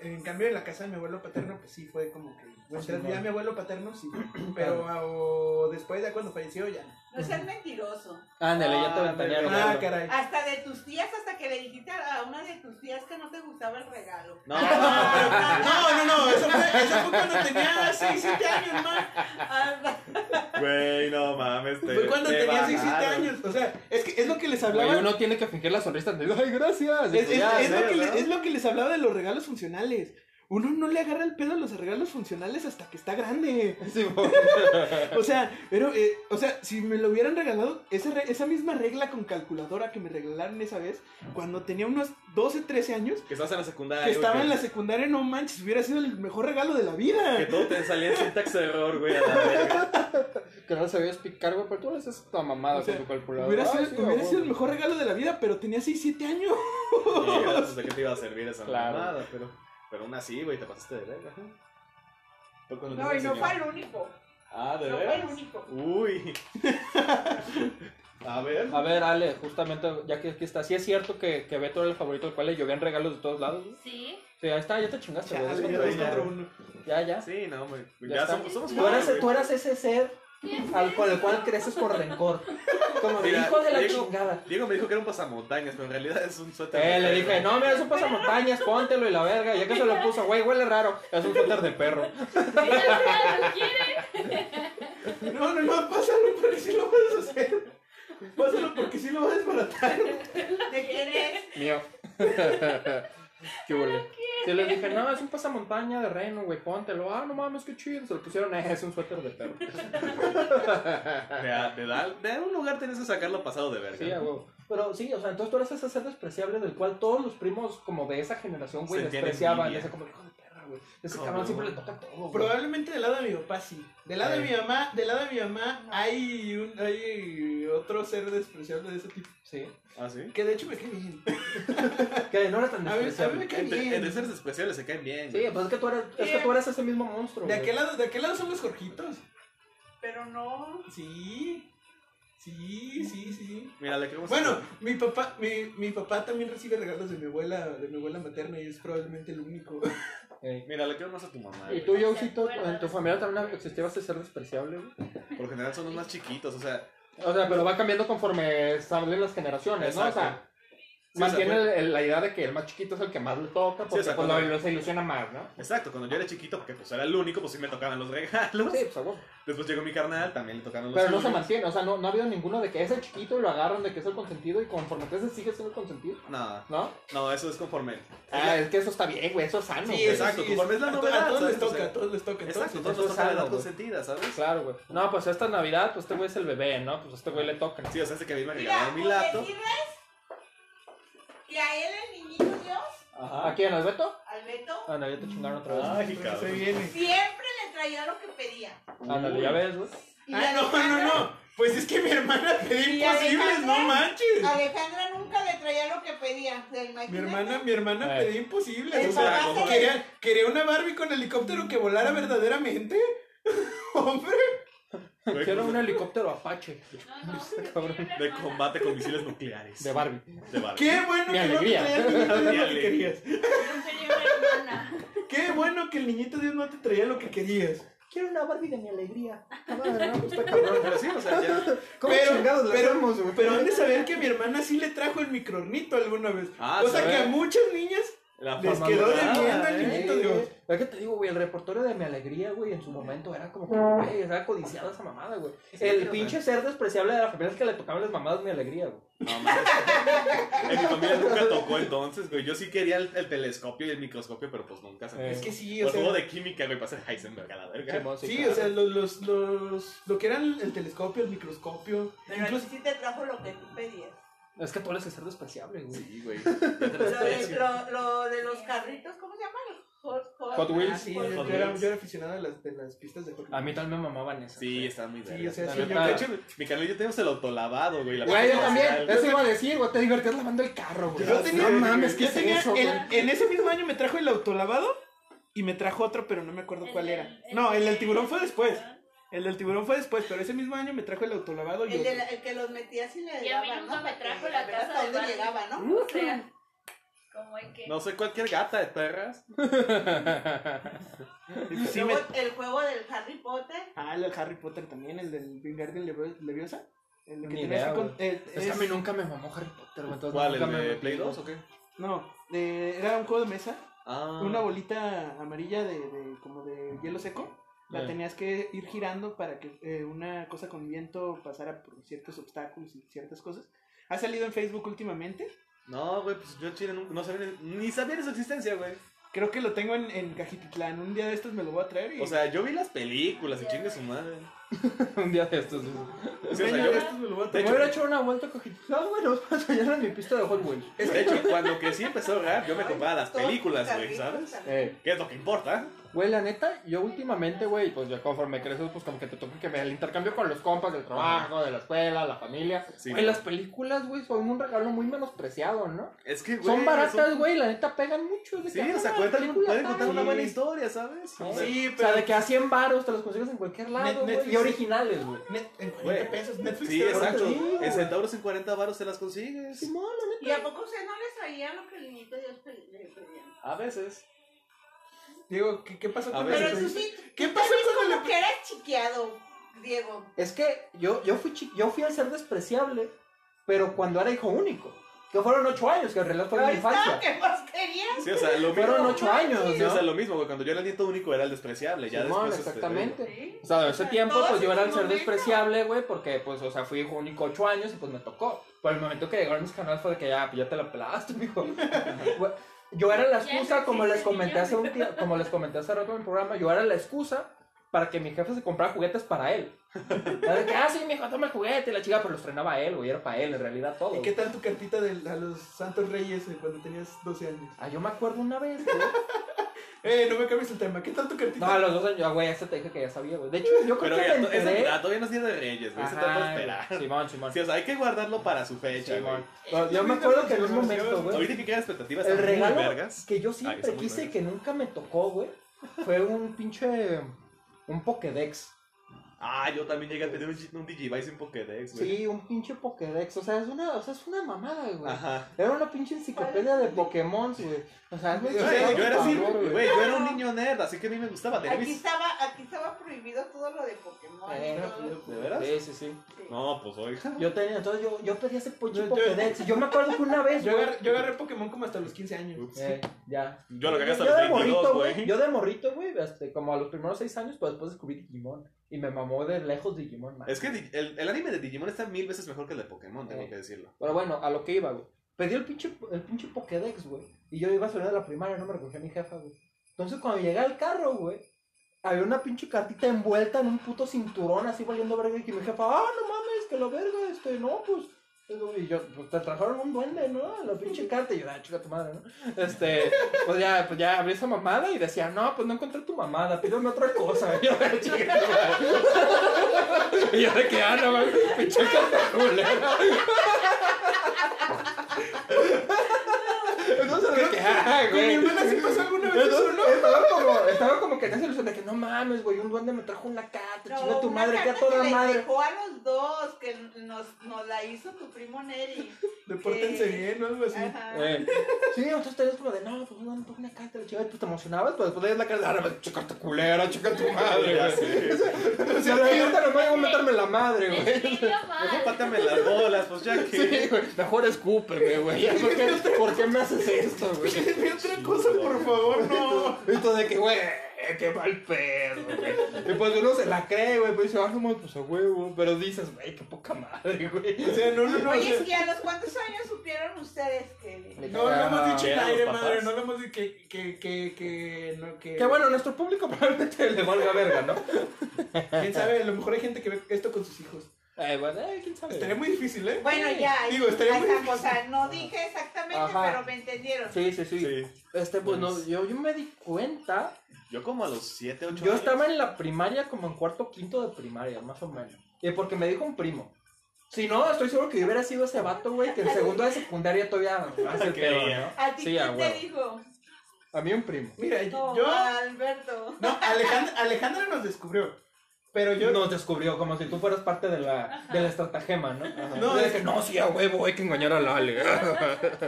[SPEAKER 2] En cambio, en la casa de mi abuelo paterno, pues sí fue como que. Pues,
[SPEAKER 4] Sí,
[SPEAKER 2] ya
[SPEAKER 4] claro.
[SPEAKER 2] mi abuelo paterno sí. Pero ah, o después, ya cuando falleció, ya. no.
[SPEAKER 10] No seas mentiroso.
[SPEAKER 4] Ándale, ya te
[SPEAKER 5] Ah,
[SPEAKER 4] ventanearon.
[SPEAKER 5] pero-
[SPEAKER 2] Ah,
[SPEAKER 4] güey.
[SPEAKER 2] caray.
[SPEAKER 10] Hasta de tus tías, hasta que le dijiste a una de tus tías que no te gustaba el regalo.
[SPEAKER 5] No, no, no.
[SPEAKER 2] Ah, No, no, no, eso fue, eso fue cuando tenía 6, 7 años más. *laughs*
[SPEAKER 10] Hasta-
[SPEAKER 5] Güey, no mames. Te,
[SPEAKER 2] Fue cuando
[SPEAKER 5] te
[SPEAKER 2] tenía 6, 7
[SPEAKER 5] bajaron.
[SPEAKER 2] años. O sea, es, que, es lo que les hablaba.
[SPEAKER 4] Güey, uno tiene que fingir la sonrisa de ay, gracias. y
[SPEAKER 2] Es,
[SPEAKER 4] pues
[SPEAKER 2] es-
[SPEAKER 4] ya,
[SPEAKER 2] es
[SPEAKER 4] ¿no?
[SPEAKER 2] lo que
[SPEAKER 5] ¿no?
[SPEAKER 2] les, es lo que les hablaba de los regalos funcionales. Uno no le agarra el pedo a los regalos funcionales hasta que está grande.
[SPEAKER 4] Sí, güey.
[SPEAKER 2] O sea, pero, eh, o sea, si me lo hubieran regalado, esa, re- esa misma regla con calculadora que me regalaron esa vez, cuando tenía unos 12, 13 años,
[SPEAKER 5] Que estabas en la secundaria.
[SPEAKER 2] que
[SPEAKER 5] güey,
[SPEAKER 2] estaba
[SPEAKER 5] que-
[SPEAKER 2] en la secundaria, no manches, hubiera sido el mejor regalo de la vida.
[SPEAKER 5] Que todo te salía en syntax error, güey. a la verga.
[SPEAKER 4] que no lo sabías picar, güey, pero tú le haces tu mamada
[SPEAKER 2] O sea,
[SPEAKER 4] con tu calculadora.
[SPEAKER 2] Hubiera
[SPEAKER 4] Ay,
[SPEAKER 2] sido,
[SPEAKER 4] Ah, sí,
[SPEAKER 2] hubiera
[SPEAKER 4] güey.
[SPEAKER 2] sido el mejor regalo de la vida, pero tenía 6, 7 años.
[SPEAKER 5] Y,
[SPEAKER 4] *laughs*
[SPEAKER 5] pues, ¿De qué te iba a servir esa
[SPEAKER 4] Claro.
[SPEAKER 5] mamada? Pero, pero aún así, güey, te pasaste de verga. Fue con el
[SPEAKER 10] No, y
[SPEAKER 5] mismo
[SPEAKER 10] no fue
[SPEAKER 5] señor.
[SPEAKER 10] el único.
[SPEAKER 5] Ah, de
[SPEAKER 10] No fue el
[SPEAKER 5] veras.
[SPEAKER 10] único.
[SPEAKER 4] *laughs*
[SPEAKER 5] Uy. A ver.
[SPEAKER 4] A ver, Ale, justamente, ya que aquí está, sí es cierto que, que Beto era el favorito al cual le llovían regalos de todos lados. güey?
[SPEAKER 3] Sí.
[SPEAKER 4] Sí, ahí está, ya te chingaste, güey.
[SPEAKER 2] Chale,
[SPEAKER 4] Descontra-
[SPEAKER 2] ya
[SPEAKER 5] dos
[SPEAKER 4] ya,
[SPEAKER 5] contra
[SPEAKER 4] güey. ya, ya.
[SPEAKER 5] Sí, no, güey.
[SPEAKER 4] Ya
[SPEAKER 5] Ya
[SPEAKER 4] está.
[SPEAKER 5] somos, somos
[SPEAKER 4] Tú, eras,
[SPEAKER 5] cuatro,
[SPEAKER 4] tú
[SPEAKER 5] güey.
[SPEAKER 4] eras ese ser al cual, el cual creces con rencor. Como de,
[SPEAKER 5] Mira,
[SPEAKER 4] hijo de la
[SPEAKER 5] Diego-
[SPEAKER 4] chingada.
[SPEAKER 5] Diego me dijo que era un pasamontañas, pero en realidad es un suéter.
[SPEAKER 4] Eh,
[SPEAKER 5] de
[SPEAKER 4] le
[SPEAKER 5] perro.
[SPEAKER 4] dije, no, mira, es un pasamontañas, póntelo y la verga. Ya que se lo puso, güey, huele raro. Es un suéter de perro.
[SPEAKER 9] ¿Lo quiere?
[SPEAKER 2] *laughs* No, no, no, pásalo porque sí lo vas a hacer. Pásalo porque sí lo vas a desbaratar.
[SPEAKER 10] ¿De quién es?
[SPEAKER 4] Mío. *laughs* ¿Qué huele? Yo les dije, no, es un pasamontaña de reno, güey, póntelo. Ah, no mames, qué chido. Se lo pusieron, eh, es un suéter de perro.
[SPEAKER 5] De, de, da- de un lugar tenés que sacarlo pasado de verga.
[SPEAKER 4] Sí, a huevo. Pero sí, o sea, entonces tú eres ese ser despreciable del cual todos los primos como de esa generación, güey,
[SPEAKER 5] Se tienen
[SPEAKER 4] despreciaban.
[SPEAKER 5] envidia.
[SPEAKER 4] Ese como, hijo de perra, güey. Ese
[SPEAKER 5] No,
[SPEAKER 4] cabrón
[SPEAKER 5] no,
[SPEAKER 4] siempre
[SPEAKER 5] no.
[SPEAKER 4] le toca todo, güey.
[SPEAKER 2] Probablemente del lado de mi papá sí. Del lado de mi mamá, del lado de mi mamá hay un hay otro ser despreciable de ese tipo.
[SPEAKER 4] Sí.
[SPEAKER 5] ¿Ah, sí?
[SPEAKER 2] Que de hecho me cae bien.
[SPEAKER 4] Que no era tan
[SPEAKER 2] A ver,
[SPEAKER 4] despreciable.
[SPEAKER 2] a ver, Cae bien.
[SPEAKER 5] Entre, entre seres especiales se caen bien.
[SPEAKER 4] Sí,
[SPEAKER 5] güey.
[SPEAKER 4] pues es que tú eres, es que tú eres ese mismo monstruo.
[SPEAKER 2] ¿De
[SPEAKER 4] güey.
[SPEAKER 2] aquel lado, de aquel lado son los Jorgitos?
[SPEAKER 10] Pero no.
[SPEAKER 2] Sí. Sí, sí, sí.
[SPEAKER 5] Mira, le queremos.
[SPEAKER 2] Bueno, mi papá, mi, mi papá también recibe regalos de mi abuela, de mi abuela materna y es probablemente el único.
[SPEAKER 4] Ey.
[SPEAKER 5] Mira, le quiero más a tu mamá.
[SPEAKER 4] Y
[SPEAKER 5] güey.
[SPEAKER 4] tú, Yosito, en tu familia también existía ese ser despreciable, güey.
[SPEAKER 5] Por lo general son los más chiquitos, o sea.
[SPEAKER 4] O sea, pero va cambiando conforme salen las generaciones, ¿no? O sea,
[SPEAKER 5] Exacto. Sí,
[SPEAKER 4] mantiene
[SPEAKER 5] o sea,
[SPEAKER 4] el- el- la idea de que el más chiquito es el que más le toca, porque
[SPEAKER 5] o sea,
[SPEAKER 4] pues,
[SPEAKER 5] cuando-
[SPEAKER 4] lo- se ilusiona más, ¿no?
[SPEAKER 5] Exacto, cuando yo era chiquito, porque pues era el único, pues sí me tocaban los regalos.
[SPEAKER 4] Sí, pues a huevo.
[SPEAKER 5] Después llegó mi carnal, también le tocaban los
[SPEAKER 4] Pero no se
[SPEAKER 5] suyos.
[SPEAKER 4] mantiene, o sea, no, no ha habido ninguno de que es el chiquito y lo agarran de que es el consentido y conforme creces sigue siendo el consentido,
[SPEAKER 5] No,
[SPEAKER 4] ¿no?
[SPEAKER 5] no, eso es conforme.
[SPEAKER 4] Ah, es que eso está bien, güey, eso es sano. güey.
[SPEAKER 5] es- exacto, conforme es la
[SPEAKER 2] a to-
[SPEAKER 5] novedad,
[SPEAKER 2] A todos
[SPEAKER 5] ¿sabes?
[SPEAKER 2] les
[SPEAKER 5] O
[SPEAKER 2] toca,
[SPEAKER 5] sea,
[SPEAKER 2] a todos les toca.
[SPEAKER 5] Exacto,
[SPEAKER 2] entonces.
[SPEAKER 5] todos nos toca la edad
[SPEAKER 4] algo, güey.
[SPEAKER 5] consentida, ¿sabes?
[SPEAKER 4] Claro, güey. No, pues esta Navidad, pues este güey es el bebé, ¿no? Pues a este güey le toca.
[SPEAKER 5] Sí, o sea, ese que a mí me
[SPEAKER 10] Mira,
[SPEAKER 5] regaló mi
[SPEAKER 10] mi
[SPEAKER 5] laptop.
[SPEAKER 10] decirles que a él el niñito Dios,
[SPEAKER 5] Ajá.
[SPEAKER 4] ¿A quién? ¿Al Beto?
[SPEAKER 10] Alberto,
[SPEAKER 4] Ah, no, ya te chingaron otra vez.
[SPEAKER 5] Ay,
[SPEAKER 2] Porque se
[SPEAKER 5] cabrón.
[SPEAKER 2] viene.
[SPEAKER 10] siempre le traía lo que pedía.
[SPEAKER 4] Ándale, ya ves, güey.
[SPEAKER 10] Y
[SPEAKER 2] Ah, no, no,
[SPEAKER 10] Alejandra-
[SPEAKER 2] no. Pues es que mi hermana pedía
[SPEAKER 10] Y
[SPEAKER 2] imposibles,
[SPEAKER 10] Alejandra-
[SPEAKER 2] no manches.
[SPEAKER 10] Alejandra nunca le traía lo que pedía. ¿se imaginan?
[SPEAKER 2] Mi hermana, mi hermana
[SPEAKER 4] Eh.
[SPEAKER 2] pedía imposibles.
[SPEAKER 10] El
[SPEAKER 2] O sea,
[SPEAKER 10] papá se-
[SPEAKER 2] quería, quería una Barbie con helicóptero que volara verdaderamente. *laughs* Hombre.
[SPEAKER 5] Güey,
[SPEAKER 4] Quiero
[SPEAKER 5] pues,
[SPEAKER 4] un helicóptero Apache
[SPEAKER 9] No, no.
[SPEAKER 4] Este cabrón
[SPEAKER 9] quiere una
[SPEAKER 5] De
[SPEAKER 9] hermana.
[SPEAKER 5] combate con misiles nucleares.
[SPEAKER 4] de Barbie.
[SPEAKER 5] De Barbie.
[SPEAKER 2] Qué bueno
[SPEAKER 4] Mi
[SPEAKER 2] que no te
[SPEAKER 4] alegría.
[SPEAKER 2] traía el niñito Dios
[SPEAKER 5] Mi
[SPEAKER 2] lo que
[SPEAKER 5] alegría.
[SPEAKER 2] querías.
[SPEAKER 9] No quería una hermana.
[SPEAKER 2] Qué bueno que el niñito Dios no te traía lo que querías.
[SPEAKER 4] Quiero una Barbie de mi alegría.
[SPEAKER 5] Pero sí, o sea, ya.
[SPEAKER 2] Pero-
[SPEAKER 4] chingados
[SPEAKER 2] pero-
[SPEAKER 4] hacemos, güey?
[SPEAKER 2] Pero han de saber que mi hermana sí le trajo el micronito alguna vez.
[SPEAKER 5] Ah,
[SPEAKER 2] o sea
[SPEAKER 5] se
[SPEAKER 2] que
[SPEAKER 5] ve.
[SPEAKER 2] a muchas niñas
[SPEAKER 5] La
[SPEAKER 2] Les
[SPEAKER 5] fama
[SPEAKER 2] quedó
[SPEAKER 5] dorada,
[SPEAKER 2] debiendo el
[SPEAKER 5] ¿eh?
[SPEAKER 2] niñito, Dios.
[SPEAKER 4] Ah, Es que te digo, güey, el reportero de Mi Alegría, güey, en su momento era como que, güey, era codiciada esa mamada, güey. El pinche ser despreciable de la familia es que le tocaban las mamadas Mi Alegría, güey.
[SPEAKER 5] No, mames. En mi familia nunca tocó entonces, güey. Yo sí quería el, el telescopio y el microscopio, pero pues nunca se me
[SPEAKER 4] Eh.
[SPEAKER 2] Es que sí,
[SPEAKER 5] Por
[SPEAKER 2] o sea.
[SPEAKER 5] juego de química, güey, para hacer Heisenberg a la verga.
[SPEAKER 4] Simón,
[SPEAKER 2] Sí,
[SPEAKER 4] claro.
[SPEAKER 2] o sea, los, los, los, lo que era el, el telescopio, el microscopio.
[SPEAKER 10] Pero aquí
[SPEAKER 2] incluso-
[SPEAKER 10] sí te trajo lo que tú pedías.
[SPEAKER 4] Es que tú eres el ser despreciable, güey.
[SPEAKER 5] Sí, güey. Ya te
[SPEAKER 10] Lo de,
[SPEAKER 5] desprecio.
[SPEAKER 10] lo, lo de los carritos, ¿cómo se llaman? Los Hot, hot,
[SPEAKER 4] Hot Wheels.
[SPEAKER 2] Ah, sí, yo,
[SPEAKER 10] Hot
[SPEAKER 2] yo
[SPEAKER 5] Hot
[SPEAKER 2] era,
[SPEAKER 5] Wheels.
[SPEAKER 2] yo era aficionado a las, de las pistas de Hot
[SPEAKER 4] A
[SPEAKER 2] Wheels.
[SPEAKER 4] mí también me mamaban esas.
[SPEAKER 5] Sí, están muy
[SPEAKER 2] Sí,
[SPEAKER 5] vergas.
[SPEAKER 2] o sea,
[SPEAKER 5] La
[SPEAKER 2] sí,
[SPEAKER 5] neta,
[SPEAKER 4] yo-
[SPEAKER 5] de hecho, mi canal yo tenemos el autolavado, güey. la
[SPEAKER 4] Güey, yo
[SPEAKER 5] parte
[SPEAKER 4] también,
[SPEAKER 5] nacional.
[SPEAKER 4] eso iba a decir, güey, te divertías lavando el carro, güey.
[SPEAKER 2] Yo tenía-
[SPEAKER 4] no mames, ¿qué
[SPEAKER 2] yo
[SPEAKER 4] es
[SPEAKER 2] tenía
[SPEAKER 4] eso, güey?
[SPEAKER 2] el- en ese mismo año me trajo el autolavado y me trajo otro, pero no me acuerdo cuál era. No, el del tiburón fue después. El del tiburón fue después, pero ese mismo año me trajo el autolavado y
[SPEAKER 10] El, de
[SPEAKER 2] otro.
[SPEAKER 10] la- el que los metías y le
[SPEAKER 9] Y a mí
[SPEAKER 10] daban,
[SPEAKER 9] nunca
[SPEAKER 10] ¿no?
[SPEAKER 9] me
[SPEAKER 10] Para
[SPEAKER 9] trajo
[SPEAKER 10] que
[SPEAKER 9] la
[SPEAKER 10] vieras
[SPEAKER 9] casa
[SPEAKER 10] a
[SPEAKER 9] de
[SPEAKER 10] dónde
[SPEAKER 9] Barbie.
[SPEAKER 10] llegaba, ¿no?
[SPEAKER 9] O sea, como en que.
[SPEAKER 5] No soy cualquier gata de perras.
[SPEAKER 2] Y pues sí me-
[SPEAKER 10] Luego el juego del Harry Potter.
[SPEAKER 2] Ah, el del Harry Potter también, el del Wingardium Levio- Leviosa. El que
[SPEAKER 4] Ni
[SPEAKER 2] tenías
[SPEAKER 4] idea,
[SPEAKER 2] que con- eh,
[SPEAKER 4] *laughs*
[SPEAKER 5] Pues
[SPEAKER 4] Es que a
[SPEAKER 2] es-
[SPEAKER 4] mí nunca me mamó Harry Potter, güey. entonces
[SPEAKER 5] ¿Cuál?
[SPEAKER 4] nunca
[SPEAKER 5] ¿El
[SPEAKER 4] me
[SPEAKER 5] de
[SPEAKER 4] metí,
[SPEAKER 5] Play
[SPEAKER 4] güey.
[SPEAKER 5] 2 o qué?
[SPEAKER 2] No, de- era un juego de mesa.
[SPEAKER 5] Ah.
[SPEAKER 2] Una bolita amarilla de, de- como de hielo seco. La
[SPEAKER 4] Eh.
[SPEAKER 2] tenías que ir girando para que eh, una cosa con viento pasara por ciertos obstáculos y ciertas cosas. Ha salido en Facebook últimamente.
[SPEAKER 5] No, güey, pues yo en Chile nunca- no sabía ni, ni sabía de su existencia, güey.
[SPEAKER 2] Creo que lo tengo en, en Cajititlán. Un día de estos me lo voy a traer. Y...
[SPEAKER 5] O sea, yo vi las películas y chingue su madre.
[SPEAKER 4] *laughs* Un día de estos, güey.
[SPEAKER 5] Sí, o
[SPEAKER 2] un
[SPEAKER 5] sea,
[SPEAKER 2] día
[SPEAKER 5] yo-
[SPEAKER 2] de estos me lo voy a
[SPEAKER 4] Te
[SPEAKER 2] traer.
[SPEAKER 4] hubiera hecho una vuelta con No, güey, no, para allá era mi pista de Hot Wheels.
[SPEAKER 5] de hecho, cuando que sí empezó a rap, yo me compraba las
[SPEAKER 10] Todos
[SPEAKER 5] películas,
[SPEAKER 10] los
[SPEAKER 5] güey, ¿sabes?
[SPEAKER 10] carritos también.
[SPEAKER 4] Eh,
[SPEAKER 5] ¿Qué es lo que importa?
[SPEAKER 4] güey, la neta, yo últimamente, güey, pues ya conforme creces, pues como que te toca que me el intercambio con los compas del trabajo, de la escuela, la familia.
[SPEAKER 5] Sí,
[SPEAKER 4] güey, las películas, güey, son un regalo muy menospreciado, ¿no?
[SPEAKER 5] Es que, güey.
[SPEAKER 4] son baratas,
[SPEAKER 5] son-
[SPEAKER 4] güey, la neta pegan mucho. de que,
[SPEAKER 5] Sí,
[SPEAKER 4] ah,
[SPEAKER 5] o sea,
[SPEAKER 4] la
[SPEAKER 5] cuentan,
[SPEAKER 4] película
[SPEAKER 5] pueden
[SPEAKER 4] tal,
[SPEAKER 5] contar una buena
[SPEAKER 4] sí.
[SPEAKER 5] historia, ¿sabes? O sea,
[SPEAKER 2] Sí,
[SPEAKER 4] O sea,
[SPEAKER 2] pero.
[SPEAKER 4] de que a 100 baros te los consigues en cualquier
[SPEAKER 2] Net-
[SPEAKER 4] lado, güey.
[SPEAKER 2] Netflix.
[SPEAKER 4] Y originales, güey.
[SPEAKER 2] Net- en 40
[SPEAKER 5] Güey.
[SPEAKER 2] pesos Netflix.
[SPEAKER 5] Sí,
[SPEAKER 2] te lo
[SPEAKER 5] exacto.
[SPEAKER 2] regaló.
[SPEAKER 5] En centauros en 40 baros se las consigues.
[SPEAKER 4] Simón, la neta.
[SPEAKER 10] ¿Y a poco usted no les traía lo que el niñito Dios pe- le pedía?
[SPEAKER 5] A veces.
[SPEAKER 2] Diego, ¿qué, qué pasó
[SPEAKER 5] A
[SPEAKER 2] con
[SPEAKER 5] ver,
[SPEAKER 10] Pero
[SPEAKER 5] sí.
[SPEAKER 10] tú
[SPEAKER 2] eso?
[SPEAKER 10] sí,
[SPEAKER 2] Pues, ¿Qué
[SPEAKER 10] tú
[SPEAKER 2] pasó
[SPEAKER 10] también
[SPEAKER 2] con
[SPEAKER 10] como
[SPEAKER 2] el-
[SPEAKER 10] que eras chiqueado, Diego.
[SPEAKER 4] Es que yo, yo, fui chi- yo fui al ser despreciable, pero cuando era hijo único. Que fueron 8 años, que en realidad fue mi
[SPEAKER 10] Ahorita
[SPEAKER 4] infancia.
[SPEAKER 10] que más querías.
[SPEAKER 5] Sí, o sea, lo mismo.
[SPEAKER 4] Fueron 8 años,
[SPEAKER 5] Sí, o sea,
[SPEAKER 4] ¿no?
[SPEAKER 5] lo mismo, güey. Cuando yo era el nieto único era el despreciable. Ya
[SPEAKER 4] Simón,
[SPEAKER 5] después. este,
[SPEAKER 4] exactamente.
[SPEAKER 10] Sí.
[SPEAKER 4] O sea, de ese tiempo,
[SPEAKER 10] Todos
[SPEAKER 4] pues yo
[SPEAKER 10] en
[SPEAKER 4] era
[SPEAKER 10] su
[SPEAKER 4] el ser
[SPEAKER 10] momento.
[SPEAKER 4] despreciable, güey, porque, pues, o sea, fui hijo único 8 años y pues me tocó. Pero el momento que llegaron mis canales fue de que ya, pues ya te la pelaste, *laughs* mijo. Güey, yo era la
[SPEAKER 9] Ya
[SPEAKER 4] excusa,
[SPEAKER 9] no
[SPEAKER 4] como les
[SPEAKER 9] existe,
[SPEAKER 4] comenté
[SPEAKER 9] niño.
[SPEAKER 4] hace un tie- como les comenté hace rato en el programa, yo era la excusa para que mi jefe se comprara juguetes para él. Era de que, ah, sí, mijo, toma el juguete, y la chica, pero los frenaba él, güey, era para él, en realidad todo.
[SPEAKER 2] ¿Y qué tal tu cartita de, a los Santos Reyes eh, cuando tenías 12 años?
[SPEAKER 4] Ah, yo me acuerdo una vez, güey.
[SPEAKER 2] Eh, no me cambies el tema. ¿Qué tal tu cartita?
[SPEAKER 4] No, a los dos años, ah, güey, ese te dije que ya sabía, güey. De hecho, yo creo
[SPEAKER 5] Pero
[SPEAKER 4] que
[SPEAKER 5] mira,
[SPEAKER 4] me
[SPEAKER 5] to- esa
[SPEAKER 4] enteré.
[SPEAKER 5] edad todavía no es día de Reyes, güey. Se trata de
[SPEAKER 4] Ajá,
[SPEAKER 5] esperar.
[SPEAKER 4] Simón, Simón.
[SPEAKER 5] Sí, o sea, hay que guardarlo para su fecha, güey.
[SPEAKER 4] Simón. No, Yo me acuerdo que en un momento, güey,
[SPEAKER 5] Ahorita que quedan expectativas
[SPEAKER 4] el
[SPEAKER 5] están muy
[SPEAKER 4] regalo
[SPEAKER 5] vergas.
[SPEAKER 4] que yo
[SPEAKER 5] Ah, está
[SPEAKER 4] siempre
[SPEAKER 5] muy
[SPEAKER 4] quise y
[SPEAKER 5] vergas.
[SPEAKER 4] que nunca me tocó, güey, fue un pinche. un Pokédex.
[SPEAKER 5] Ah, yo también llegué a tener un, un Digivice en Pokédex, güey.
[SPEAKER 4] Sí, un pinche Pokédex. O sea, es una, o sea, es una mamada, güey.
[SPEAKER 2] Ah.
[SPEAKER 5] Ajá.
[SPEAKER 4] Era una pinche enciclopedia de Pokémon, güey. O sea, hazme
[SPEAKER 2] Güey,
[SPEAKER 5] Güey,
[SPEAKER 4] chingado,
[SPEAKER 5] yo, era así,
[SPEAKER 4] favor,
[SPEAKER 5] güey, yo era un niño nerd, así que a mí me gustaba tener
[SPEAKER 10] Aquí
[SPEAKER 5] mis...
[SPEAKER 10] estaba, aquí estaba prohibido todo lo de Pokémon. y
[SPEAKER 4] Eh,
[SPEAKER 10] todo.
[SPEAKER 5] ¿De veras?
[SPEAKER 4] Sí, sí, sí.
[SPEAKER 5] No, pues oiga.
[SPEAKER 4] Yo tenía, entonces yo, yo pedí ese pinche
[SPEAKER 2] Yo- yo-
[SPEAKER 4] Pokédex. y Yo me acuerdo que una
[SPEAKER 2] *laughs*
[SPEAKER 4] vez,
[SPEAKER 2] Yo
[SPEAKER 4] güey,
[SPEAKER 2] agarré, yo agarré Pokémon como hasta los 15 años.
[SPEAKER 5] Ups.
[SPEAKER 4] Eh, ya,
[SPEAKER 5] Yo lo cagué hasta
[SPEAKER 4] Yo
[SPEAKER 5] los
[SPEAKER 4] de morrito,
[SPEAKER 5] 22,
[SPEAKER 4] güey.
[SPEAKER 5] güey.
[SPEAKER 4] Yo de morrito, güey, este, como a los primeros seis años, pues después descubrí Digimon. Y me mamó de lejos Digimon, man.
[SPEAKER 5] Es que di- el, el anime de Digimon está mil veces mejor que el de Pokémon, tengo
[SPEAKER 4] Eh.
[SPEAKER 5] que decirlo.
[SPEAKER 4] Pero bueno, a lo que iba, güey. Pedí el pinche, el pinche Pokédex, güey. Y yo iba a salir de la primaria, no me recogió mi jefa, güey. Entonces cuando llegué al carro, güey, había una pinche cartita envuelta en un puto cinturón así valiendo verga. Y mi jefa, ah, no mames, que la verga, este, no, pues. Y yo, pues te trajeron un duende, ¿no? La pinche carta. Y yo, ah, chica tu madre, ¿no? Este, pues ya, pues ya abrí esa mamada y decía, no, pues no encontré tu mamada, pídeme otra cosa. *laughs* Y yo, chica tu madre. *laughs* Y yo de que, ah, no mames, pinche carta
[SPEAKER 2] *laughs*
[SPEAKER 4] culera. Entonces, de que, ah,
[SPEAKER 2] Con mi
[SPEAKER 4] güey.
[SPEAKER 2] hermana sí pasó alguna vez.
[SPEAKER 4] "Ah, Entonces,
[SPEAKER 2] eso, ¿no?
[SPEAKER 4] estaba como, estaba como que te hace ilusión de que no mames, güey, un duende me trajo una carta,
[SPEAKER 10] No,
[SPEAKER 4] chinga tu
[SPEAKER 10] una
[SPEAKER 4] madre, que a
[SPEAKER 10] carta
[SPEAKER 4] toda
[SPEAKER 10] que les
[SPEAKER 4] madre.
[SPEAKER 10] dejó a los dos, que nos, nos la hizo tu primo Neri.
[SPEAKER 4] *laughs*
[SPEAKER 2] Depórtense
[SPEAKER 10] Eh,
[SPEAKER 2] bien o algo así.
[SPEAKER 10] Ajá.
[SPEAKER 4] Eh, Sí, entonces te ves como de, no, pues no, me trajo una carta, la chingada, y pues te emocionabas, pero después le das la carta, ah, chica *laughs* tu culera, chica tu madre,
[SPEAKER 5] Ya
[SPEAKER 4] güey.
[SPEAKER 5] sé.
[SPEAKER 4] O sea, la neta, no me voy a meterme la madre,
[SPEAKER 2] *laughs*
[SPEAKER 4] güey. *laughs*
[SPEAKER 9] Escribió
[SPEAKER 5] Mejor
[SPEAKER 9] mal.
[SPEAKER 5] pátame las bolas, pues ya que.
[SPEAKER 4] Sí, güey, mejor escúpeme, *laughs* güey. ¿Por qué, por qué me haces esto, güey?
[SPEAKER 2] Dime otra cosa, por favor, no.
[SPEAKER 4] Esto de que, güey, qué mal pedo, güey. Y pues uno se la cree, güey, pues dice, ah, no mames, pues a huevo. Pero dices, güey, qué poca madre, güey.
[SPEAKER 2] O sea, no, no, no. o
[SPEAKER 10] Oye,
[SPEAKER 2] sea,
[SPEAKER 10] es que a los cuantos años supieron ustedes que.
[SPEAKER 2] No, no hemos dicho
[SPEAKER 5] Ah,
[SPEAKER 2] el aire,
[SPEAKER 5] los papás.
[SPEAKER 2] madre. No le hemos dicho que, que, que, que, no, que.
[SPEAKER 4] Que bueno, nuestro público *laughs* probablemente le valga verga, ¿no?
[SPEAKER 2] Quién sabe, a lo mejor hay gente que ve esto con sus hijos.
[SPEAKER 4] Eh, bueno, eh, quién sabe.
[SPEAKER 2] Estaría muy difícil, ¿eh?
[SPEAKER 10] Bueno, ya.
[SPEAKER 2] Digo, estaría
[SPEAKER 10] ahí
[SPEAKER 2] muy
[SPEAKER 10] estamos, o sea, no dije exactamente,
[SPEAKER 4] Ajá.
[SPEAKER 10] pero me entendieron.
[SPEAKER 4] Sí, sí, sí,
[SPEAKER 5] Sí.
[SPEAKER 4] Este, pues no, yo, yo me di cuenta.
[SPEAKER 5] Yo como a los 7, 8
[SPEAKER 4] Yo estaba en la primaria, como en cuarto, quinto de primaria, más o menos. Eh, porque me dijo un primo. Si no, estoy seguro que yo hubiera sido ese vato, güey, que en segundo de secundaria todavía hace el pedo, ¿no?
[SPEAKER 10] A ti
[SPEAKER 4] Sí, a
[SPEAKER 10] quién te
[SPEAKER 4] huevo.
[SPEAKER 10] dijo.
[SPEAKER 4] A mí un primo.
[SPEAKER 2] Mira,
[SPEAKER 10] No,
[SPEAKER 2] yo.
[SPEAKER 10] Alberto.
[SPEAKER 2] No, Alejandra, Alejandra nos descubrió. Pero yo.
[SPEAKER 4] nos descubrió, como si tú fueras parte de la, de la estratagema, ¿no?
[SPEAKER 2] No,
[SPEAKER 4] No,
[SPEAKER 2] es-
[SPEAKER 4] es que no, sí, a huevo, hay que engañar a Lale.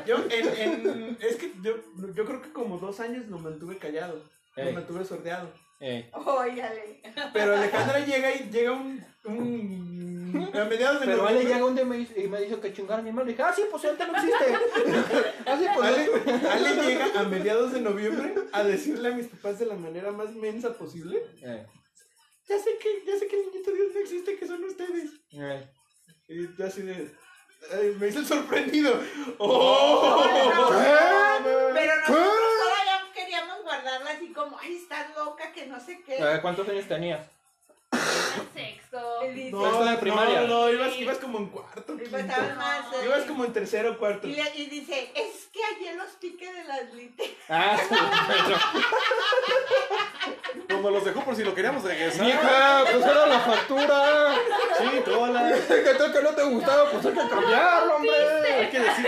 [SPEAKER 2] Yo, en, en, es que yo, yo creo que como dos años lo mantuve callado, lo
[SPEAKER 4] Ey.
[SPEAKER 2] mantuve sordeado.
[SPEAKER 4] Eh, *laughs*
[SPEAKER 10] Óyale.
[SPEAKER 2] Pero Alejandra llega y llega un, un a mediados de
[SPEAKER 4] Pero Ale
[SPEAKER 2] noviembre.
[SPEAKER 4] llega un día y me dice, y me dijo que chingar a mi madre. Dije, ah, sí, pues ahorita no existe.
[SPEAKER 2] *laughs*
[SPEAKER 4] ah, sí, pues
[SPEAKER 2] Ale,
[SPEAKER 4] no.
[SPEAKER 2] Ale llega a mediados de noviembre a decirle a mis papás de la manera más mensa posible.
[SPEAKER 4] Eh,
[SPEAKER 2] Ya sé que, ya sé que el niñito Dios no existe, que son ustedes.
[SPEAKER 4] eh.
[SPEAKER 2] Y yo así de. ay, me hice el sorprendido. ¡Oh!
[SPEAKER 10] ¿Eh? Pero nosotros todavía queríamos guardarla así como, ay, estás loca, que no sé qué.
[SPEAKER 4] Eh, ¿Cuántos años tenías?
[SPEAKER 9] Sexto.
[SPEAKER 10] Y dice, "Pues,
[SPEAKER 4] Sexto de primaria.
[SPEAKER 2] No, no, ibas, ibas como en cuarto.
[SPEAKER 10] y
[SPEAKER 2] quinto.
[SPEAKER 10] faltaba más, eh,
[SPEAKER 2] Ibas como en tercero o cuarto.
[SPEAKER 10] y, le- y dice, es que ayer los piqué de las literas.
[SPEAKER 4] Ah,
[SPEAKER 2] *laughs*
[SPEAKER 4] sí, bueno.
[SPEAKER 5] Como los dejó por si lo queríamos regresar.
[SPEAKER 10] Ah.
[SPEAKER 4] Mija, pues era la
[SPEAKER 10] *laughs*
[SPEAKER 4] factura.
[SPEAKER 5] Sí, tola.
[SPEAKER 4] Que tal que no te gustaba, pues hay que cambiarlo, hombre.
[SPEAKER 5] Hay que decir.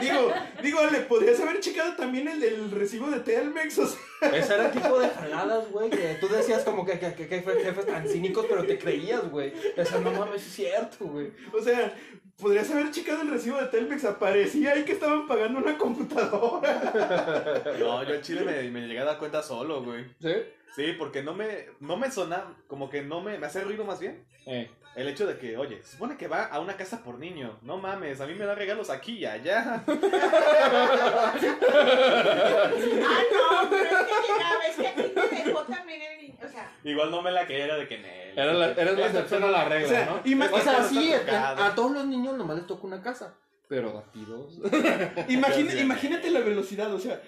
[SPEAKER 2] Digo, digo, le podrías haber checado también el del recibo de Telmex. O sea,
[SPEAKER 4] Ese era el tipo de jaladas, güey, que tú decías como que, que, que, que jefe- jefes tan cínicos, pero te creías, güey. O sea, no mames, es cierto, güey.
[SPEAKER 2] o sea, podrías haber checado el recibo de Telmex. Aparecía ahí que estaban pagando una computadora.
[SPEAKER 5] No, yo en Chile me, me llegué a dar cuenta solo, güey.
[SPEAKER 4] ¿Sí?
[SPEAKER 5] Sí, porque no me, no me sona, como que no me, me hace ruido más bien.
[SPEAKER 4] Eh.
[SPEAKER 5] El hecho de que, oye, se supone que va a una casa por niño. No mames, a mí me dan regalos aquí y allá.
[SPEAKER 10] *laughs* Ah, no, pero es que llegaba, es que aquí te dejó también el niño. O sea,
[SPEAKER 5] Igual no me la creía, era de que Nel.
[SPEAKER 4] Era la, eres la excepción a la regla,
[SPEAKER 2] O sea,
[SPEAKER 4] ¿no?
[SPEAKER 2] y más
[SPEAKER 4] o
[SPEAKER 2] que este,
[SPEAKER 4] sea,
[SPEAKER 5] cuando
[SPEAKER 4] sí,
[SPEAKER 5] estás drogado.
[SPEAKER 4] a, a todos los niños nomás les toca una casa. Pero a ti *laughs* dos.
[SPEAKER 2] Imagina- imagínate la velocidad, o sea.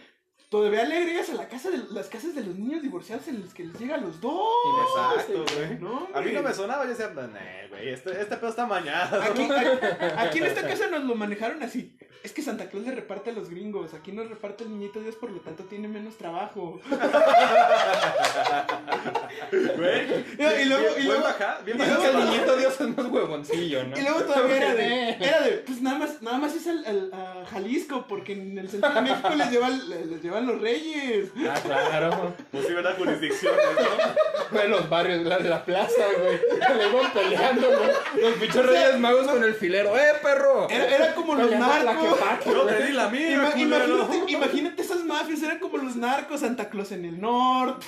[SPEAKER 2] Todavía le agregas a la casa de las casas de los niños divorciados en los que les llega a los dos.
[SPEAKER 5] Exacto,
[SPEAKER 2] este,
[SPEAKER 5] güey.
[SPEAKER 2] No,
[SPEAKER 5] A mí no me
[SPEAKER 2] hombre.
[SPEAKER 5] sonaba, yo decía, Nel, güey, este, este pedo está mañado.
[SPEAKER 4] *laughs*
[SPEAKER 2] Aquí, a- aquí en esta casa nos lo manejaron así. Es que Santa Claus le reparte a los gringos. Aquí nos reparte el niñito Dios, por lo tanto tiene menos trabajo.
[SPEAKER 5] *laughs* Güey.
[SPEAKER 2] Y luego, y
[SPEAKER 5] Bien
[SPEAKER 2] luego,
[SPEAKER 5] baja, bien
[SPEAKER 2] y luego
[SPEAKER 5] baja.
[SPEAKER 2] el
[SPEAKER 4] Nieto
[SPEAKER 5] *laughs*
[SPEAKER 4] Dios es más huevoncillo, ¿no?
[SPEAKER 2] Y luego todavía era
[SPEAKER 4] *laughs*
[SPEAKER 2] de, era de, pues nada más, nada más es al, al- a Jalisco, porque en el centro de México les llevan, les llevan los reyes.
[SPEAKER 4] Ah, claro.
[SPEAKER 5] Pues sí, ¿verdad? Jurisdicciones, ¿no?
[SPEAKER 4] Fue los barrios, la de la plaza, güey. Le iban peleando, güey. Los bichos reyes magos con el filero. ¡Eh, perro!
[SPEAKER 2] Era, era como los
[SPEAKER 4] Peleando Pues la
[SPEAKER 2] narcos.
[SPEAKER 4] que paque,
[SPEAKER 5] *laughs* Yo
[SPEAKER 4] güey.
[SPEAKER 5] te di la mía,
[SPEAKER 2] Ima-
[SPEAKER 5] culero.
[SPEAKER 2] imagínate, imagínate esas mafias, eran como los narcos, Santa Claus en el norte,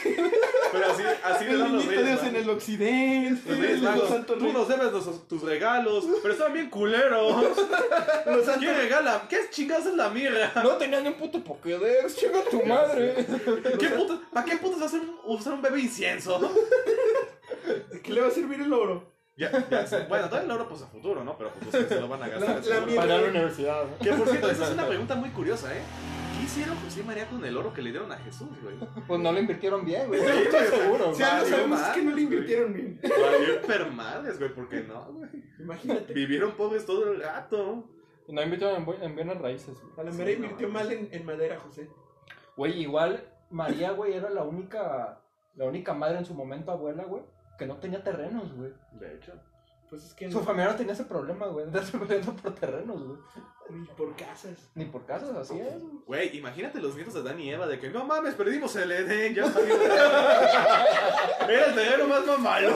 [SPEAKER 5] Pero así, así le
[SPEAKER 2] el
[SPEAKER 5] dan los
[SPEAKER 2] niñito
[SPEAKER 5] reyes
[SPEAKER 2] Dios en
[SPEAKER 5] magos.
[SPEAKER 2] el occidente,
[SPEAKER 5] Los Reyes
[SPEAKER 2] los
[SPEAKER 5] Magos,
[SPEAKER 2] santos
[SPEAKER 5] tú
[SPEAKER 2] reyes.
[SPEAKER 5] nos debes los- tus regalos, pero están bien culeros.
[SPEAKER 2] *laughs* Los santos-
[SPEAKER 5] ¿Qué regala? ¿Qué chingados es la mirra?
[SPEAKER 4] No tenía ni un puto Pokédex, chinga tu madre.
[SPEAKER 5] ¿Qué puto- ¿Para qué putos vas a hacer un- usar un bebé incienso?
[SPEAKER 2] ¿De ¿Qué le va a servir el oro?
[SPEAKER 5] Ya, ya sé. Bueno, todavía el oro pues a futuro, ¿no? Pero pues ustedes se lo van a gastar.
[SPEAKER 2] La-
[SPEAKER 5] seguro.
[SPEAKER 2] la mierda.
[SPEAKER 4] universidad, ¿no?
[SPEAKER 5] Que por cierto, esa es
[SPEAKER 2] *laughs*
[SPEAKER 5] una pregunta muy curiosa, ¿eh? ¿Qué hicieron José y María con el oro que le dieron a Jesús, güey?
[SPEAKER 4] Pues no lo invirtieron bien, güey. Estoy seguro,
[SPEAKER 2] Si algo
[SPEAKER 5] Valió
[SPEAKER 2] sabemos es que no le
[SPEAKER 5] madres,
[SPEAKER 2] invirtieron bien.
[SPEAKER 5] Valió permades, güey, ¿por qué no, güey?
[SPEAKER 2] Imagínate.
[SPEAKER 5] Vivieron pobres todo el gato.
[SPEAKER 4] No invirtieron en, bu- en bienes raíces, güey.
[SPEAKER 2] A la
[SPEAKER 5] Sí,
[SPEAKER 2] mera
[SPEAKER 5] no
[SPEAKER 2] invirtió
[SPEAKER 5] mames.
[SPEAKER 2] mal en, en madera, José.
[SPEAKER 4] Güey, igual María, güey, era la única, la única madre en su momento, abuela, güey, que no tenía terrenos, güey.
[SPEAKER 5] De hecho.
[SPEAKER 2] Pues es que
[SPEAKER 4] *laughs* Su
[SPEAKER 2] no.
[SPEAKER 4] *laughs* familia no tenía ese problema, güey, de andarse peleando por terrenos, güey.
[SPEAKER 2] Ni por casas.
[SPEAKER 4] Ni por casas, así es.
[SPEAKER 5] Güey, imagínate los nietos de Dan y Eva de que no mames, perdimos el Edén, ya salimos. Era el terreno más mamalo.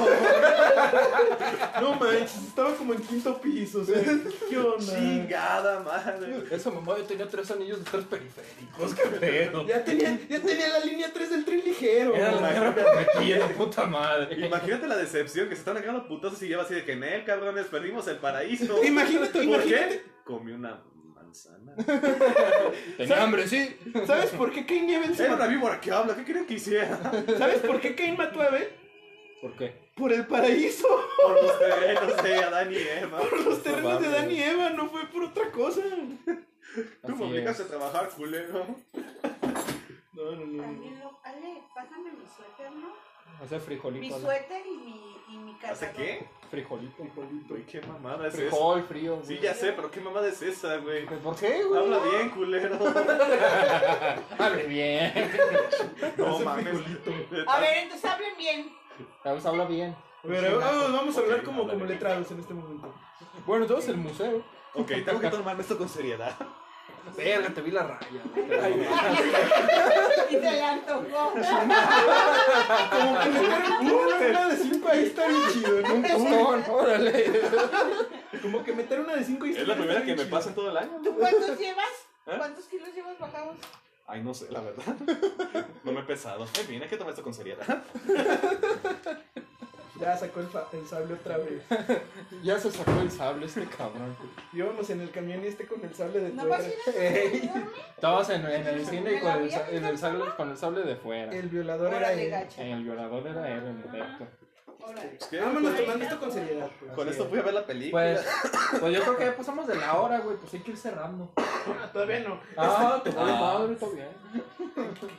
[SPEAKER 2] No manches, estaba como en quinto piso, o sea, ¿qué onda?
[SPEAKER 5] Chingada madre.
[SPEAKER 4] Esa mamá ya tenía tres anillos de tres periféricos, qué pedo.
[SPEAKER 2] Ya tenía, ya tenía la línea 3 del tren ligero.
[SPEAKER 4] Era la guerra permitida, puta madre.
[SPEAKER 5] Imagínate la decepción que se están agarrando putazos y lleva así de que, "Nel, cabrones, perdimos el paraíso." *laughs*
[SPEAKER 2] Imagínate,
[SPEAKER 5] ¿Por
[SPEAKER 2] imagínate.
[SPEAKER 5] qué? Comí una manzana. *laughs*
[SPEAKER 4] Tenía hambre, sí.
[SPEAKER 2] ¿Sabes por qué Cain y Abel se
[SPEAKER 5] Era una
[SPEAKER 2] mataron?
[SPEAKER 5] víbora que habla, ¿qué creen que hiciera? *laughs*
[SPEAKER 2] ¿Sabes por qué Cain mató a Abel?
[SPEAKER 4] ¿Por qué?
[SPEAKER 2] Por el paraíso.
[SPEAKER 5] Por los terrenos de Adán y Eva.
[SPEAKER 2] Por los terrenos de
[SPEAKER 4] Probable.
[SPEAKER 2] Dan y Eva, no fue por otra cosa.
[SPEAKER 5] Tú me
[SPEAKER 4] Así
[SPEAKER 5] obligas
[SPEAKER 4] es.
[SPEAKER 5] a trabajar, culero.
[SPEAKER 2] No, no, no. no.
[SPEAKER 10] También lo, Ale, pásame mi suéter, ¿no?
[SPEAKER 4] Hace
[SPEAKER 10] Mi
[SPEAKER 4] frijolito. ¿no?
[SPEAKER 10] suéter y mi, y mi
[SPEAKER 5] ¿Hace
[SPEAKER 10] calzador.
[SPEAKER 5] qué?
[SPEAKER 4] Frijolito.
[SPEAKER 5] Güey, qué mamada es esa.
[SPEAKER 4] Frijol, frío. güey.
[SPEAKER 5] Sí, ya sé, pero qué mamada es esa, güey.
[SPEAKER 4] Pues, ¿Por qué, güey?
[SPEAKER 5] Habla bien, *laughs* culero.
[SPEAKER 4] Hable bien.
[SPEAKER 5] No
[SPEAKER 2] Hace
[SPEAKER 5] mames.
[SPEAKER 10] A ver, entonces hablen bien.
[SPEAKER 4] Vamos, habla bien.
[SPEAKER 2] A ver, vamos, vamos a hablar
[SPEAKER 5] Ok,
[SPEAKER 2] como, como
[SPEAKER 5] ándale.
[SPEAKER 2] letrados en este momento.
[SPEAKER 4] Bueno, entonces el museo.
[SPEAKER 5] Ok, tengo que tomarme esto con seriedad.
[SPEAKER 4] Verga, te vi la raya.
[SPEAKER 10] Y se le antojó.
[SPEAKER 2] Como que le dieron uh, una de 5 ahí está bien chido, ¿no?
[SPEAKER 4] Tostón, órale.
[SPEAKER 2] Como que meter una de 5 y
[SPEAKER 5] Es la primera que me pasa en todo el año.
[SPEAKER 10] ¿Tú cuántos llevas?
[SPEAKER 5] ¿Eh?
[SPEAKER 10] ¿Cuántos kilos
[SPEAKER 5] *laughs*
[SPEAKER 10] llevas bajados?
[SPEAKER 5] Ay, no sé, la verdad. No me he pesado. En fin, hay que tomar esto con seriedad.
[SPEAKER 2] Ya sacó el, fa- el sable otra vez.
[SPEAKER 4] Ya se sacó el sable este cabrón.
[SPEAKER 2] Íbamos en el camión y este con el sable de
[SPEAKER 10] ¿No vas
[SPEAKER 2] fuera.
[SPEAKER 10] a ir
[SPEAKER 4] Ey.
[SPEAKER 10] a
[SPEAKER 4] Estabas en, en el cine y con el, sa- en el sable, con el sable de fuera.
[SPEAKER 2] El violador
[SPEAKER 10] Hora
[SPEAKER 2] era
[SPEAKER 10] de
[SPEAKER 2] él.
[SPEAKER 5] Eh.
[SPEAKER 10] gacha.
[SPEAKER 4] El violador era él, en efecto.
[SPEAKER 10] Órale.
[SPEAKER 5] Pues, ¿qué?
[SPEAKER 2] Vámonos tomando esto con seriedad. pues.
[SPEAKER 5] Con esto fui a ver la película.
[SPEAKER 4] Pues, pues yo creo que ya pasamos de la hora, güey. Pues hay que ir cerrando.
[SPEAKER 2] Ah, Todavía no.
[SPEAKER 4] Ah, tu
[SPEAKER 5] Ah.
[SPEAKER 4] madre, está bien.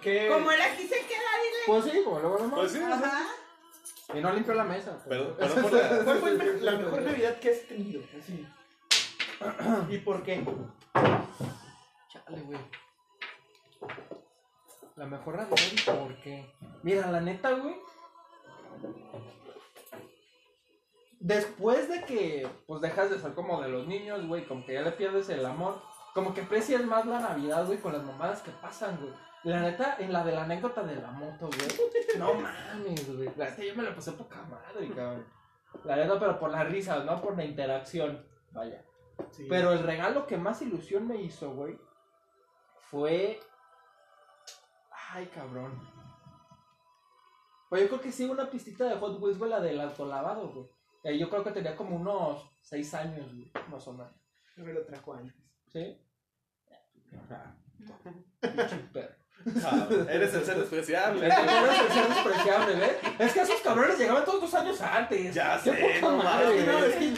[SPEAKER 2] ¿Qué?
[SPEAKER 10] Como él aquí se queda,
[SPEAKER 4] Pues sí, como luego nomás.
[SPEAKER 5] Pues sí.
[SPEAKER 10] dile. Ajá.
[SPEAKER 4] Y no limpió la mesa. pues.
[SPEAKER 5] Perdón, perdón por la...
[SPEAKER 2] ¿Cuál fue el me- la mejor Navidad que has tenido? Así. ¿Y por qué?
[SPEAKER 4] Chale, güey. La mejor Navidad, ¿y ¿por qué? Mira, la neta, güey. Después de que, pues, dejas de ser como de los niños, güey, como que ya le pierdes el amor, como que aprecias más la Navidad, güey, con las mamadas que pasan, güey. La neta, en la de la anécdota de la moto, güey. No mames, güey. La neta, yo me la pasé poca madre, cabrón. La neta, pero por las risas, ¿no? Por la interacción. Vaya.
[SPEAKER 2] Sí.
[SPEAKER 4] Pero el regalo que más ilusión me hizo, güey, fue. Ay, cabrón. Pues yo creo que sí, una pistita de Hot Wheels, güey, la del autolavado, güey. Eh, yo creo que tenía como unos seis años, güey, más o menos.
[SPEAKER 2] No me lo trajo antes.
[SPEAKER 4] ¿Sí? Pinche perro.
[SPEAKER 5] *laughs* Ah, eres el ser
[SPEAKER 4] *laughs*
[SPEAKER 5] despreciable.
[SPEAKER 4] El primero es el ser despreciable, ¿ves? Es que esos cabrones llegaban todos dos años antes.
[SPEAKER 5] Ya
[SPEAKER 4] Qué
[SPEAKER 5] sé,
[SPEAKER 4] poca
[SPEAKER 5] no
[SPEAKER 4] madre,
[SPEAKER 5] mames.
[SPEAKER 4] ¿no? Es que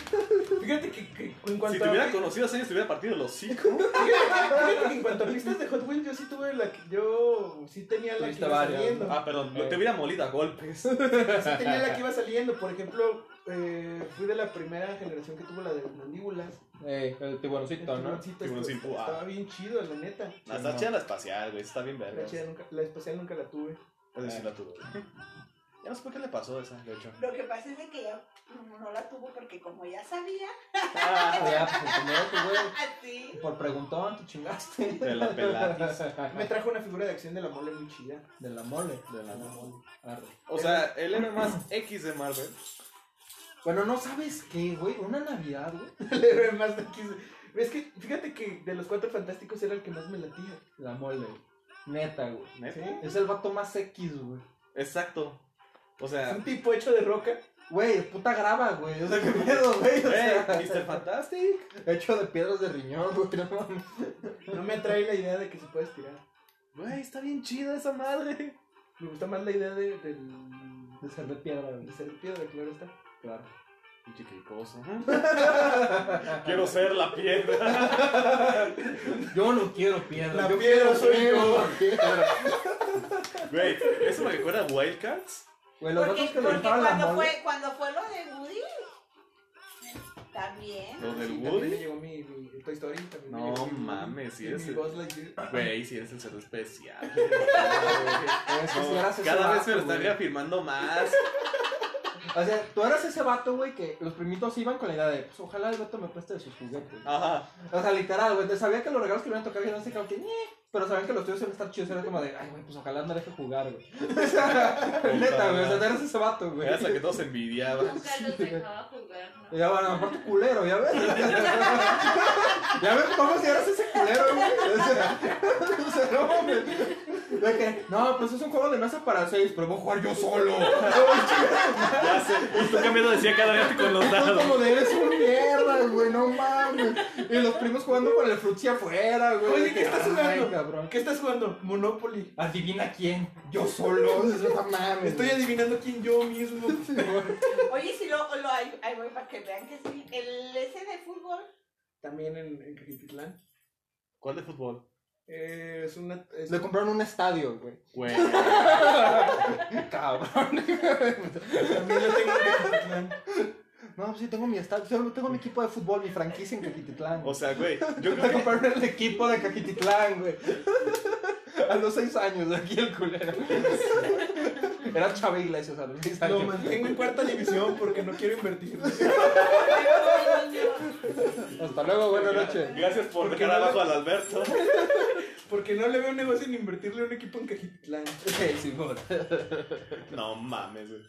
[SPEAKER 2] Fíjate que, que en cuanto
[SPEAKER 5] Si
[SPEAKER 2] a...
[SPEAKER 5] te hubiera conocido hace años, te hubiera partido los
[SPEAKER 4] *laughs*
[SPEAKER 5] cinco.
[SPEAKER 2] Fíjate que en cuanto a pistas de Hot Wheels, yo sí tuve la que. Yo sí tenía la que
[SPEAKER 4] Tuviste
[SPEAKER 2] iba
[SPEAKER 4] varias,
[SPEAKER 2] saliendo.
[SPEAKER 5] Ah, perdón, te hubiera molido a
[SPEAKER 4] *laughs*
[SPEAKER 5] golpes.
[SPEAKER 2] Sí tenía la que iba saliendo. Por ejemplo, eh, fui de la primera generación que tuvo la de las mandíbulas.
[SPEAKER 4] Eh, el
[SPEAKER 2] El
[SPEAKER 4] tiburoncito, ¿no?
[SPEAKER 2] tiburoncito,
[SPEAKER 5] Tiburón
[SPEAKER 2] esto-
[SPEAKER 5] sin púa.
[SPEAKER 2] Estaba bien chido, la neta.
[SPEAKER 5] Ah, está chida la espacial, güey. Está bien verga.
[SPEAKER 2] La, chida nunca- la especial nunca la tuve.
[SPEAKER 5] Es
[SPEAKER 4] Ah.
[SPEAKER 5] decir, la tuve. Ya no sé por qué le pasó a esa, de hecho.
[SPEAKER 10] Lo que pasa es de que ella no la tuvo porque como ya sabía,
[SPEAKER 4] Ah, ya, pues, primero que, güey.
[SPEAKER 10] así.
[SPEAKER 4] Por preguntón, *laughs* te chingaste.
[SPEAKER 5] Te la pelatis.
[SPEAKER 2] Me trajo una figura de acción de la mole muy chida.
[SPEAKER 4] De la mole. De
[SPEAKER 5] la
[SPEAKER 4] mole.
[SPEAKER 2] *laughs*
[SPEAKER 4] Arre.
[SPEAKER 5] O sea, el héroe más X de Marvel.
[SPEAKER 4] Bueno, no sabes qué, güey. Una Navidad, güey.
[SPEAKER 2] El héroe más de X. Es que, fíjate que de los cuatro fantásticos era el que más me latía.
[SPEAKER 4] La mole. Neta, güey.
[SPEAKER 5] ¿Neta?
[SPEAKER 2] ¿Sí?
[SPEAKER 4] Es el vato más X, güey.
[SPEAKER 5] Exacto. O
[SPEAKER 2] Es
[SPEAKER 5] sea, *laughs*
[SPEAKER 2] un tipo hecho de roca.
[SPEAKER 4] Güey, puta grava, güey. O sea, qué pedo, güey. O
[SPEAKER 5] hey,
[SPEAKER 4] sea,
[SPEAKER 5] Mr. Fantastic.
[SPEAKER 4] hecho de piedras de riñón, güey. No mames.
[SPEAKER 2] No me atrae la idea de que se puede estirar.
[SPEAKER 5] Güey, está bien chida esa madre.
[SPEAKER 2] Me gusta más la idea de, del-
[SPEAKER 4] De ser de piedra,
[SPEAKER 2] de
[SPEAKER 4] güey.
[SPEAKER 2] ser piedra, claro está.
[SPEAKER 4] Claro.
[SPEAKER 5] Pinche cricoso. *laughs* Quiero ser la piedra.
[SPEAKER 4] Yo no quiero piedra.
[SPEAKER 2] La
[SPEAKER 4] yo
[SPEAKER 2] piedra
[SPEAKER 4] quiero
[SPEAKER 2] soy
[SPEAKER 4] ser
[SPEAKER 2] yo.
[SPEAKER 4] la piedra.
[SPEAKER 5] *laughs* Güey, eso me recuerda a Wildcats.
[SPEAKER 4] Güey, los
[SPEAKER 10] Porque,
[SPEAKER 4] vatos que le
[SPEAKER 10] porque
[SPEAKER 4] gustaban la
[SPEAKER 10] cuando,
[SPEAKER 4] mole.
[SPEAKER 10] fue, cuando fue lo de Woody, también.
[SPEAKER 5] Lo del
[SPEAKER 2] Y también me
[SPEAKER 5] Woody.
[SPEAKER 2] llegó mi, mi Toy Story. También me
[SPEAKER 5] No
[SPEAKER 2] llegó mi-
[SPEAKER 5] mames, sí,
[SPEAKER 2] y mi
[SPEAKER 5] ese-
[SPEAKER 2] Buzz
[SPEAKER 5] *laughs*
[SPEAKER 2] Lightyear.
[SPEAKER 5] Güey, si eres el ser especial.
[SPEAKER 4] Ah, Es que si eras ese
[SPEAKER 5] Cada vez
[SPEAKER 4] vato,
[SPEAKER 2] Ah,
[SPEAKER 5] me lo están
[SPEAKER 4] güey.
[SPEAKER 5] reafirmando más.
[SPEAKER 4] O sea, tú eras ese vato, güey, que los primitos iban con la idea de, pues ojalá el vato me preste de sus juguetes.
[SPEAKER 5] Ajá.
[SPEAKER 4] O sea, literal, güey. Sabía que los regalos que iban a tocar iban a ser como que, "Ñe", pero sabían que los tuyos iban a estar chidos. Era como de, ay, güey, pues ojalá no deje jugar, *laughs* güey. O sea, neta, güey. O sea, tú eras ese vato, güey.
[SPEAKER 5] Era hasta que todos envidiaban.
[SPEAKER 9] *laughs* Nunca
[SPEAKER 2] *laughs*
[SPEAKER 9] los dejaba jugar.
[SPEAKER 2] Eh.
[SPEAKER 9] ¿no?
[SPEAKER 4] Ya, bueno, aparte culero, ya ves. *laughs* ya ves cómo si eras ese culero, güey. O sea, o sea, no mames. De que, no, pues es un juego de mesa para seis, pero voy a jugar yo solo.
[SPEAKER 11] Ya
[SPEAKER 4] *laughs*
[SPEAKER 11] sé, justo qué miedo decía cada vez con los
[SPEAKER 4] Tú
[SPEAKER 11] dados.
[SPEAKER 4] como de eres un mierda, güey, no mames. Y los primos jugando con el frutzi afuera, güey.
[SPEAKER 2] Oye,
[SPEAKER 4] De
[SPEAKER 2] ¿qué
[SPEAKER 4] que,
[SPEAKER 2] estás
[SPEAKER 4] ay,
[SPEAKER 2] jugando?
[SPEAKER 4] cabrón.
[SPEAKER 2] ¿Qué estás jugando? Monopoly.
[SPEAKER 4] Adivina quién, yo solo. *laughs* No mames.
[SPEAKER 2] Estoy adivinando quién yo mismo.
[SPEAKER 10] Oye, si lo, lo ahí, ahí voy para que vean que sí. El ese de fútbol. *laughs*
[SPEAKER 2] También en, en Cajitlán.
[SPEAKER 5] ¿Cuál de fútbol?
[SPEAKER 2] Eh, es una. es-
[SPEAKER 4] Le compraron un estadio, güey.
[SPEAKER 5] Güey.
[SPEAKER 4] Cabrón.
[SPEAKER 2] también lo tengo en Cajitlán.
[SPEAKER 4] *laughs* No, pues sí, tengo mi estadio. Solo tengo mi equipo de fútbol, mi franquicia en Caquititlán.
[SPEAKER 5] O sea, güey, yo
[SPEAKER 4] Me
[SPEAKER 5] creo que
[SPEAKER 4] compraron el equipo de Caquititlán, güey. A los seis años, aquí el culero. Era Chava Iglesias a los seis
[SPEAKER 2] Lo
[SPEAKER 4] años.
[SPEAKER 2] mantengo en cuarta división porque no quiero invertir.
[SPEAKER 4] Hasta luego, buenas noches.
[SPEAKER 5] gracias por
[SPEAKER 2] Porque no
[SPEAKER 5] dejar
[SPEAKER 2] le-
[SPEAKER 5] abajo al Alberto.
[SPEAKER 2] Porque no le veo negocio en invertirle a un equipo en Cajitlán.
[SPEAKER 4] Ok, Simón.
[SPEAKER 5] No mames, güey.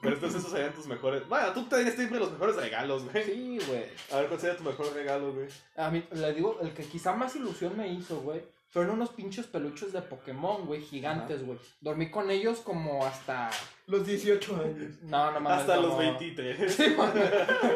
[SPEAKER 5] Pero entonces esos serían tus mejores. Bueno, tú tenías siempre los mejores regalos, güey.
[SPEAKER 4] Sí, güey.
[SPEAKER 5] A ver, ¿cuál sería tu mejor regalo, güey?
[SPEAKER 4] A mí, le digo, el que quizá más ilusión me hizo, güey, fueron unos pinchos peluches de Pokémon, güey, gigantes, güey. Dormí con ellos como hasta...
[SPEAKER 2] Los 18 años.
[SPEAKER 4] No, no mames.
[SPEAKER 5] Hasta
[SPEAKER 4] como-
[SPEAKER 5] los 23.
[SPEAKER 4] Sí, man.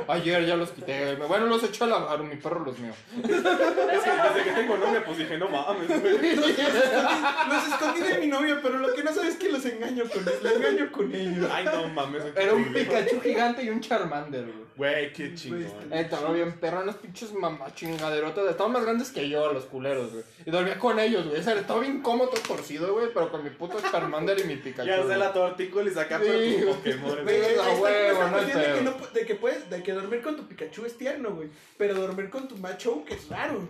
[SPEAKER 4] Ayer ya los quité. Bueno, los eché a lavar, mi perro los
[SPEAKER 5] *laughs*
[SPEAKER 4] mío.
[SPEAKER 5] Es que desde que tengo novia, pues dije, no mames, güey.
[SPEAKER 2] *laughs* Los escondí de mi novia, pero lo que no sabes es que los engaño con ellos. Le engaño con ellos.
[SPEAKER 5] Ay, no mames, güey. qué
[SPEAKER 4] Era un
[SPEAKER 5] horrible.
[SPEAKER 4] Pikachu gigante y un Charmander, güey.
[SPEAKER 5] Güey, qué
[SPEAKER 2] Pues,
[SPEAKER 5] chingón.
[SPEAKER 4] Eh, te lo bien perro, unos pinches mamá chingaderotas. Estaban más grandes que yo, los culeros, güey. Y dormía con ellos, güey. O sea, estaba bien cómodo, todo torcido, güey, pero con mi puto Charmander y mi Pikachu.
[SPEAKER 5] Ya sé
[SPEAKER 4] güey.
[SPEAKER 5] la tortícolis acá para
[SPEAKER 4] Sí,
[SPEAKER 5] tus
[SPEAKER 4] güey.
[SPEAKER 5] Pokémon.
[SPEAKER 4] Güey,
[SPEAKER 2] Ahí
[SPEAKER 4] la
[SPEAKER 2] está
[SPEAKER 4] huevo,
[SPEAKER 2] esa
[SPEAKER 4] no hay
[SPEAKER 2] cuestión de, que
[SPEAKER 4] pedo.
[SPEAKER 2] no pu- de que puedes, de que dormir con tu Pikachu es tierno, güey. Pero dormir con tu macho, que es *laughs* raro.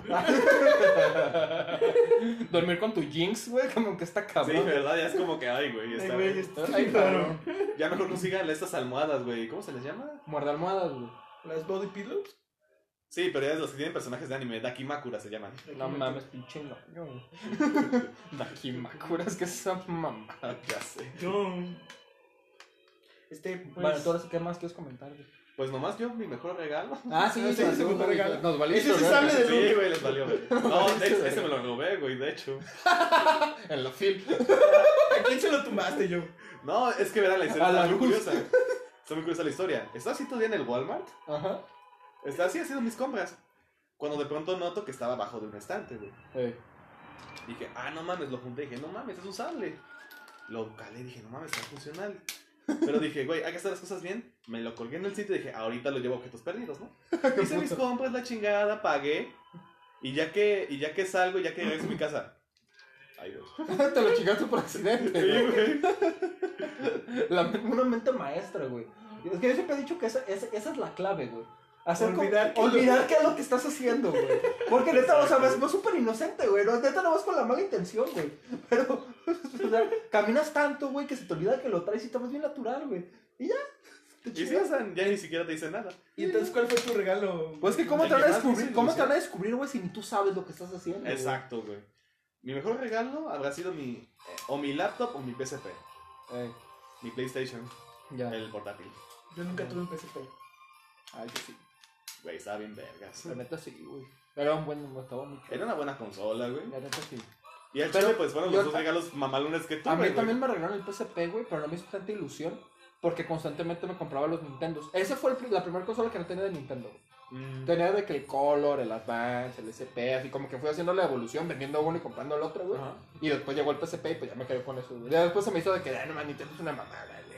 [SPEAKER 4] Dormir con tu Jinx, güey, como que está
[SPEAKER 5] Sí,
[SPEAKER 4] cabrón.
[SPEAKER 5] verdad, ya es como que, ay, güey,
[SPEAKER 2] Ay,
[SPEAKER 5] está.
[SPEAKER 2] güey, está
[SPEAKER 4] Ay,
[SPEAKER 2] raro.
[SPEAKER 4] cabrón.
[SPEAKER 5] Ya mejor consíganle estas almohadas, güey. ¿Cómo se les llama?
[SPEAKER 4] Muerde almohadas, güey.
[SPEAKER 2] Las body pillows.
[SPEAKER 5] Sí, pero ya es los que tienen personajes de anime. Dakimakura se llaman. *laughs*
[SPEAKER 4] No mames, pinche engaño, güey. Dakimakura, es que es esa mamá.
[SPEAKER 5] Ah, Ya sé.
[SPEAKER 2] Yo. Este, pues.
[SPEAKER 4] Bueno, entonces, ¿qué más quieres comentar, güey?
[SPEAKER 5] Pues nomás yo, mi mejor regalo.
[SPEAKER 4] Ah, sí,
[SPEAKER 2] Ah, sí,
[SPEAKER 4] sí,
[SPEAKER 2] ese fue un regalo.
[SPEAKER 4] Nos valió.
[SPEAKER 2] Ese sí
[SPEAKER 4] verga.
[SPEAKER 2] sale de-
[SPEAKER 5] Sí, güey,
[SPEAKER 2] *laughs*
[SPEAKER 5] les valió. güey. No, de hecho, ese me lo robé, güey, de hecho.
[SPEAKER 4] En la fil.
[SPEAKER 2] ¿A quién se lo tumbaste yo?
[SPEAKER 5] No, es que verán la historia.
[SPEAKER 4] A
[SPEAKER 5] Está
[SPEAKER 4] la
[SPEAKER 5] muy
[SPEAKER 4] luz.
[SPEAKER 5] curiosa. Está muy curiosa la historia. Estaba así todo día en el Walmart.
[SPEAKER 4] Ajá. *laughs*
[SPEAKER 5] Estaba así haciendo mis compras. Cuando de pronto noto que estaba abajo de un estante, güey.
[SPEAKER 4] Ey.
[SPEAKER 5] Dije, ah, no mames, lo junté. Dije, no mames, es un sable. Lo calé, dije, no mames, es funcional. Pero dije, güey, hay que hacer las cosas bien. Me lo colgué en el sitio y dije, ahorita lo llevo a objetos perdidos,
[SPEAKER 4] *laughs*
[SPEAKER 5] ¿no? Hice mis compras, la chingada, pagué. Y ya que, y ya que salgo, ya que regreso a mi casa.
[SPEAKER 4] *laughs*
[SPEAKER 5] Ay, Dios.
[SPEAKER 4] Te lo chingaste por accidente,
[SPEAKER 5] Sí,
[SPEAKER 4] güey.
[SPEAKER 5] güey.
[SPEAKER 4] La- una mente maestra, güey. Es que yo siempre he dicho que esa, esa, esa es la clave, güey. Hacer como-
[SPEAKER 2] Olvidar
[SPEAKER 4] olvidar
[SPEAKER 2] que
[SPEAKER 5] *laughs*
[SPEAKER 4] que es lo que estás haciendo, güey. Porque neta, o sea, vas vas súper inocente, güey. No, neta, no vas con la mala intención, güey. Pero, *laughs* o sea, caminas tanto, güey, que se te olvida que lo traes y te vas bien natural, güey. Y ya. Te
[SPEAKER 5] Y sí,
[SPEAKER 4] chingas.
[SPEAKER 5] o sea, ya ni siquiera te dice nada.
[SPEAKER 2] ¿Y entonces cuál fue tu regalo?
[SPEAKER 4] Pues que cómo te van a
[SPEAKER 5] Te llevas
[SPEAKER 4] descubrir,
[SPEAKER 5] esa
[SPEAKER 4] cómo te
[SPEAKER 5] ilusión.
[SPEAKER 4] van a descubrir, güey, si ni tú sabes lo que estás haciendo. güey?
[SPEAKER 5] Exacto, güey. Mi mejor regalo habrá sido mi. eh, o mi laptop o mi PSP.
[SPEAKER 4] Ey,
[SPEAKER 5] Mi PlayStation.
[SPEAKER 4] ya.
[SPEAKER 5] El portátil.
[SPEAKER 2] Yo nunca tuve un PSP.
[SPEAKER 4] Ay, que sí.
[SPEAKER 5] Güey, estaba bien vergas.
[SPEAKER 4] La neta sí, güey. Era un buen, estaba muy chido.
[SPEAKER 5] Era una buena consola, güey.
[SPEAKER 4] La neta sí.
[SPEAKER 5] Y al
[SPEAKER 4] Pero
[SPEAKER 5] chile, pues fueron los
[SPEAKER 4] yo-
[SPEAKER 5] dos regalos mamalones que tuve.
[SPEAKER 4] A mí
[SPEAKER 5] güey.
[SPEAKER 4] también me regalaron el PSP, güey, pero no me hizo tanta ilusión porque constantemente me compraba los Nintendos. Esa fue el pri- la primera consola que no tenía de Nintendo. güey.
[SPEAKER 5] Mm,
[SPEAKER 4] Tenía de que el Color, el Advance, el SP, así como que fui haciendo la evolución, vendiendo uno y comprando el otro, güey.
[SPEAKER 5] ajá.
[SPEAKER 4] Y después llegó el PSP y pues ya me quedé con eso, güey. Ya después se me hizo de que, "Ah, no, man, Nintendo es una mamada, güey.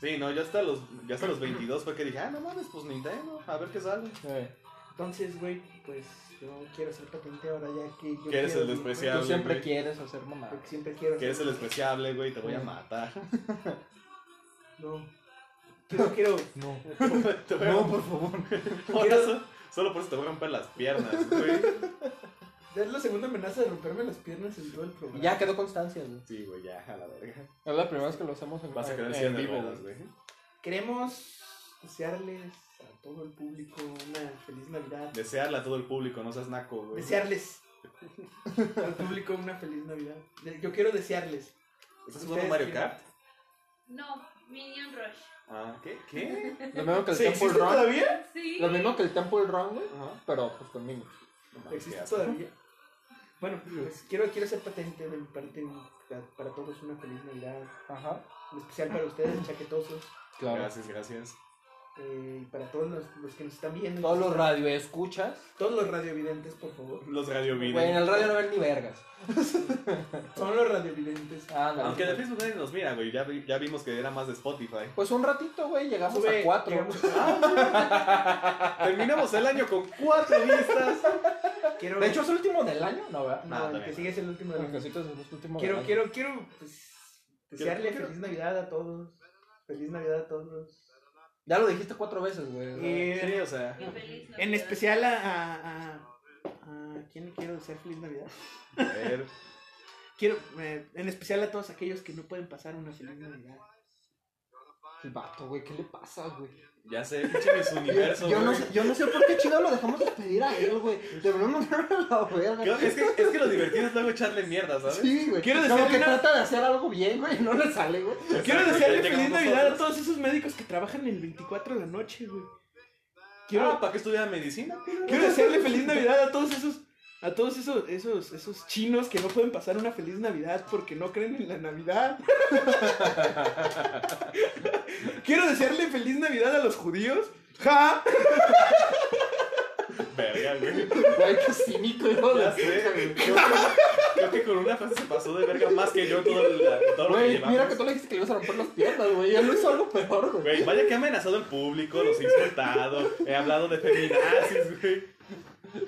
[SPEAKER 5] Sí, no, yo hasta los, yo hasta los 22 fue que dije, ah, no mames, pues Nintendo, a ver qué sale.
[SPEAKER 4] Eh,
[SPEAKER 2] Entonces, güey, pues yo quiero ser patente ahora ya que yo.
[SPEAKER 5] Que eres
[SPEAKER 2] quiero
[SPEAKER 5] el
[SPEAKER 2] mi-
[SPEAKER 5] despreciado.
[SPEAKER 4] tú
[SPEAKER 5] Hablen,
[SPEAKER 4] siempre
[SPEAKER 5] güey.
[SPEAKER 4] quieres hacer mamada.
[SPEAKER 2] Porque siempre quiero.
[SPEAKER 5] Que eres el despreciable, güey, te voy a
[SPEAKER 4] Mm.
[SPEAKER 5] matar. *laughs*
[SPEAKER 2] No. No quiero.
[SPEAKER 4] No,
[SPEAKER 5] Te voy a-
[SPEAKER 4] no, por
[SPEAKER 5] *laughs*
[SPEAKER 4] favor.
[SPEAKER 5] por eso, solo por eso te voy a romper las piernas, güey.
[SPEAKER 2] Es la segunda amenaza de romperme las piernas en todo el programa.
[SPEAKER 4] Ya quedó constancia, güey.
[SPEAKER 5] Sí, güey, ya, a la verga.
[SPEAKER 4] Es la primera vez que lo hacemos en,
[SPEAKER 5] Vas a quedar
[SPEAKER 4] en
[SPEAKER 5] en silla de
[SPEAKER 4] vivo,
[SPEAKER 5] ruedas,
[SPEAKER 4] güey.
[SPEAKER 5] güey.
[SPEAKER 2] Queremos desearles a todo el público una feliz Navidad.
[SPEAKER 5] Desearle a todo el público, no seas naco, güey.
[SPEAKER 2] Desearles al público una feliz Navidad. De- Yo quiero desearles.
[SPEAKER 5] ¿Estás jugando Mario
[SPEAKER 2] ¿Ustedes
[SPEAKER 5] Kart?
[SPEAKER 9] No, Minion Rush.
[SPEAKER 5] Ah, ¿qué? ¿Qué?
[SPEAKER 4] Lo mismo que el
[SPEAKER 2] ¿Sí
[SPEAKER 4] Temple
[SPEAKER 2] existe
[SPEAKER 4] Run.
[SPEAKER 2] todavía?
[SPEAKER 9] Sí.
[SPEAKER 4] Lo mismo que el Temple Run, güey. Pero pues conmigo.
[SPEAKER 2] ¿Existe todavía? Bueno, pues quiero, quiero ser patente de mi parte para, para todos una feliz Navidad.
[SPEAKER 4] Ajá.
[SPEAKER 2] En especial para ustedes, chaquetosos.
[SPEAKER 4] Claro.
[SPEAKER 5] Gracias, gracias.
[SPEAKER 2] eh, y para todos los, los que nos están viendo.
[SPEAKER 4] Todos los radioescuchas.
[SPEAKER 2] Todos los radiovidentes, por favor.
[SPEAKER 5] Los radiovidentes.
[SPEAKER 4] Güey, en el radio no ven ni vergas.
[SPEAKER 2] Son los radiovidentes.
[SPEAKER 4] Ándale.
[SPEAKER 5] Aunque de Facebook nadie nos mira, güey. Ya, vi- ya vimos que era más de Spotify.
[SPEAKER 4] Pues un ratito, güey, llegamos
[SPEAKER 2] Sube,
[SPEAKER 4] a cuatro.
[SPEAKER 2] llegamos
[SPEAKER 5] Terminamos el año con cuatro vistas.
[SPEAKER 2] Quiero,
[SPEAKER 4] De hecho, es el último del año, ¿no, verdad?
[SPEAKER 2] no,
[SPEAKER 5] Nada,
[SPEAKER 2] el que
[SPEAKER 5] también.
[SPEAKER 2] sigue es el último de la
[SPEAKER 4] Porque sí, pues, es el último
[SPEAKER 2] Quiero,
[SPEAKER 4] del año.
[SPEAKER 2] quiero, quiero, pues, desearle
[SPEAKER 5] quiero-
[SPEAKER 2] feliz Navidad a todos. Feliz Navidad a todos.
[SPEAKER 4] Ya lo dijiste cuatro veces, güey.
[SPEAKER 2] Eh,
[SPEAKER 5] Sí, o sea.
[SPEAKER 9] Y feliz Navidad.
[SPEAKER 2] en especial a, a, a- a- ¿Quién le quiero desear feliz Navidad?
[SPEAKER 5] A ver.
[SPEAKER 2] Quiero, eh, en especial a todos aquellos que no pueden pasar una feliz Navidad.
[SPEAKER 4] El vato, güey, ¿qué le pasa, güey?
[SPEAKER 5] Ya sé, pinche mis universo,
[SPEAKER 4] Yo no,
[SPEAKER 5] güey.
[SPEAKER 4] sé, yo no sé por qué chido lo dejamos despedir a él, güey. Deberíamos mandarlo a la
[SPEAKER 5] Creo
[SPEAKER 4] verga.
[SPEAKER 5] que es, que, es que lo divertido es luego echarle mierda, ¿sabes?
[SPEAKER 4] Sí, güey.
[SPEAKER 2] Quiero
[SPEAKER 4] Como
[SPEAKER 2] decirle
[SPEAKER 4] que
[SPEAKER 2] una-
[SPEAKER 4] trata de hacer algo bien, güey, y no le sale, güey.
[SPEAKER 2] Quiero
[SPEAKER 5] Exacto,
[SPEAKER 2] desearle
[SPEAKER 5] ya
[SPEAKER 2] feliz
[SPEAKER 5] llegamos
[SPEAKER 2] Navidad a
[SPEAKER 5] nosotros.
[SPEAKER 2] todos esos médicos que trabajan el 24 de la noche, güey. Quiero,
[SPEAKER 5] Ah, ¿para qué estudiar medicina?
[SPEAKER 2] quiero desearle feliz Navidad a todos esos a todos esos, esos esos chinos que no pueden pasar una feliz Navidad porque no creen en la Navidad. *laughs* quiero desearle feliz Navidad a los judíos. Ja.
[SPEAKER 5] Verga, güey.
[SPEAKER 4] Güey, qué cínico, hijo
[SPEAKER 5] Ya
[SPEAKER 4] de
[SPEAKER 5] sé. Creo que- Creo que con una frase se pasó de verga más que yo todo, el, todo lo que
[SPEAKER 4] Güey,
[SPEAKER 5] llevamos.
[SPEAKER 4] mira que tú le dijiste que le ibas a romper las piernas, güey. Él lo hizo algo peor, güey.
[SPEAKER 5] Güey, vaya que he amenazado al público, los he insultado, he hablado de feminazis, güey.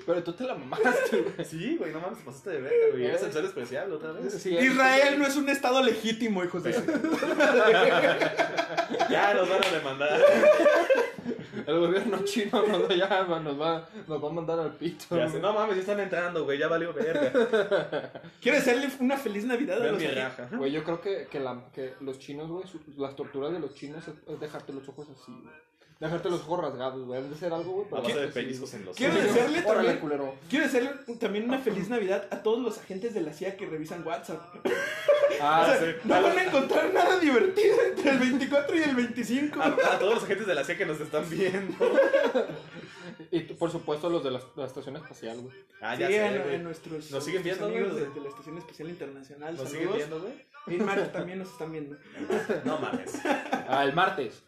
[SPEAKER 4] Pero tú te la
[SPEAKER 5] *laughs*
[SPEAKER 4] mamaste, güey.
[SPEAKER 5] Sí, güey, no mames, pasaste de verga, güey. Eres el ser despreciable otra vez.
[SPEAKER 4] Sí,
[SPEAKER 2] Israel no es un estado legítimo, hijos de su-
[SPEAKER 5] Ya nos van a demandar.
[SPEAKER 4] El gobierno chino nos, ya, nos, va, nos va a mandar al pito.
[SPEAKER 5] Ya sé, no mames, ya están entrando, güey, ya valió verga.
[SPEAKER 2] Quiero desearle una feliz Navidad a
[SPEAKER 5] Vean
[SPEAKER 2] los
[SPEAKER 5] mi raja.
[SPEAKER 4] Güey, yo creo que, que, la- que los chinos, güey, su- las torturas de los chinos es, es dejarte los ojos así, güey. Dejarte los ojos rasgados, güey. Han de ser algo, güey.
[SPEAKER 5] A
[SPEAKER 4] para
[SPEAKER 5] base de
[SPEAKER 4] dejarte así,
[SPEAKER 5] pellizcos
[SPEAKER 4] güey.
[SPEAKER 5] en los
[SPEAKER 2] Quiero
[SPEAKER 5] ojos.
[SPEAKER 2] desearle
[SPEAKER 4] Órale,
[SPEAKER 2] también-
[SPEAKER 4] culero.
[SPEAKER 5] *laughs*
[SPEAKER 2] Quiero desearle también una feliz Navidad a todos los agentes de la CIA que revisan WhatsApp.
[SPEAKER 5] Ah,
[SPEAKER 2] O sea,
[SPEAKER 5] sí.
[SPEAKER 2] no van a encontrar nada divertido entre el 24 y el 25.
[SPEAKER 5] A, a todos los agentes de la CIA que nos están viendo.
[SPEAKER 4] Y tú, por supuesto los de la, la estación espacial, güey.
[SPEAKER 5] Ah,
[SPEAKER 2] Sí,
[SPEAKER 5] ya
[SPEAKER 2] a,
[SPEAKER 5] sé,
[SPEAKER 2] a
[SPEAKER 5] güey.
[SPEAKER 2] nuestros,
[SPEAKER 5] Nos siguen
[SPEAKER 2] nuestros
[SPEAKER 5] viendo,
[SPEAKER 2] amigos
[SPEAKER 5] güey.
[SPEAKER 2] de, de la Estación Espacial Internacional.
[SPEAKER 5] ¿Nos siguen
[SPEAKER 2] saludos.
[SPEAKER 5] viendo, güey?
[SPEAKER 2] Y en Marte también nos están viendo.
[SPEAKER 5] No mames.
[SPEAKER 4] Ah, el martes.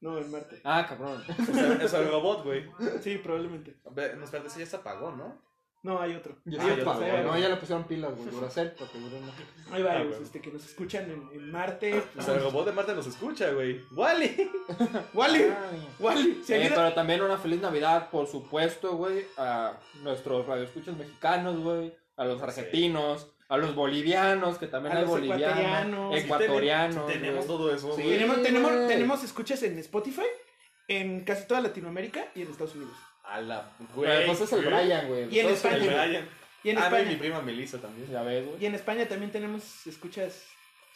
[SPEAKER 2] No, en Marte.
[SPEAKER 4] Ah, cabrón. *laughs*
[SPEAKER 5] O sea, o sea, el robot, güey.
[SPEAKER 2] Sí, probablemente.
[SPEAKER 5] Ve, No, espérate, ese ya se apagó, ¿no?
[SPEAKER 2] No, hay otro.
[SPEAKER 4] Ya
[SPEAKER 5] Ah,
[SPEAKER 4] se
[SPEAKER 5] yo
[SPEAKER 4] apagó,
[SPEAKER 5] también. Ah,
[SPEAKER 4] No, ya le pusieron pilas, güey. Duracell, porque duró una-
[SPEAKER 2] Hay varios
[SPEAKER 5] güey.
[SPEAKER 2] este, que nos escuchan en, en Marte.
[SPEAKER 5] O sea, el robot de Marte nos escucha, güey. ¡Wally!
[SPEAKER 2] ¡Wally!
[SPEAKER 4] Ay.
[SPEAKER 2] ¡Wally! Si
[SPEAKER 4] Eh,
[SPEAKER 2] alguien-
[SPEAKER 4] pero también una feliz Navidad, por supuesto, güey, a nuestros radioescuchas mexicanos, güey, a los argentinos, a los bolivianos, que también
[SPEAKER 2] A
[SPEAKER 4] hay
[SPEAKER 2] los
[SPEAKER 4] bolivianos,
[SPEAKER 2] ecuatorianos.
[SPEAKER 4] ecuatorianos.
[SPEAKER 5] *laughs*
[SPEAKER 4] güey.
[SPEAKER 5] Tenemos todo eso,
[SPEAKER 4] Sí.
[SPEAKER 5] güey.
[SPEAKER 2] tenemos, tenemos, tenemos escuchas en Spotify, en casi toda Latinoamérica y en Estados Unidos.
[SPEAKER 5] A la,
[SPEAKER 4] Pero
[SPEAKER 5] güey.
[SPEAKER 4] después es el
[SPEAKER 5] güey.
[SPEAKER 4] Brian, güey.
[SPEAKER 2] Y en
[SPEAKER 4] Todo
[SPEAKER 2] España.
[SPEAKER 5] El
[SPEAKER 4] es el-
[SPEAKER 5] Brian.
[SPEAKER 2] Y en
[SPEAKER 5] Ah, no, y mi
[SPEAKER 2] España.
[SPEAKER 5] prima Melissa también.
[SPEAKER 4] Ya ves,
[SPEAKER 2] Y
[SPEAKER 4] güey.
[SPEAKER 2] en España también tenemos escuchas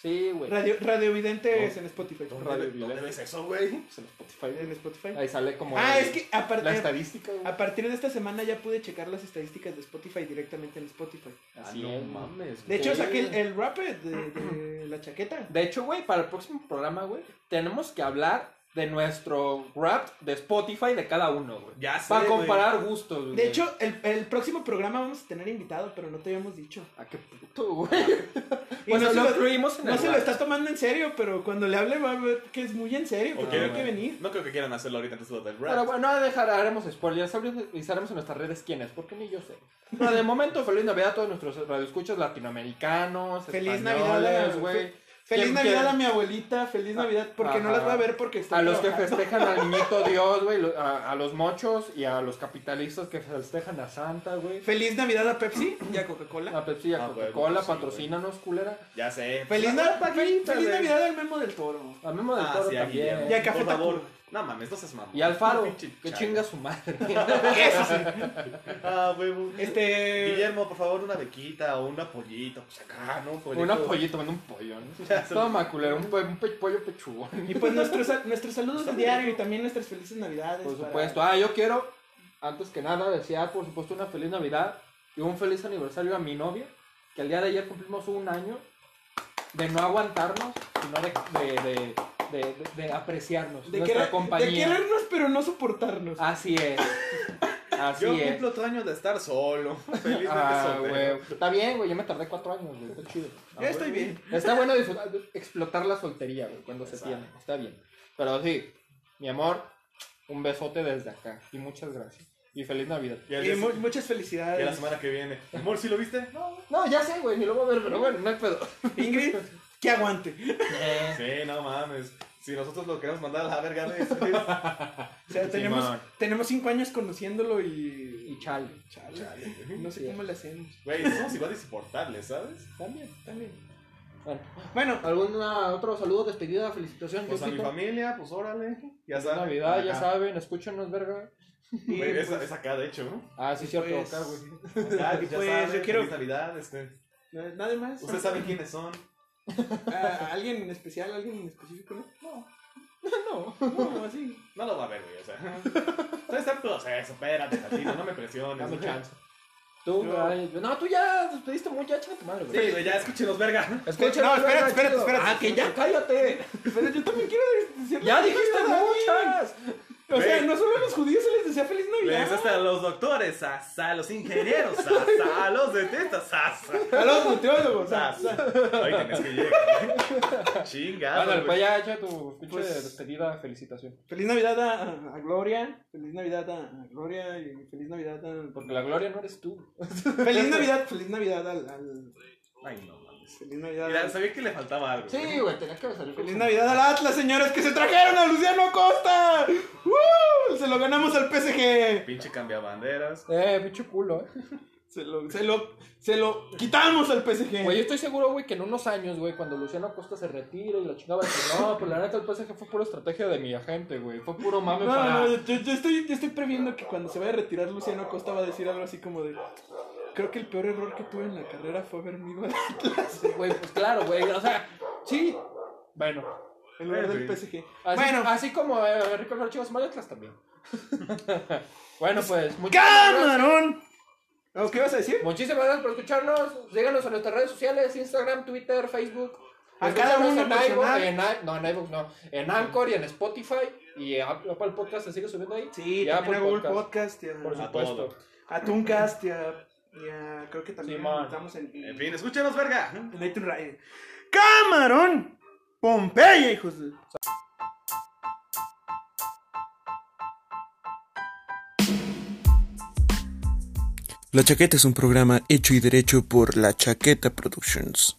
[SPEAKER 4] Sí, güey.
[SPEAKER 2] radio,
[SPEAKER 5] Oh,
[SPEAKER 2] radiovidentes en Spotify.
[SPEAKER 4] Radio
[SPEAKER 5] ¿Dónde,
[SPEAKER 4] Violeta.
[SPEAKER 5] ¿Dónde ves eso, güey?
[SPEAKER 4] Pues en Spotify, güey.
[SPEAKER 2] En Spotify.
[SPEAKER 4] Ahí sale como
[SPEAKER 2] Ah,
[SPEAKER 4] el-
[SPEAKER 2] es que Ah,
[SPEAKER 4] la
[SPEAKER 2] aparte,
[SPEAKER 4] estadística, güey.
[SPEAKER 2] a partir de esta semana ya pude checar las estadísticas de Spotify directamente en Spotify.
[SPEAKER 4] Así
[SPEAKER 5] Ah,
[SPEAKER 4] es,
[SPEAKER 5] no
[SPEAKER 4] güey.
[SPEAKER 5] mames.
[SPEAKER 2] De hecho,
[SPEAKER 4] Sí.
[SPEAKER 2] saqué el, el rap de, de la chaqueta.
[SPEAKER 4] De hecho, güey, para el próximo programa, güey, tenemos que hablar de nuestro rap de Spotify de cada uno, güey.
[SPEAKER 5] Ya sé,
[SPEAKER 4] Para
[SPEAKER 5] güey.
[SPEAKER 4] comparar gustos, güey.
[SPEAKER 2] De hecho, el, el próximo programa vamos a tener invitado, pero no te habíamos dicho.
[SPEAKER 4] ¿A qué puto, güey?
[SPEAKER 2] Ah, Y
[SPEAKER 4] Pues
[SPEAKER 2] no
[SPEAKER 4] no
[SPEAKER 2] se
[SPEAKER 4] lo
[SPEAKER 2] lo,
[SPEAKER 4] incluimos en
[SPEAKER 2] no
[SPEAKER 4] el
[SPEAKER 2] se lo
[SPEAKER 4] rap.
[SPEAKER 2] está tomando en serio, pero cuando le hable va a ver que es muy en serio, porque
[SPEAKER 5] Ok,
[SPEAKER 2] tiene que
[SPEAKER 5] Ah, bueno.
[SPEAKER 2] venir.
[SPEAKER 5] No creo que quieran hacerlo ahorita antes de lo del rap.
[SPEAKER 4] Pero bueno, no dejar- haremos spoilers, avisaremos en nuestras redes quién es, porque ni yo sé. Pero de momento, feliz Navidad a todos nuestros radioescuchos latinoamericanos,
[SPEAKER 2] Feliz Navidad
[SPEAKER 4] españoles,
[SPEAKER 2] a-
[SPEAKER 4] güey.
[SPEAKER 2] Feliz
[SPEAKER 4] ¿Quién-
[SPEAKER 2] Navidad
[SPEAKER 4] quién?
[SPEAKER 2] a mi abuelita, feliz Navidad, porque no
[SPEAKER 4] Ah, Ajá.
[SPEAKER 2] las va a ver porque está
[SPEAKER 4] A los que
[SPEAKER 2] trabajando.
[SPEAKER 4] festejan al
[SPEAKER 2] *laughs*
[SPEAKER 4] niñito Dios, güey, lo- a, a los mochos y a los capitalistas que festejan a Santa, güey.
[SPEAKER 2] Feliz Navidad a Pepsi y a Coca-Cola.
[SPEAKER 4] A Pepsi y a
[SPEAKER 5] Ah, güey,
[SPEAKER 4] Coca-Cola,
[SPEAKER 5] sí, güey.
[SPEAKER 4] patrocínanos, culera.
[SPEAKER 5] Ya sé.
[SPEAKER 2] Feliz,
[SPEAKER 4] Una
[SPEAKER 2] Nav- fel-
[SPEAKER 4] paquita,
[SPEAKER 2] feliz
[SPEAKER 4] güey.
[SPEAKER 2] Navidad al Memo del Toro.
[SPEAKER 4] A Memo del
[SPEAKER 5] Ah,
[SPEAKER 4] Toro
[SPEAKER 5] sí, a
[SPEAKER 4] también.
[SPEAKER 5] Guillermo.
[SPEAKER 2] Y a
[SPEAKER 5] Por
[SPEAKER 2] Café
[SPEAKER 5] favor.
[SPEAKER 2] Tacuba.
[SPEAKER 5] No mames, no seas mamón.
[SPEAKER 4] Y Alfaro,
[SPEAKER 5] Pinche
[SPEAKER 4] que
[SPEAKER 5] chairo.
[SPEAKER 4] chinga su
[SPEAKER 5] *laughs*
[SPEAKER 4] madre.
[SPEAKER 5] Eso sí. Ah, huevo. Este. Guillermo, por favor, una bequita o un apoyito. Pues acá, ¿no?
[SPEAKER 4] Un apoyito, manda un pollo, ¿no?
[SPEAKER 5] *laughs* Ya sé.
[SPEAKER 4] Todo maculero, un, pe- un pe- pollo pechugón.
[SPEAKER 2] Y pues nuestros, nuestros saludos del diario y también nuestras felices navidades.
[SPEAKER 4] Por supuesto. Ah, yo quiero, antes que nada, desear, por supuesto, una feliz Navidad y un feliz aniversario a mi novia, que el día de ayer cumplimos un año de no aguantarnos, sino de, de, de- de- de- de apreciarnos,
[SPEAKER 2] De,
[SPEAKER 4] nuestra
[SPEAKER 2] querer-
[SPEAKER 4] compañía. Ah,
[SPEAKER 2] de querernos pero no soportarnos.
[SPEAKER 4] Así es. Así
[SPEAKER 5] Yo
[SPEAKER 4] es.
[SPEAKER 5] cumplo otro año de estar solo. *laughs* Felizmente
[SPEAKER 4] eh. Ah,
[SPEAKER 5] soltero.
[SPEAKER 4] güey. Está bien, güey. Yo me tardé cuatro años, güey. Está chido.
[SPEAKER 5] Ya estoy bien.
[SPEAKER 4] Está bueno disfrutar- explotar la soltería, güey, cuando se tiene. Está bien. Pero sí, mi amor, un besote desde acá. Y muchas gracias. Y feliz Navidad.
[SPEAKER 2] Y mu- muchas felicidades.
[SPEAKER 5] Y la semana que viene. Amor, ¿sí lo viste? No.
[SPEAKER 4] No, ya sé, güey, ni lo voy a ver, pero bueno, no hay pedo.
[SPEAKER 2] Ingrid, que aguante.
[SPEAKER 5] Sí, no mames. Si nosotros lo queremos mandar a la verga de eso, güey.
[SPEAKER 2] O sea, tenemos,
[SPEAKER 5] Simón.
[SPEAKER 2] tenemos cinco años conociéndolo y.
[SPEAKER 4] Y chale.
[SPEAKER 2] Chale,
[SPEAKER 5] Chale, güey.
[SPEAKER 2] no sé
[SPEAKER 4] Sí.
[SPEAKER 2] cómo le hacemos.
[SPEAKER 5] Güey, somos igual de insoportables, ¿sabes?
[SPEAKER 4] También, también. Bueno,
[SPEAKER 2] Bueno,
[SPEAKER 4] ¿algún otro saludo, despedida, felicitación?
[SPEAKER 5] Pues a mi
[SPEAKER 4] Diosito?
[SPEAKER 5] familia, pues órale. Ya
[SPEAKER 4] Feliz
[SPEAKER 5] saben.
[SPEAKER 4] Navidad, ya
[SPEAKER 5] Acá.
[SPEAKER 4] saben, escúchenos, verga.
[SPEAKER 2] y
[SPEAKER 5] Güey,
[SPEAKER 2] pues,
[SPEAKER 5] es, es acá, de hecho, ¿no?
[SPEAKER 4] Ah, sí, cierto,
[SPEAKER 2] Pues-
[SPEAKER 4] acá, güey.
[SPEAKER 5] Acá,
[SPEAKER 2] Y
[SPEAKER 5] ya
[SPEAKER 2] pues,
[SPEAKER 5] saben,
[SPEAKER 2] yo quiero-
[SPEAKER 5] feliz Navidad, este.
[SPEAKER 2] na- nada más.
[SPEAKER 5] Ustedes saben quiénes son.
[SPEAKER 2] Ah, ¿Alguien en especial? ¿Alguien en específico? No.
[SPEAKER 4] No.
[SPEAKER 2] No, así.
[SPEAKER 5] No lo va a ver, güey, o sea. Ustedes están proceso, espérate, Tatino, no me presiones.
[SPEAKER 4] Dame
[SPEAKER 5] güey.
[SPEAKER 4] chance. Tú,
[SPEAKER 2] Yo-
[SPEAKER 4] ay, no, tú ya despediste mucho, ya chinga tu madre,
[SPEAKER 5] Sí, güey, ya escúchenos, verga.
[SPEAKER 4] Escúchame,
[SPEAKER 5] No, espérate,
[SPEAKER 4] espera, espera,
[SPEAKER 5] espérate, espérate.
[SPEAKER 4] Ah, que ya cállate.
[SPEAKER 2] Pero yo también quiero decirle.
[SPEAKER 4] Ya dijiste muchas.
[SPEAKER 2] O sea,
[SPEAKER 5] Güey.
[SPEAKER 2] no solo a los judíos se les desea feliz
[SPEAKER 5] Les
[SPEAKER 2] Navidad.
[SPEAKER 5] hasta a los doctores, hasta a los ingenieros, hasta a los dentistas, hasta.
[SPEAKER 2] A los nutriólogos. ah, ah.
[SPEAKER 5] Ay, tenés que llegar. Chingado.
[SPEAKER 4] Bueno, pues
[SPEAKER 5] güey.
[SPEAKER 4] ya echa tu pinche
[SPEAKER 2] Pues-
[SPEAKER 4] despedida, felicitación.
[SPEAKER 2] Feliz Navidad a, a Gloria. Feliz Navidad a, a Gloria. Y feliz Navidad a.
[SPEAKER 4] Porque la gloria no eres tú. *laughs*
[SPEAKER 2] Feliz Navidad, feliz Navidad al. al-
[SPEAKER 5] Ay, no mames.
[SPEAKER 2] feliz Navidad.
[SPEAKER 5] Mira,
[SPEAKER 2] al-
[SPEAKER 5] sabía que le faltaba algo. güey.
[SPEAKER 4] Sí, güey, tenías que salir.
[SPEAKER 2] Feliz Navidad al Atlas, señores, que se trajeron a Luciano Acosta. ¡Woo! Se lo ganamos al PSG.
[SPEAKER 5] Pinche cambia banderas.
[SPEAKER 4] Eh, pinche culo, eh.
[SPEAKER 2] Se lo, se lo, se lo quitamos al PSG.
[SPEAKER 4] *laughs* Güey, yo estoy seguro, güey, que en unos años, güey, cuando Luciano Acosta se retire y la chingada, que no, pues la neta el PSG fue pura estrategia de mi agente, güey. Fue puro mame
[SPEAKER 2] No,
[SPEAKER 4] para.
[SPEAKER 2] no, yo, yo estoy, yo estoy previendo que cuando se vaya a retirar Luciano Acosta va a decir algo así como de. Creo que el peor error que tuve en la carrera fue haberme ido al Atlas
[SPEAKER 4] Güey, pues claro, güey. O sea, sí. Bueno.
[SPEAKER 2] en lugar
[SPEAKER 5] Eh,
[SPEAKER 2] del
[SPEAKER 5] güey.
[SPEAKER 2] PSG.
[SPEAKER 4] Así,
[SPEAKER 2] Bueno.
[SPEAKER 4] así como eh, Ricardo Chivas Mayatlas también. *laughs* bueno, pues. muchísimas gracias.
[SPEAKER 2] ¡Camarón! ¿O ¿Qué vas a decir?
[SPEAKER 4] Muchísimas gracias por escucharnos. Síganos en nuestras redes sociales: Instagram, Twitter, Facebook.
[SPEAKER 2] A
[SPEAKER 4] Escúchanos
[SPEAKER 2] cada uno
[SPEAKER 4] en iVoox,
[SPEAKER 2] personal.
[SPEAKER 4] en i- No, en iVoox no. En Anchor y en Spotify. Y Apple Apple Podcast se sigue subiendo ahí.
[SPEAKER 2] Sí,
[SPEAKER 4] Ya,
[SPEAKER 2] también a
[SPEAKER 4] por
[SPEAKER 2] Google
[SPEAKER 4] podcast.
[SPEAKER 2] Podcast, y a-
[SPEAKER 4] Por
[SPEAKER 5] A
[SPEAKER 4] supuesto.
[SPEAKER 5] todo.
[SPEAKER 2] a Tooncast, y a, y a- creo que también
[SPEAKER 4] Simón.
[SPEAKER 2] estamos en,
[SPEAKER 5] En fin, escúchenos, verga.
[SPEAKER 2] en iTunes Radio. ¡Camarón! ¡Pompeya, hijos de...
[SPEAKER 12] La Chaqueta es un programa hecho y derecho por La Chaqueta Productions.